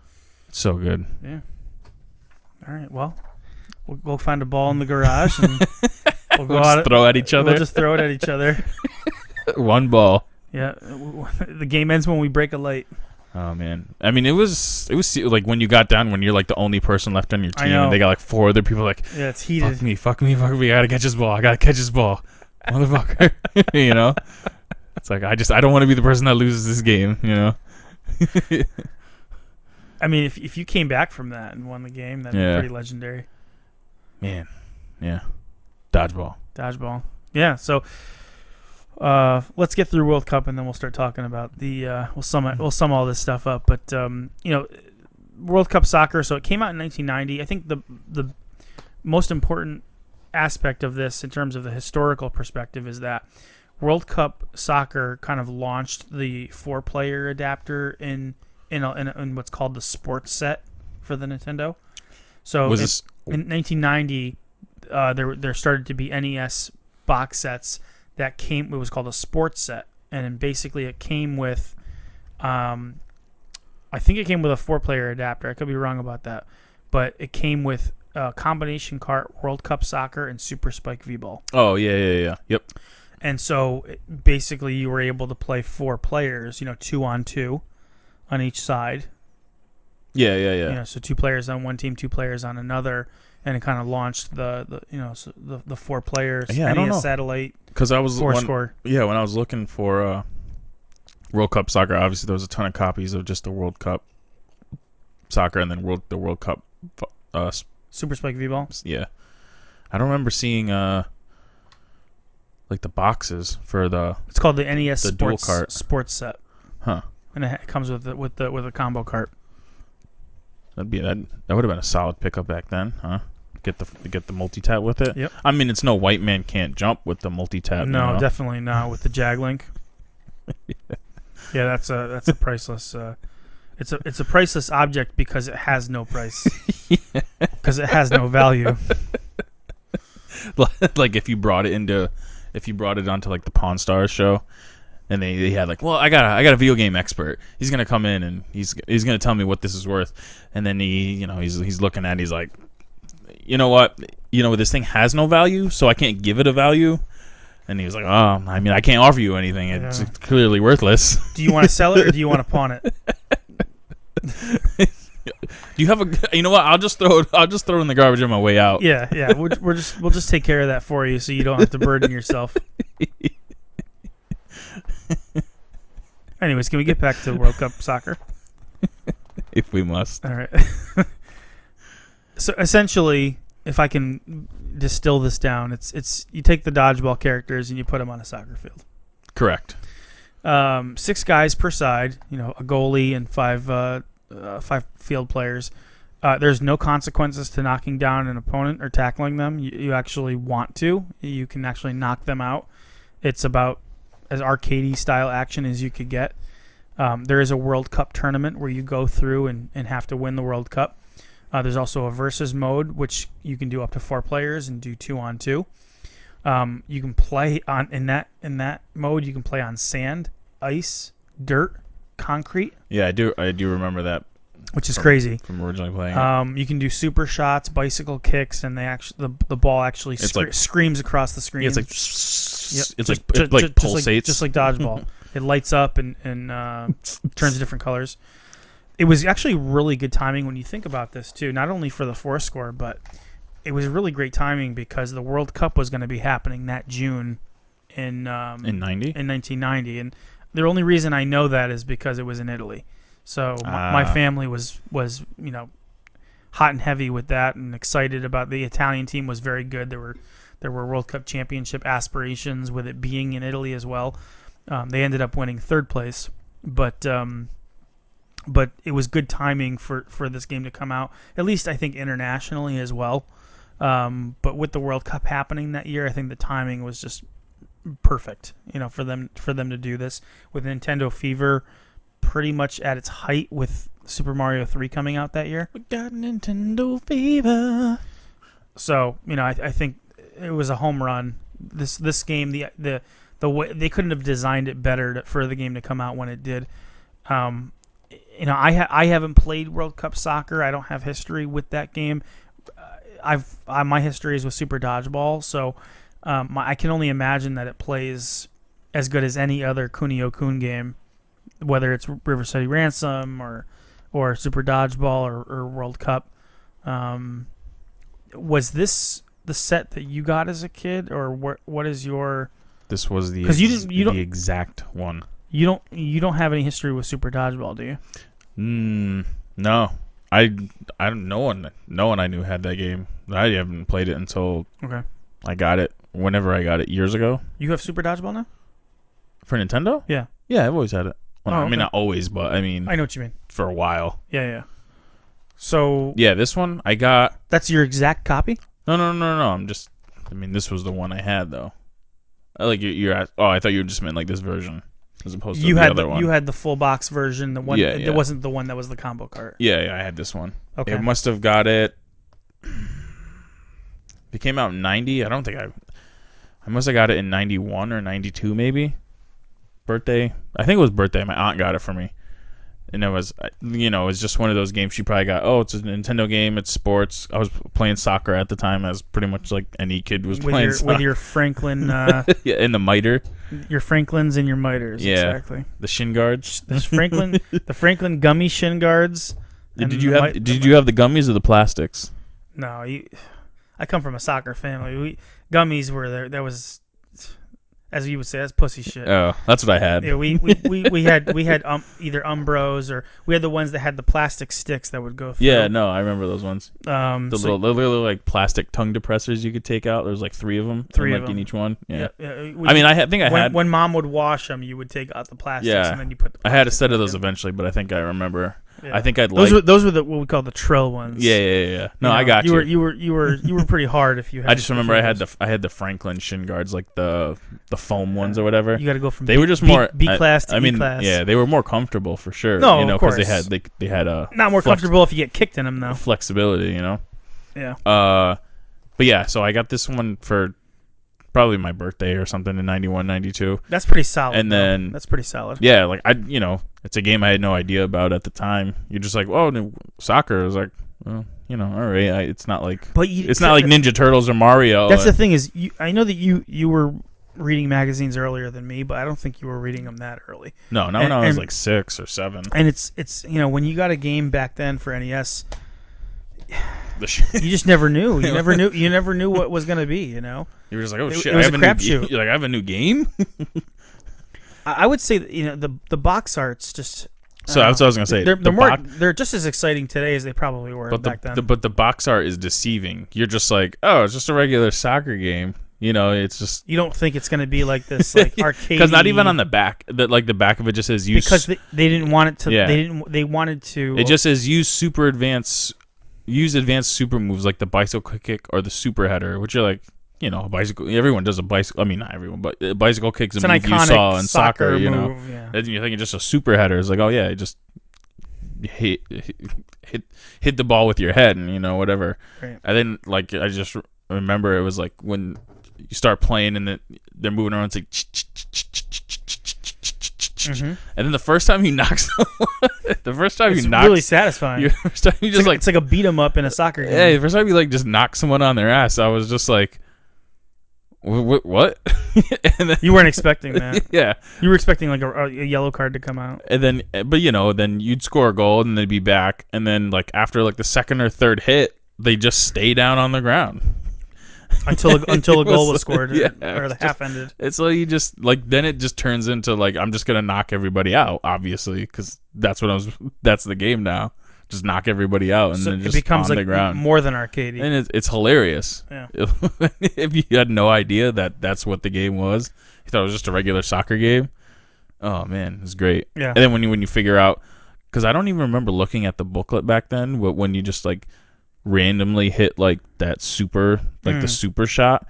A: It's so good.
B: All right, well, we'll go find a ball in the garage
A: (laughs)
B: and we'll go
A: We'll
B: out.
A: just throw at each other.
B: We'll just throw it at
A: (laughs)
B: each other.
A: One ball.
B: Yeah, w- w- the game ends when we break a light.
A: Oh man. I mean, it was it was like when you got down when you're like the only person left on your
B: I
A: team,
B: know.
A: and they got like four other people like
B: Yeah, it's
A: fuck
B: heated.
A: me, fuck me, fuck me. I gotta catch this ball. I gotta catch this ball, motherfucker. (laughs) you know. It's like I just I don't want to be the person that loses this game. You know.
B: I mean, if if you came back from that and won the game, that'd
A: Yeah.
B: be pretty legendary.
A: Man. Yeah. Dodgeball.
B: Dodgeball. Yeah. So uh, let's get through World Cup and then we'll start talking about the uh, we'll sum it- we'll sum all this stuff up. But um, you know, World Cup soccer. So it came out in 1990. I think the the most important aspect of this in terms of the historical perspective is that World Cup soccer kind of launched the four player adapter in in, a, in, a, in what's called the sports set for the Nintendo. So
A: Was
B: in-
A: this-
B: in 1990 uh, there there started to be NES box sets that came. It was called a sports set, and basically it came with, um, I think it came with a four player adapter. I could be wrong about that, but it came with a combination cart, World Cup soccer, and Super Spike V Ball.
A: Oh yeah yeah yeah yep.
B: And so it- basically you were able to play four players, you know, two on two, on each side.
A: Yeah yeah yeah.
B: You know, so two players on one team, two players on another. And it kind of launched the, the you know so the, the four players
A: Yeah, I
B: NES
A: don't know.
B: satellite
A: Because I was
B: Four
A: when-
B: score.
A: Yeah, when I was looking for uh, World Cup soccer, obviously there was a ton of copies of just the World Cup soccer and then World the World Cup. Uh, s-
B: Super Spike V Ball.
A: s- yeah, I don't remember seeing uh, like the boxes for the.
B: It's called the NES
A: The dual
B: Sports
A: cart.
B: Sports Set,
A: Huh.
B: and it ha- comes with the, with the with a combo cart.
A: That'd be that. That would have been a solid pickup back then, huh? Get the get the multi tap with it.
B: Yep.
A: I mean, it's no white man can't jump with the multi tap.
B: no,
A: you know?
B: definitely
A: (laughs)
B: not with the Jag Link. yeah, that's a that's a priceless. Uh, it's a it's a priceless object because it has
A: (laughs)
B: no price. Because it has no value.
A: (laughs) like if you brought it into if you brought it onto like the Pawn Stars show and they, they had like well I got a, I got a video game expert he's gonna come in and he's he's gonna tell me what this is worth and then he you know he's he's looking at it, he's like you know what you know this thing has no value so I can't give it a value and he was like oh I mean I can't offer you anything (laughs) it's
B: Yeah.
A: clearly worthless
B: Do you want to sell it or do you want to pawn it?
A: do you have a you know what I'll just throw it I'll just throw it in the garbage on my way out
B: Yeah, yeah. We're, we're just we'll just take care of that for you, so you don't have to burden yourself. Anyways, can we get back to World Cup soccer?
A: if we must
B: All right. (laughs) so essentially, if I can distill this down, it's it's you take the dodgeball characters and you put them on a soccer field.
A: correct
B: Um, six guys per side. You know, a goalie and five uh, uh, five field players. Uh, there's no consequences to knocking down an opponent or tackling them. You, you actually want to. You can actually knock them out. It's about as arcadey style action as you could get. Um, there is a World Cup tournament where you go through and, and have to win the World Cup. Uh, there's also a versus mode, which you can do up to four players and do two on two. Um, you can play on in that in that mode. You can play on sand, ice, dirt, concrete,
A: Yeah, I do. I do remember that
B: which
A: Oh.
B: is crazy.
A: from originally playing. it.
B: Um, you can do super shots, bicycle kicks, and they actually the, the ball actually
A: It's
B: scre-
A: like-
B: screams across the screen.
A: Yeah, it's like
B: Yep.
A: it's like
B: Ju-
A: it like
B: ju- just
A: pulsates.
B: just like
A: (laughs)
B: dodgeball. it lights up and and uh, turns different colors. It was actually really good timing when you think about this too. Not only for the four score, but it was really great timing because the World Cup was going to be happening that June in um,
A: in ninety.
B: in 1990, and the only reason I know that is because it was in Italy. So my, my
A: Ah.
B: family was was you know hot and heavy with that, and excited about the Italian team was very good. There were there were World Cup championship aspirations with it being in Italy as well. Um, they ended up winning third place, but um, but it was good timing for for this game to come out. At least I think internationally as well. Um, but with the World Cup happening that year, I think the timing was just perfect. You know, for them for them to do this with Nintendo Fever pretty much at its height with Super Mario 3 coming out that year.
A: We got Nintendo fever.
B: So, you know, I, I think it was a home run. This this game the the the way they couldn't have designed it better to, for the game to come out when it did. Um, you know, I ha- I haven't played World Cup soccer. I don't have history with that game. Uh, I've I, my history is with Super Dodgeball, so um, my, I can only imagine that it plays as good as any other Kunio Kun game, whether it's River City Ransom or or Super Dodgeball or, or World Cup. Um, was this the set that you got as a kid, or what? What is your
A: This was the
B: 'Cause you
A: ex-
B: didn't- you don't-
A: the exact one.
B: you don't you don't have any history with Super Dodgeball, do you?
A: Mm, no, I I don't. No one, no one I knew had that game. I haven't played it until
B: Okay.
A: I got it. Whenever I got it years ago
B: You have Super Dodgeball now?
A: for Nintendo.
B: Yeah.
A: Yeah, I've always had it. Well,
B: Oh,
A: I mean,
B: okay.
A: not always, but I mean,
B: I know what you mean.
A: for a while.
B: Yeah, yeah. So
A: Yeah, this one I got.
B: that's your exact copy.
A: No, no, no, no, no. I'm just. I mean, this was the one I had though. I like you. You're. at- Oh, I thought you just meant like this version, as opposed to
B: You
A: the
B: had
A: other
B: the,
A: one.
B: you had the full box version. The one
A: Yeah,
B: it
A: yeah.
B: wasn't the one that was the combo cart.
A: Yeah, yeah, I had this one.
B: Okay.
A: It must have got it. It came out in ninety. I don't think I. I must have got it in ninety one or ninety two, maybe. Birthday. I think it was birthday. My aunt got it for me, and it was, I- you know, it was just one of those games. She probably got. Oh, it's a Nintendo game. It's sports. I was playing soccer at the time, as pretty much like any kid was
B: With
A: playing
B: your
A: soccer.
B: with
A: (laughs)
B: your Franklin uh,
A: yeah, in the miter,
B: your Franklins and your miters.
A: Yeah.
B: Exactly.
A: the shin guards.
B: There's Franklin the Franklin gummy shin guards. and
A: Did you
B: the
A: have?
B: mi-
A: Did you have the gummies or the plastics?
B: No, you, I come from a soccer family. We gummies were there. That was, as you would say, that's pussy shit.
A: Oh, that's what I had.
B: yeah, we, we, we, we had we had um, either Umbros or we had the ones that had the plastic sticks that would go through.
A: Yeah, no, I remember those ones.
B: um,
A: The
B: so-
A: little, little, little, like plastic tongue depressors you could take out. There's like three of them.
B: Three
A: like
B: of
A: in
B: them.
A: each one. Yeah.
B: yeah, yeah, we-
A: I mean, I ha- think I
B: when,
A: had
B: when mom would wash them, you would take out the plastics
A: Yeah.
B: and then you put. The
A: I had a
B: plastic
A: set of
B: back
A: those
B: in.
A: eventually, but I think I remember.
B: Yeah.
A: I think I'd
B: Those
A: like.
B: were those were the what we call the trill ones.
A: yeah, yeah, yeah, yeah. No,
B: You
A: I
B: know,
A: got you.
B: were you were you were you were pretty hard if you. had
A: I just
B: if you
A: remember I had
B: those.
A: the I had the Franklin shin guards, like the the foam ones or whatever.
B: You got to go from
A: they
B: B,
A: were just
B: B-
A: more
B: B, class to
A: I, I mean,
B: E class.
A: yeah, they were more comfortable for sure.
B: No,
A: you know,
B: of
A: they
B: course.
A: had they they had a
B: Not more
A: flex-
B: comfortable if you get kicked in them though.
A: flexibility. You know.
B: Yeah.
A: Uh, but yeah, so I got this one for probably my birthday or something in 91, 92.
B: That's pretty solid.
A: And
B: though.
A: then-
B: that's pretty solid.
A: yeah, like I, you know, it's a game I had no idea about at the time. You're just like, oh, no, soccer. I was like, well, you know, all right. I, it's not like,
B: But you,
A: it's not like Ninja Turtles or Mario. Uh,
B: That's the
A: and-
B: thing is, you, I know that you you were reading magazines earlier than me, but I don't think you were reading them that early.
A: no, not when I was
B: and-
A: like six or seven.
B: And it's it's you know when you got a game back then for NES,
A: The sh- (laughs)
B: you just never knew. You never knew. You never knew what was going to be. You know,
A: you were just like, oh
B: It-
A: shit,
B: it was
A: I have
B: a
A: new
B: crapshoot.
A: game. You're like, I have a new
B: (laughs)
A: game.
B: I, I would say that, you know the the box arts just
A: so that's what I was gonna say.
B: they're,
A: The
B: they're more
A: box-
B: they're just as exciting today as they probably were
A: but
B: back
A: the,
B: then.
A: the- but the box art is deceiving. You're just like, oh, it's just a regular soccer game. You know, it's just
B: you don't think it's going to be like
A: (laughs)
B: this like arcade
A: because not even on the back, that like the back of it just says you
B: because they, they didn't want it to
A: Yeah.
B: they didn't they wanted to
A: It just says use super advanced, use advanced super moves like the bicycle kick or the super header, which you're like, you know, a bicycle. Everyone does a bicycle. I mean, not everyone, but a bicycle kicks
B: an
A: a move you
B: iconic
A: saw in soccer.
B: soccer
A: you know,
B: move, yeah.
A: and you're thinking just a super header. It's like, oh yeah, you just hit hit hit the ball with your head, and you know whatever.
B: Right.
A: And then like I just remember it was like when you start playing and the, they're moving around. It's like. And then the first (laughs) time you knock someone, the first time
B: It's
A: you knock,
B: really satisfying.
A: you- (laughs)
B: It's
A: first time you just
B: like,
A: like
B: (laughs) it's like a beat 'em up in a soccer game.
A: yeah, the first time you like just knock someone on their ass, I was just like, "What?" what? (laughs) and then,
B: You weren't expecting
A: (laughs)
B: that.
A: yeah,
B: You were expecting like a, a yellow card to come
A: (laughs)
B: out.
A: and then, but you know, then you'd score a goal and they'd be back, and then like after like the second or third hit, they just stay down on the ground.
B: until a, until a
A: It
B: goal
A: was
B: was scored
A: like- yeah, it
B: or
A: was
B: the half ended.
A: It's like you just like then it just turns into like I'm just gonna knock everybody out, obviously, because that's what I was. That's the game now. Just knock everybody out, and
B: So
A: then
B: it
A: just
B: becomes
A: on
B: like
A: the ground.
B: more than arcade.
A: and it's, it's hilarious.
B: Yeah.
A: (laughs) if you had no idea that that's what the game was, you thought it was just a regular soccer game. Oh man, it's great.
B: Yeah.
A: And then when you when you figure out, because I don't even remember looking at the booklet back then, but when you just like randomly hit like that super, like the super shot.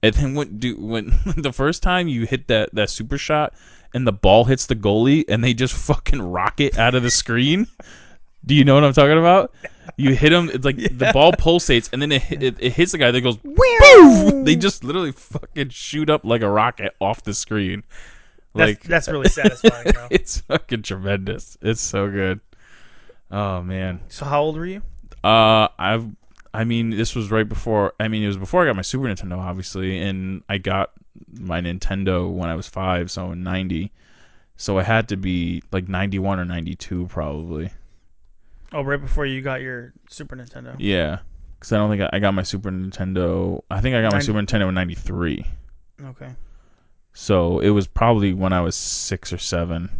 A: And then when do when (laughs) the first time you hit that that super shot and the ball hits the goalie and they just fucking rocket out of the screen. Do you know what I'm talking about? You hit him.
B: (laughs)
A: It's like the ball pulsates and then it, hit, it, it hits the guy that goes boom. They just literally fucking shoot up like a rocket off the screen.
B: that's,
A: Like
B: that's
A: (laughs)
B: really satisfying. though.
A: it's fucking tremendous. It's so good. Oh man.
B: So how old were you?
A: Uh, I've, I mean, this was right before. I mean, it was before I got my Super Nintendo, obviously, and I got my Nintendo when I was five, so in ninety. So I had to be like ninety one or ninety two, probably.
B: Oh, right before you got your Super Nintendo.
A: Yeah, because I don't think I, I got my Super Nintendo. I think I got my
B: Nin-
A: Super Nintendo in ninety three.
B: Okay.
A: So it was probably when I was six or seven.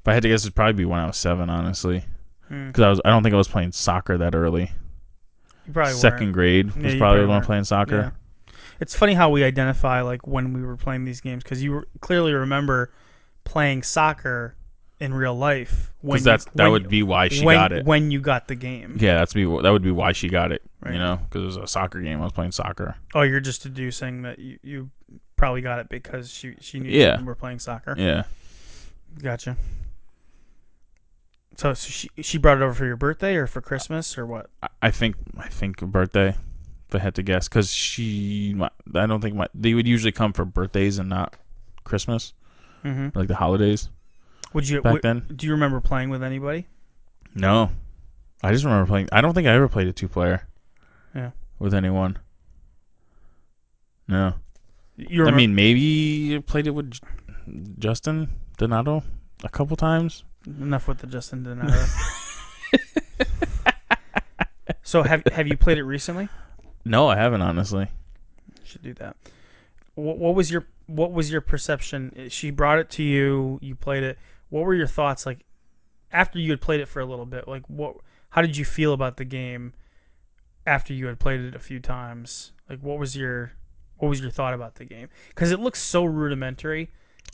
A: If I had to guess, it'd probably be when I was seven, honestly.
B: Hmm.
A: Because I was, I don't think I was playing soccer that early.
B: You probably
A: 2nd
B: weren't.
A: grade
B: Yeah,
A: was probably
B: you probably
A: when I was
B: weren't.
A: playing soccer.
B: Yeah. It's funny how we identify like when we were playing these games because you were, clearly remember playing soccer in real life when
A: because that's
B: you,
A: that
B: when
A: would
B: you-
A: be why she
B: when,
A: got it.
B: when you got the game.
A: yeah, that's be that would be why she got it.
B: Right.
A: You know, because it was a soccer game. I was playing soccer.
B: Oh, you're just deducing that you, you probably got it because she she knew
A: Yeah.
B: you were playing soccer.
A: Yeah,
B: Gotcha. So, so she she brought it over for your birthday or for Christmas or what?
A: I, I think I think birthday. If I had to guess, because she, my, I don't think my they would usually come for birthdays and not Christmas,
B: Mm-hmm.
A: like the holidays.
B: Would you
A: Back
B: would-
A: then?
B: Do you remember playing with anybody?
A: No, I just remember playing. I don't think I ever played a two player.
B: Yeah.
A: with anyone. No,
B: You
A: I
B: remember,
A: mean maybe I played it with J- Justin Donato a couple times.
B: enough with the Justin Donato. so have have you played it recently?
A: No, I haven't honestly.
B: Should do that. What, what was your what was your perception? She brought it to you. You played it. What were your thoughts like after you had played it for a little bit? Like what? How did you feel about the game after you had played it a few times? Like what was your what was your thought about the game? Because it looks so rudimentary.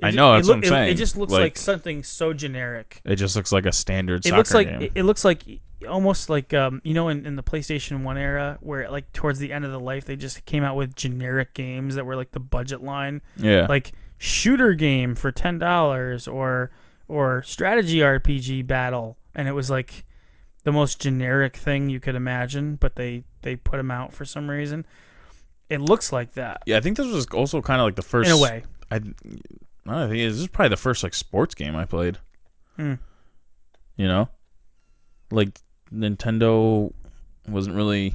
B: It
A: I
B: ju-
A: know,
B: it
A: that's
B: look-
A: what I'm
B: it- It
A: saying.
B: just looks
A: Like-
B: like, something so generic.
A: It just looks like a standard
B: It
A: soccer
B: looks like
A: game.
B: it, it looks like e- almost like um, you know in, in the PlayStation One era where like towards the end of the life they just came out with generic games that were like the budget line
A: yeah.
B: like shooter game for ten dollars or or strategy RPG battle, and it was like the most generic thing you could imagine, but they they put them out for some reason. It looks like that
A: yeah, I think this was also kind of like the first
B: in a way.
A: I, I don't think this is probably the first like sports game I played.
B: Hmm.
A: You know, like Nintendo wasn't really,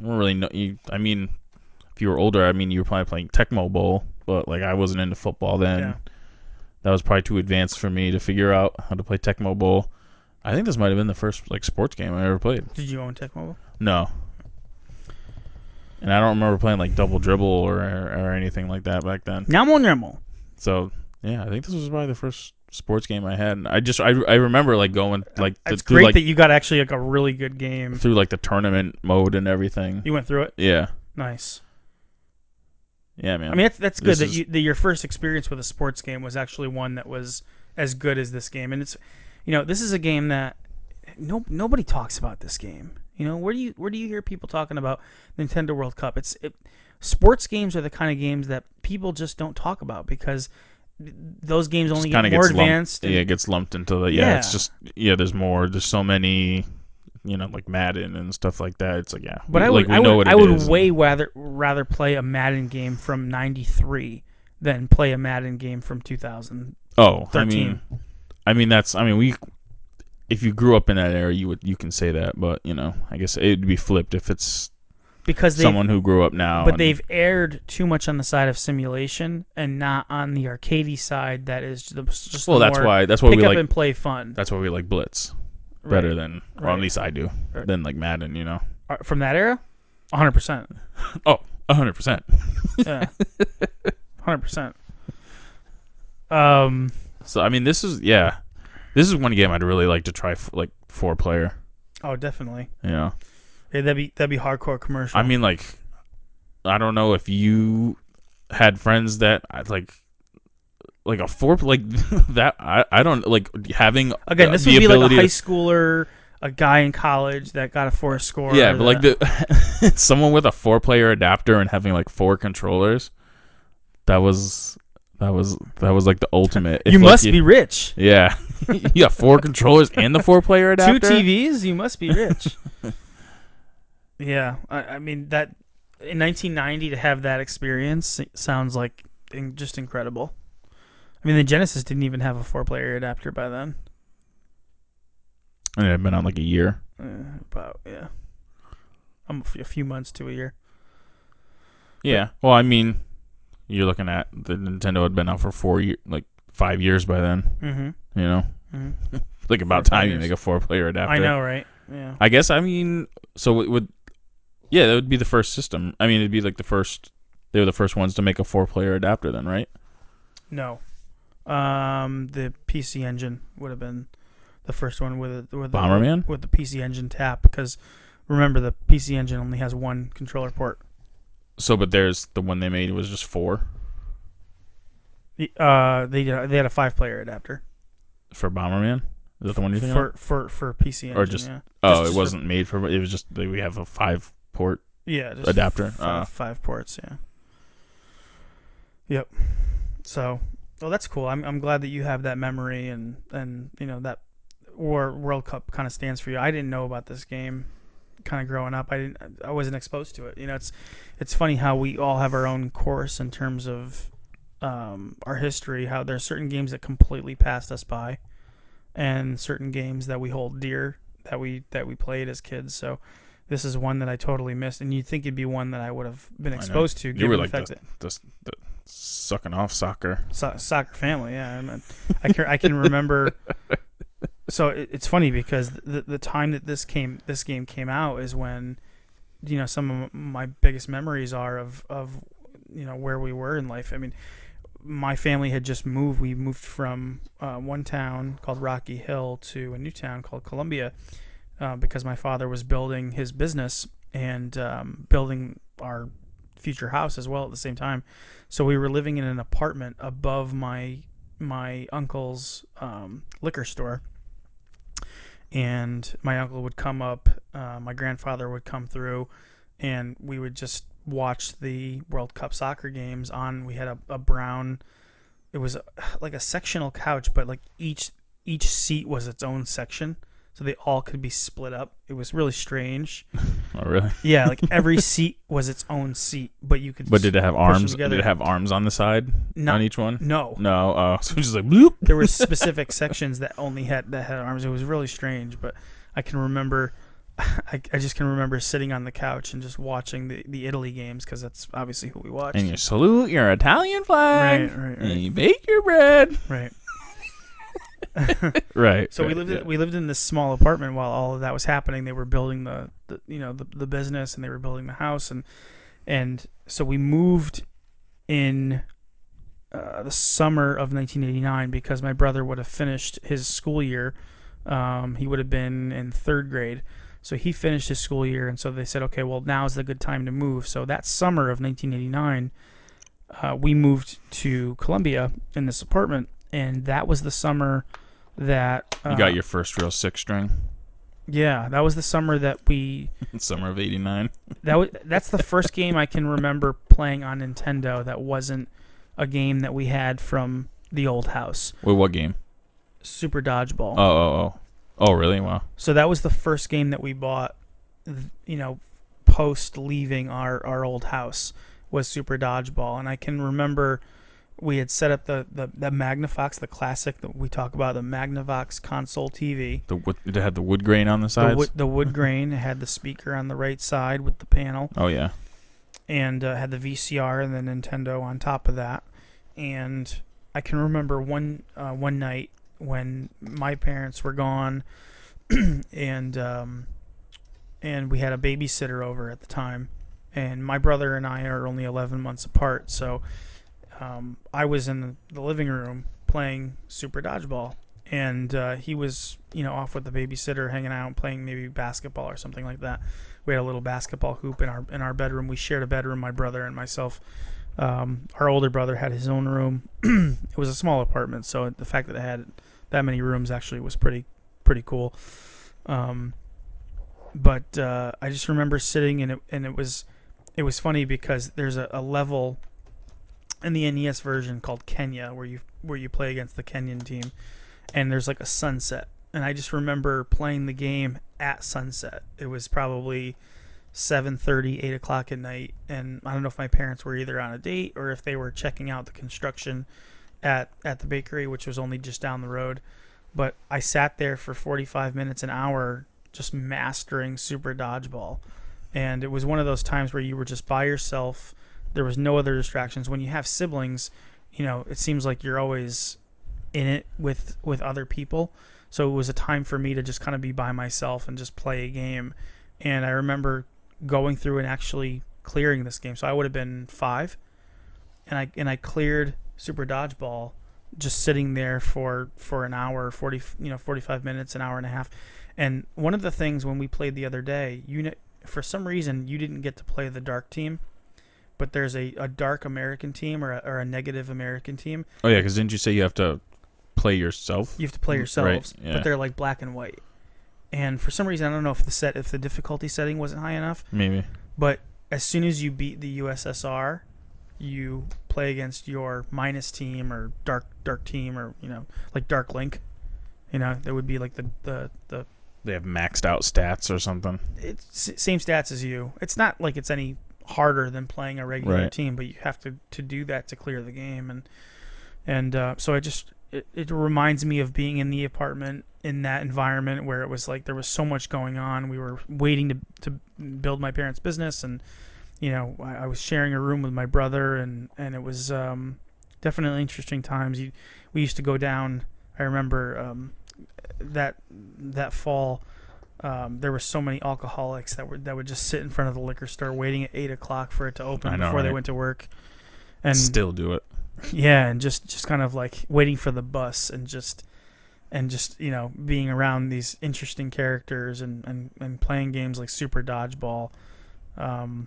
A: I don't really know. You, I mean, if you were older, I mean, you were probably playing Tecmo Bowl, but like I wasn't into football then.
B: Yeah.
A: That was probably too advanced for me to figure out how to play Tecmo Bowl. I think this might have been the first like sports game I ever played.
B: Did you own Tech Mobile?
A: No. And I don't remember playing like double dribble or or anything like that back then.
B: Namo Namo.
A: So yeah, I think this was probably the first sports game I had. And I just I, I remember like going like th-
B: It's
A: through
B: great
A: like
B: that you got actually like a really good
A: (laughs)
B: game.
A: through like the tournament mode and everything.
B: You went through it.
A: Yeah,
B: Nice.
A: yeah, man.
B: I mean, that's that's good
A: This
B: that
A: is-
B: you that your first experience with a sports game was actually one that was as good as this game. And it's, you know, this is a game that no nobody talks about this game. You know, where do you where do you hear people talking about Nintendo World Cup? It's it, sports games are the kind of games that people just don't talk about because th- those games only
A: kind
B: get
A: of
B: more
A: gets
B: advanced.
A: lumped.
B: and-
A: Yeah, it gets lumped into the yeah, It's
B: Yeah.
A: just yeah. There's more. There's so many. You know, like Madden and stuff like that. It's like yeah,
B: But
A: we-
B: I would,
A: like we
B: I
A: know
B: would,
A: what it
B: I would
A: is.
B: way rather rather play a Madden game from '93 than play a Madden game from 2000.
A: Oh, I
B: 13.
A: mean, I mean that's I mean we. If you grew up in that era, you would you can say that, but you know, I guess it'd be flipped if it's
B: Because they,
A: someone who grew up now.
B: but
A: and-
B: they've aired too much on the side of simulation and not on the arcadey side. That is the- just
A: Well,
B: the
A: that's
B: more
A: why- that's why we
B: pick up
A: like-
B: and play fun
A: that's why we like Blitz better
B: Right.
A: than, well, at
B: Right.
A: least I do, than like Madden. You know.
B: Uh, from that era.
A: (laughs)
B: 100 percent.
A: Oh, hundred percent.
B: Yeah, 100 percent. Um,
A: So I mean, this is yeah, this is one game I'd really like to try f- like four player.
B: oh, definitely.
A: You know,
B: Yeah, that'd be that'd be hardcore commercial.
A: I mean, like, I don't know if you had friends that I'd like. Like a four, like (laughs) that. I, I don't like having
B: Again,
A: the-
B: this
A: the
B: would be like a
A: ability
B: high
A: to-
B: schooler, a guy in college that got a four score.
A: Yeah, but
B: that-
A: like the (laughs) someone with a four player adapter and having like four controllers, that was that was that was like the ultimate. If,
B: you
A: like,
B: must be rich.
A: Yeah, (laughs) you got four controllers and the four player adapter.
B: Two TVs, you must be rich. yeah, I, I mean that in 1990 to have that experience sounds like in, just incredible. I mean, the Genesis didn't even have a four-player adapter by then.
A: And it had been on like a year.
B: Uh, about yeah, um, a f- a few months to a year.
A: Yeah. Well, I mean, you're looking at the Nintendo had been out for four year, like five years by then.
B: Mm-hmm.
A: You know,
B: Mhm.
A: like about
B: Four
A: time you
B: players.
A: make a four player adapter.
B: I know, right? Yeah.
A: I guess I mean, so it would, yeah, that would be the first system. I mean, it'd be like the first. They were the first ones to make a four player adapter, then, right?
B: No, um, the PC Engine would have been the first one with the, with the,
A: Bomberman?
B: with the PC Engine tap because remember the PC Engine only has one controller port.
A: So, but there's the one they made was just four
B: The- Uh, they did, they had a five player adapter
A: for Bomberman. Is that the one you think?
B: for, for for PC Engine.
A: Or just-
B: yeah,
A: oh,
B: just- just
A: it
B: for-
A: wasn't made for. It was just like, we have a five port.
B: yeah just
A: adapter,
B: Five,
A: uh.
B: five ports. Yeah. Yep. So, well, that's cool. I'm I'm glad that you have that memory and and you know that War World Cup kind of stands for you. I didn't know about this game. Kind of growing up, I didn't. I wasn't exposed to it. You know, it's it's funny how we all have our own course in terms of um, our history. How there's certain games that completely passed us by, and certain games that we hold dear that we that we played as kids. So this is one that I totally missed, and you'd think it'd be one that I would have been
A: I know.
B: exposed to. Given
A: You were
B: the
A: like
B: fact
A: the, the, the sucking off soccer.
B: so- soccer family. Yeah, I, mean, I can I can remember. So it, it's funny because the the time that this came this game came out is when, you know, some of my biggest memories are of of, you know, where we were in life. I mean, my family had just moved. We moved from uh, one town called Rocky Hill to a new town called Columbia, uh, because my father was building his business and um, building our future house as well at the same time. So we were living in an apartment above my my uncle's um, liquor store, and my uncle would come up, uh, my grandfather would come through, and we would just watch the World Cup soccer games on. We had a, a brown, it was (sighs) uh, like a sectional couch, but like each each seat was its own section, so they all could be split up. It was really strange.
A: Oh, really?
B: Yeah, like every seat was its own seat, but you could.
A: But did it
B: s-
A: have
B: push them
A: arms? Did
B: together.
A: it have arms on the side
B: No.
A: on each one?
B: No.
A: No. Oh, (laughs) so just like
B: (laughs)
A: bloop.
B: there were specific sections that only had that had arms. It was really strange, but I can remember. I, I just can remember sitting on the couch and just watching the, the Italy games because that's obviously who we watched.
A: And you salute your Italian flag.
B: Right, right, right.
A: And you bake your bread. (laughs)
B: Right.
A: Right.
B: So we
A: right,
B: lived
A: yeah.
B: in, we lived in this small apartment while all of that was happening. They were building the, the you know the, the business and they were building the house and and so we moved in uh, the summer of 1989 because my brother would have finished his school year. Um, he would have been in third grade, so he finished his school year, and so they said, okay, well now's the good time to move. So that summer of 1989 uh, we moved to Columbia in this apartment, and that was the summer that uh,
A: You got your first real six string.
B: yeah that was the summer that we
A: Summer of '89.
B: that was that's the first game I can remember playing on Nintendo that wasn't a game that we had from the old house
A: Wait, what game?
B: Super Dodgeball.
A: Oh, oh, oh, oh, really? Wow.
B: So that was the first game that we bought, th- you know, post leaving our, our old house was Super Dodgeball. And I can remember we had set up the, the, the Magnafox, the classic that we talk about, the Magnavox console TV.
A: The wood, it had the wood grain on the
B: The
A: sides.
B: wood, the wood grain it had the speaker on the right side with the panel
A: oh yeah.
B: and uh, had the VCR and the Nintendo on top of that. And I can remember one uh, one night when my parents were gone, (clears throat) and um, and we had a babysitter over at the time, and my brother and I are only eleven months apart, so um, I was in the, the living room playing Super Dodgeball. And uh, he was, you know, off with the babysitter, hanging out, playing maybe basketball or something like that we had a little basketball hoop in our in our bedroom. We shared a bedroom, my brother and myself. Um, our older brother had his own room. (clears throat) it was a small apartment, so the fact that it had that many rooms actually was pretty pretty cool. Um, but uh, I just remember sitting and it and it was it was funny because there's a, a level in the NES version called Kenya where you where you play against the Kenyan team, and there's like a sunset. And I just remember playing the game at sunset. It was probably 7.30 8 o'clock at night and i don't know if my parents were either on a date or if they were checking out the construction at, at the bakery which was only just down the road but i sat there for 45 minutes an hour just mastering super dodgeball and it was one of those times where you were just by yourself there was no other distractions when you have siblings you know it seems like you're always in it with with other people so it was a time for me to just kind of be by myself and just play a game and i remember going through and actually clearing this game so i would have been 5 and i and i cleared super dodgeball just sitting there for for an hour 40 you know 45 minutes an hour and a half and one of the things when we played the other day you kn- for some reason you didn't get to play the dark team but there's a, a dark american team or a, or a negative american team
A: Oh yeah, because didn't you say you have to play yourself?
B: you have to play yourselves,
A: yeah.
B: but they're like black and white. And for some reason, I don't know if the set, if the difficulty setting wasn't high enough,
A: Maybe.
B: but as soon as you beat the USSR, you play against your minus team or dark dark team or you know like Dark Link, you know that would be like the the the
A: They have maxed out stats or something.
B: it's s- same stats as you. It's not like it's any harder than playing a regular
A: Right.
B: team, but you have to, to do that to clear the game and and uh, so I just it, it reminds me of being in the apartment in that environment where it was like there was so much going on. We were waiting to to build my parents' business and you know I, I was sharing a room with my brother and and it was um, definitely interesting times. You, we used to go down. I remember um, that that fall um, there were so many alcoholics that were that would just sit in front of the liquor store waiting at eight o'clock for it to open
A: I know,
B: before they
A: right?
B: went to work, and
A: Still do it.
B: yeah, and just just kind of like waiting for the bus and just and just you know being around these interesting characters and and, and playing games like Super Dodgeball. Um,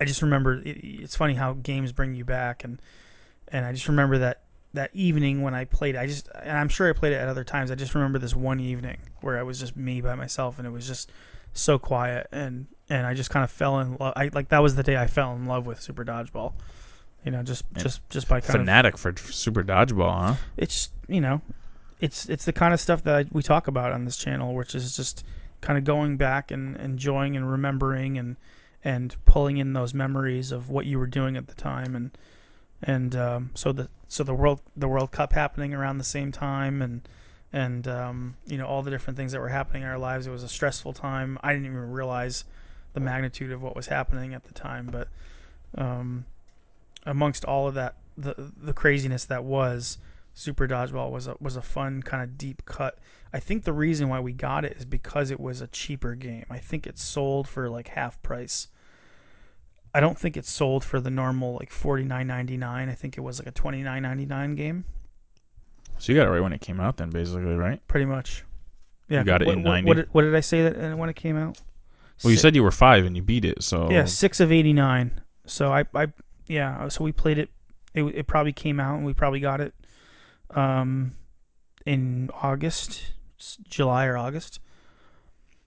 B: I just remember it, it's funny how games bring you back and and I just remember that that evening when I played. I just and I'm sure I played it at other times. I just remember this one evening where I was just me by myself and it was just so quiet and and I just kind of fell in love. I like that was the day I fell in love with Super Dodgeball. You know, just
A: Yeah.
B: just just by kind of
A: Fanatic for Super Dodgeball, huh?
B: it's you know, it's it's the kind of stuff that I, we talk about on this channel, which is just kind of going back and enjoying and remembering and and pulling in those memories of what you were doing at the time and and um, so the so the world the World Cup happening around the same time and and um, you know all the different things that were happening in our lives. It was a stressful time. I didn't even realize the magnitude of what was happening at the time, but um, amongst all of that, the the craziness that was, Super Dodgeball was a, was a fun kind of deep cut. I think the reason why we got it is because it was a cheaper game. I think it sold for like half price. I don't think it sold for the normal like forty nine ninety nine. I think it was like a twenty nine ninety nine game,
A: So you got it right when it came out, then basically, right?
B: pretty much. Yeah,
A: You got it
B: what,
A: in
B: what,
A: 90.
B: what did, what did I say that uh, when it came out?
A: Well, you
B: Si-
A: said you were five and you beat it, so
B: yeah six of eighty nine. So I I yeah. So we played it. It it probably came out and we probably got it. um, in August, s- July or August.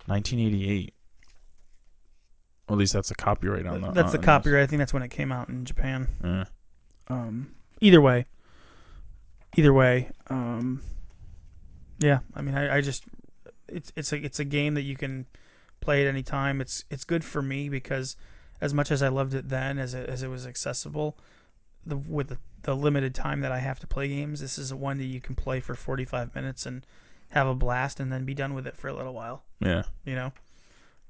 A: 1988. Or at least that's a copyright on the.
B: That's the
A: on-
B: copyright. I think that's when it came out in Japan.
A: Yeah.
B: Um, either way, either way, um, yeah. I mean, I, I just it's it's a it's a game that you can play at any time. It's it's good for me because as much as I loved it then, as it, as it was accessible, the with the, the limited time that I have to play games, this is one that you can play for forty five minutes and have a blast, and then be done with it for a little while
A: Yeah.
B: you know.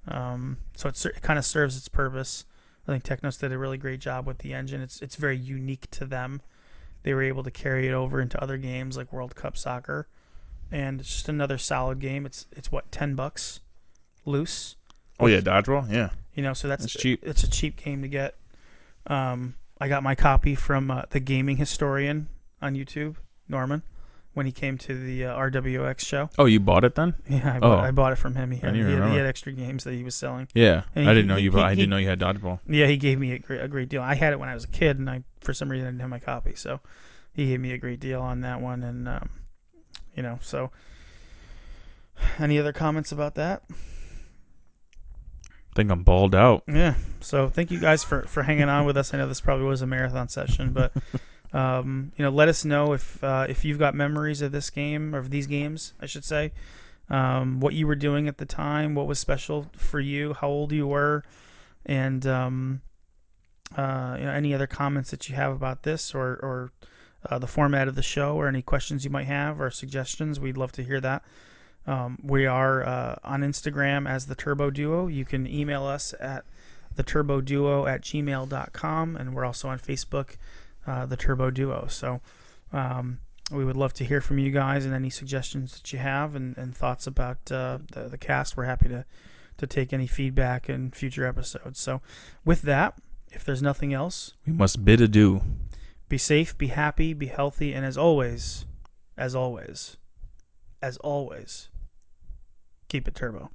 B: Um, so it, ser- it kind of serves its purpose. I think Technos did a really great job with the engine. It's it's very unique to them. They were able to carry it over into other games like World Cup Soccer, and it's just another solid game. It's it's what ten bucks, loose.
A: Oh yeah, dodgeball. Yeah.
B: You know, so that's
A: That's cheap.
B: It's a cheap game to get. Um, I got my copy from uh, the gaming historian on YouTube, Norman, when he came to the uh, RWX show.
A: Oh, you bought it then?
B: Yeah, I, bought,
A: Oh.
B: I bought it from him. He had,
A: didn't
B: he
A: even
B: had, he
A: remember.
B: had extra games that he was selling.
A: Yeah.
B: And
A: I
B: he-
A: didn't know you.
B: he-
A: bought, I
B: he-
A: didn't know you had dodgeball.
B: Yeah, he gave me a great, a great deal. I had it when I was a kid, and I for some reason I didn't have my copy, so he gave me a great deal on that one. And um, you know, so any other comments about that?
A: I think I'm balled out.
B: Yeah. So thank you guys for for hanging on with us. I know this probably was a marathon session, but um, you know, let us know if uh, if you've got memories of this game or of these games, I should say. Um, what you were doing at the time, what was special for you, how old you were, and um, uh, you know, any other comments that you have about this or or uh, the format of the show or any questions you might have or suggestions. We'd love to hear that. Um, we are uh, on Instagram as the Turbo Duo. You can email us at the Turbo Duo at gmail.com, and we're also on Facebook, uh, the Turbo Duo. So um, we would love to hear from you guys and any suggestions that you have and, and thoughts about uh, the, the cast. We're happy to, to take any feedback in future episodes. So with that, if there's nothing else,
A: We must bid adieu.
B: be safe, be happy, be healthy, and as always, as always, as always, keep it turbo.